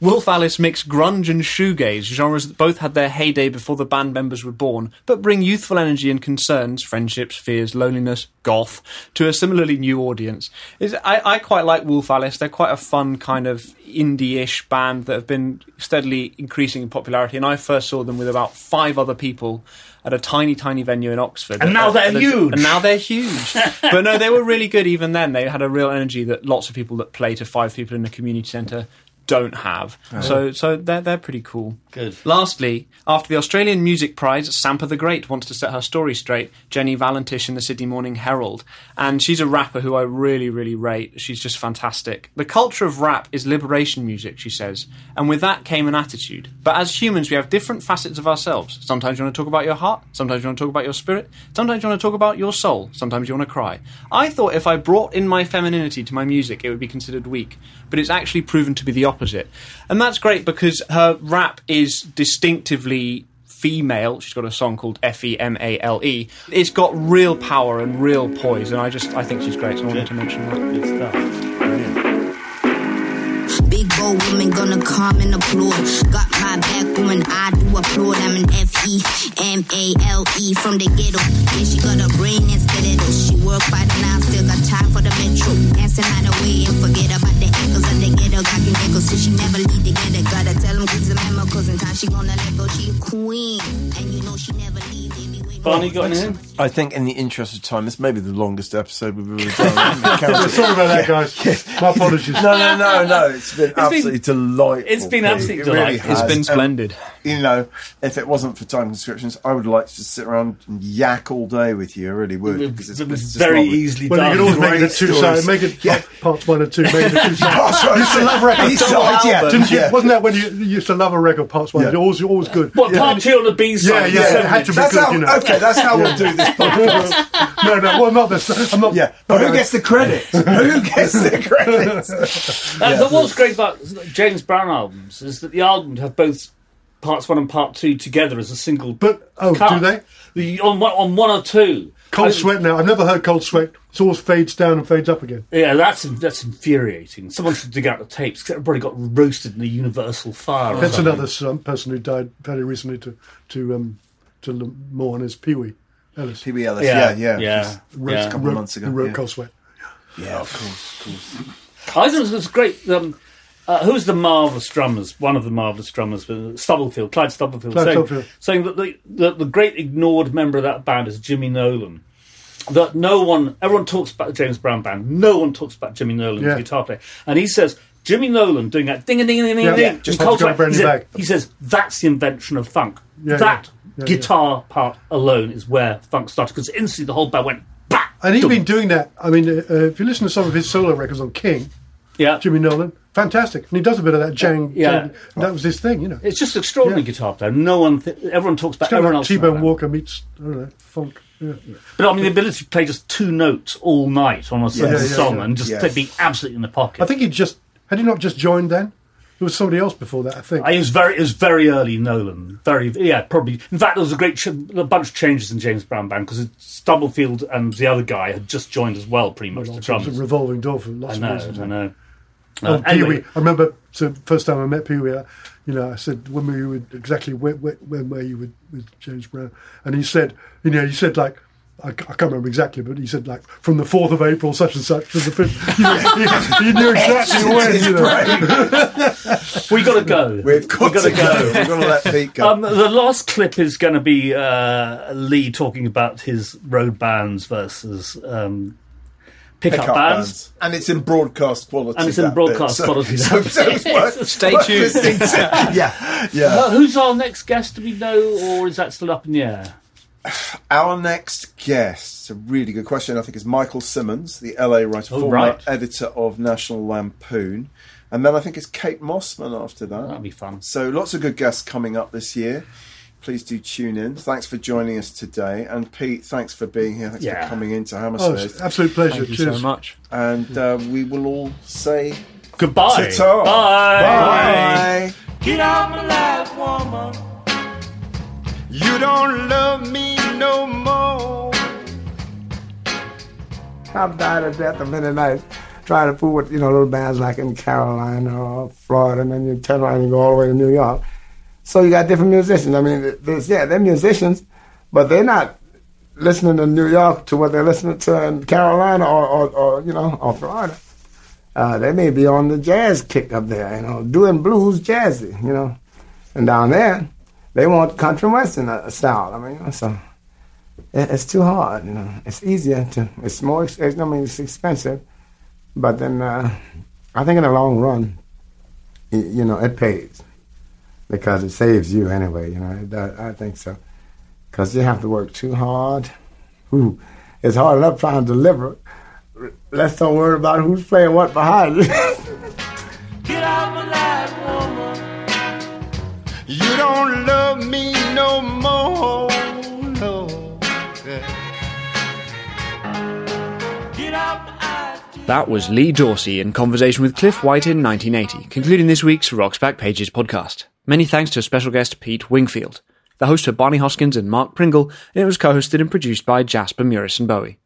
Speaker 3: Wolf Alice mixed grunge and shoegaze, genres that both had their heyday before the band members were born, but bring youthful energy and concerns, friendships, fears, loneliness, goth, to a similarly new audience. It's- I, I quite like Wolf Alice. They're quite a fun kind of indie-ish band that have been steadily increasing in popularity, and I first saw them with about five other people at a tiny, tiny venue in Oxford.
Speaker 2: And now
Speaker 3: At-
Speaker 2: they're
Speaker 3: at the-
Speaker 2: huge.
Speaker 3: And now they're huge. but no, they were really good even then. They had a real energy that lots of people that play to five people in a community centre don't have. So so they're they're pretty cool.
Speaker 2: Good.
Speaker 3: Lastly, after the Australian Music Prize, Sampa the Great wants to set her story straight. Jenny Valentish in the Sydney Morning Herald. And she's a rapper who I really, really rate. She's just fantastic. The culture of rap is liberation music, she says. And with that came an attitude. But as humans, we have different facets of ourselves. Sometimes you want to talk about your heart. Sometimes you want to talk about your spirit. Sometimes you want to talk about your soul. Sometimes you want to cry. I thought if I brought in my femininity to my music, it would be considered weak. But it's actually proven to be the opposite. And that's great because her rap is distinctively female. She's got a song called F E M A L E. It's got real power and real poise, and I just I think she's great. So I wanted to mention that.
Speaker 2: Good stuff.
Speaker 14: Big bold women gonna come and applaud. Got my back when I do applaud. I'm an F E M A L E from the ghetto. Yeah, she got a brain and skeletal. She work by the nine, still got time for the metro. Passing out away and forget about the echoes of the ghetto. Got the echoes, so she never leave the ghetto. Gotta tell them kids a memo, cause in time she gonna let go. She a queen, and you know she never leave.
Speaker 2: Barney got anything?
Speaker 1: I think, in the interest of time, this may be the longest episode we've ever done. Sorry
Speaker 4: about that, guys. My apologies.
Speaker 1: No, no, no, no. It's been
Speaker 2: been-
Speaker 1: absolutely delightful.
Speaker 2: it's been
Speaker 1: Pete.
Speaker 2: absolutely
Speaker 1: It really
Speaker 2: delightful.
Speaker 1: has.
Speaker 3: It's been
Speaker 1: Um,
Speaker 3: splendid.
Speaker 1: you know, if it wasn't for time constraints, I would like to just sit around and yak all day with you. I really would.
Speaker 2: It
Speaker 1: because it's,
Speaker 2: was it
Speaker 1: it's
Speaker 2: was
Speaker 1: just
Speaker 2: very
Speaker 1: lovely.
Speaker 2: easily
Speaker 4: Well,
Speaker 2: done.
Speaker 4: you can always make it a
Speaker 1: Great
Speaker 4: two
Speaker 1: stories.
Speaker 4: sides. Make it
Speaker 1: Yeah.
Speaker 4: parts one and two. Make it a two
Speaker 1: Parts
Speaker 4: sides.
Speaker 1: one
Speaker 4: You
Speaker 1: and
Speaker 4: used to
Speaker 1: two.
Speaker 4: love records.
Speaker 1: Each side, yeah.
Speaker 4: Didn't you?
Speaker 1: Yeah.
Speaker 4: Wasn't that when you, you used to love a record? Parts one.
Speaker 1: Yeah.
Speaker 4: and two? Always, always good.
Speaker 2: What
Speaker 4: Yeah.
Speaker 2: part two on the B
Speaker 4: Yeah,
Speaker 2: side?
Speaker 4: yeah, it had to be
Speaker 1: That's
Speaker 4: good,
Speaker 1: how-
Speaker 4: you know.
Speaker 1: okay, that's how we'll do this
Speaker 4: podcast. no, no, well, not this. I'm not.
Speaker 1: Yeah, but who gets the credit? who gets the credit?
Speaker 2: Uh, the what's great about James Brown albums is that the albums have both parts one and part two together as a single.
Speaker 4: But oh,
Speaker 2: cut.
Speaker 4: do they?
Speaker 2: The, on one on one or two.
Speaker 4: Cold
Speaker 2: I-
Speaker 4: sweat now. I've never heard cold sweat. It always fades down and fades up again.
Speaker 2: Yeah, that's that's infuriating. Someone should dig out the tapes because everybody got roasted in a universal fire. or
Speaker 4: That's
Speaker 2: something.
Speaker 4: another some person who died fairly recently to to um, to l- mourn is Pee Wee Ellis. Pee
Speaker 1: Wee Ellis, Yeah, yeah, yeah, yeah. just
Speaker 4: Wrote,
Speaker 1: a couple of
Speaker 4: wrote-
Speaker 1: months ago,
Speaker 4: who Wrote
Speaker 1: yeah.
Speaker 4: Cold Sweat.
Speaker 1: Yeah, of course, of course.
Speaker 2: I thought it was great. Um, uh, who's the marvelous drummers? One of the marvelous drummers, uh, Stubblefield, Clyde Stubblefield,
Speaker 4: Clyde
Speaker 2: saying,
Speaker 4: Stubblefield.
Speaker 2: saying that the, the the great ignored member of that band is Jimmy Nolan. That no one, everyone talks about the James Brown band. No one talks about Jimmy Nolan,
Speaker 4: Yeah.
Speaker 2: the guitar player, and he says. Jimmy Nolan doing that ding a ding a ding a
Speaker 4: Yeah, yeah.
Speaker 2: ding.
Speaker 4: Just
Speaker 2: in
Speaker 4: wants
Speaker 2: Coldplay.
Speaker 4: to go brand
Speaker 2: he,
Speaker 4: new
Speaker 2: said-
Speaker 4: bag.
Speaker 2: he says that's the invention of funk.
Speaker 4: Yeah,
Speaker 2: that
Speaker 4: yeah. Yeah,
Speaker 2: guitar part alone is where funk started because instantly the whole band went.
Speaker 4: And he's been doing that. I mean, uh, uh, if you listen to some of his solo records on King,
Speaker 2: yeah,
Speaker 4: Jimmy Nolan, fantastic. And he does a bit of that jang.
Speaker 2: Uh, Yeah.
Speaker 4: jang- that was his thing, you know.
Speaker 2: It's just extraordinary guitar player. No one, th- everyone talks about
Speaker 4: It's kind of
Speaker 2: everyone
Speaker 4: like
Speaker 2: else.
Speaker 4: T
Speaker 2: now.
Speaker 4: Bone Walker meets I don't know funk. Yeah.
Speaker 2: But I mean, the ability to play just two notes all night on a single
Speaker 4: Yeah, yeah,
Speaker 2: song
Speaker 4: yeah.
Speaker 2: and just
Speaker 4: Yes.
Speaker 2: play- be absolutely in the pocket.
Speaker 4: I think he just had he not just joined then. There was somebody else before that. I think.
Speaker 2: I- it was very, it was very early Nolan. Very, yeah, probably. In fact, there was a great ch- a bunch of changes in James Brown band because Stubblefield and the other guy had just joined as well, pretty much the
Speaker 4: It was a
Speaker 2: drums.
Speaker 4: revolving door for lots
Speaker 2: I
Speaker 4: of
Speaker 2: know,
Speaker 4: reasons.
Speaker 2: I know.
Speaker 4: Oh,
Speaker 2: Uh, anyway,
Speaker 4: Pee Wee. I remember so first time I met Pee Wee. I- You know, I said when were you with, exactly where, where, when were you with, with James Brown? And he said, you know, he said like. I, ca- I can't remember exactly, but he said like from the fourth of April, such and such, to the fifth. You know, he, he knew exactly when. You know.
Speaker 2: we got to go. We've
Speaker 1: got
Speaker 2: gotta
Speaker 1: to go. We've gotta let Pete go.
Speaker 2: Um, the last clip is going to be uh, Lee talking about his road bands versus um, pickup, bands.
Speaker 1: and it's in broadcast quality.
Speaker 2: And it's in
Speaker 1: that
Speaker 2: broadcast
Speaker 1: bit. So-
Speaker 2: quality,
Speaker 1: So,
Speaker 2: that
Speaker 1: so it's
Speaker 2: bit.
Speaker 1: worth,
Speaker 2: Stay
Speaker 1: worth
Speaker 2: tuned.
Speaker 1: listening to. Yeah, yeah.
Speaker 2: Uh, who's our next guest? Do we know, or is that still up in the air?
Speaker 1: Our next guest, it's a really good question, I think, is Michael Simmons, the LA writer,
Speaker 2: Oh,
Speaker 1: former
Speaker 2: right.
Speaker 1: editor of National Lampoon. And then I think it's Kate Mossman after that. That'd
Speaker 2: be fun.
Speaker 1: So lots of good guests coming up this year. Please do tune in. Thanks for joining us today. And Pete, thanks for being here. Thanks
Speaker 4: Yeah.
Speaker 1: for coming into
Speaker 4: Oh,
Speaker 1: Hammersmith.
Speaker 4: it's an absolute pleasure.
Speaker 1: Thank you
Speaker 4: Cheers.
Speaker 1: so much. And uh, we will all say
Speaker 2: goodbye.
Speaker 1: Ta-ta.
Speaker 6: Bye.
Speaker 1: Bye.
Speaker 6: Get out my life, woman. You don't love me no more.
Speaker 11: I've died a death of many nights trying to fool with, you know, little bands like in Carolina or Florida, and then you turn around and go all the way to New York. So you got different musicians. I mean, there's, yeah, they're musicians, but they're not listening to New York to what they're listening to in Carolina or, or, or you know, or Florida. Uh, they may be on the jazz kick up there, you know, doing blues jazzy, you know. And down there, they want country western uh, style. I mean, you know, so it- it's too hard. You know, it's easier to. It's more. ex- I mean, it's expensive, but then uh, I think in the long run, y- you know, it pays because it saves you anyway. You know, it does, I think so because you have to work too hard. Ooh, it's hard enough trying to deliver. Let's don't worry about who's playing what behind you.
Speaker 6: Get out my life, woman. You don't love me no more. No. Get out
Speaker 3: That was Lee Dorsey in conversation with Cliff White in 1980, concluding this week's Rocks Back Pages podcast. Many thanks to special guest Pete Wingfield. The hosts were Barney Hoskins and Mark Pringle, and it was co-hosted and produced by Jasper Muris and Bowie.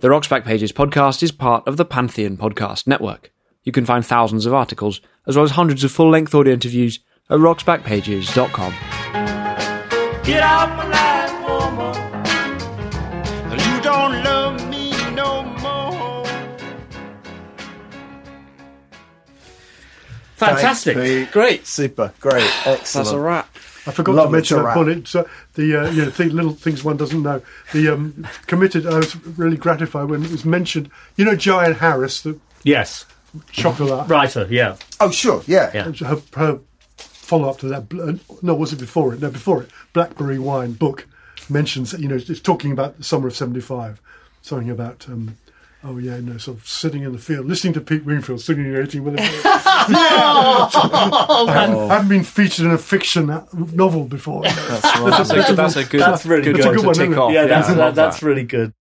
Speaker 3: The Rocks Back Pages podcast is part of the Pantheon Podcast Network. You can find thousands of articles, as well as hundreds of full-length audio interviews at rocksbackpages.com.
Speaker 6: Get out my life, woman. You don't love me no more.
Speaker 2: Fantastic.
Speaker 1: Great. Super. Great. Excellent.
Speaker 4: That's a wrap. I forgot
Speaker 1: Love
Speaker 4: to
Speaker 1: it,
Speaker 4: mention
Speaker 1: it's a
Speaker 4: that
Speaker 1: wrap.
Speaker 4: bonnet. So the uh, you know, th- little things one doesn't know. The um, committed. I was really gratified when it was mentioned. You know, Joanne Harris, the
Speaker 2: Yes.
Speaker 4: chocolate
Speaker 2: Writer, yeah.
Speaker 1: Oh, sure, yeah.
Speaker 4: Her, her follow up to that, bl- uh, no, was it before it? No, before it, Blackberry Wine book mentions, you know, it's talking about the summer of 75, something about, um, oh yeah, no, sort of sitting in the field, listening to Pete Wingfield singing in 18 with a
Speaker 2: Oh,
Speaker 4: I haven't- I haven't been featured in a fiction novel before.
Speaker 2: That's a,
Speaker 4: bit of
Speaker 2: that's a good. That's really
Speaker 4: That's a
Speaker 2: good.
Speaker 4: good one, isn't it?
Speaker 1: Oh,
Speaker 2: Yeah, that's, that, that's really good.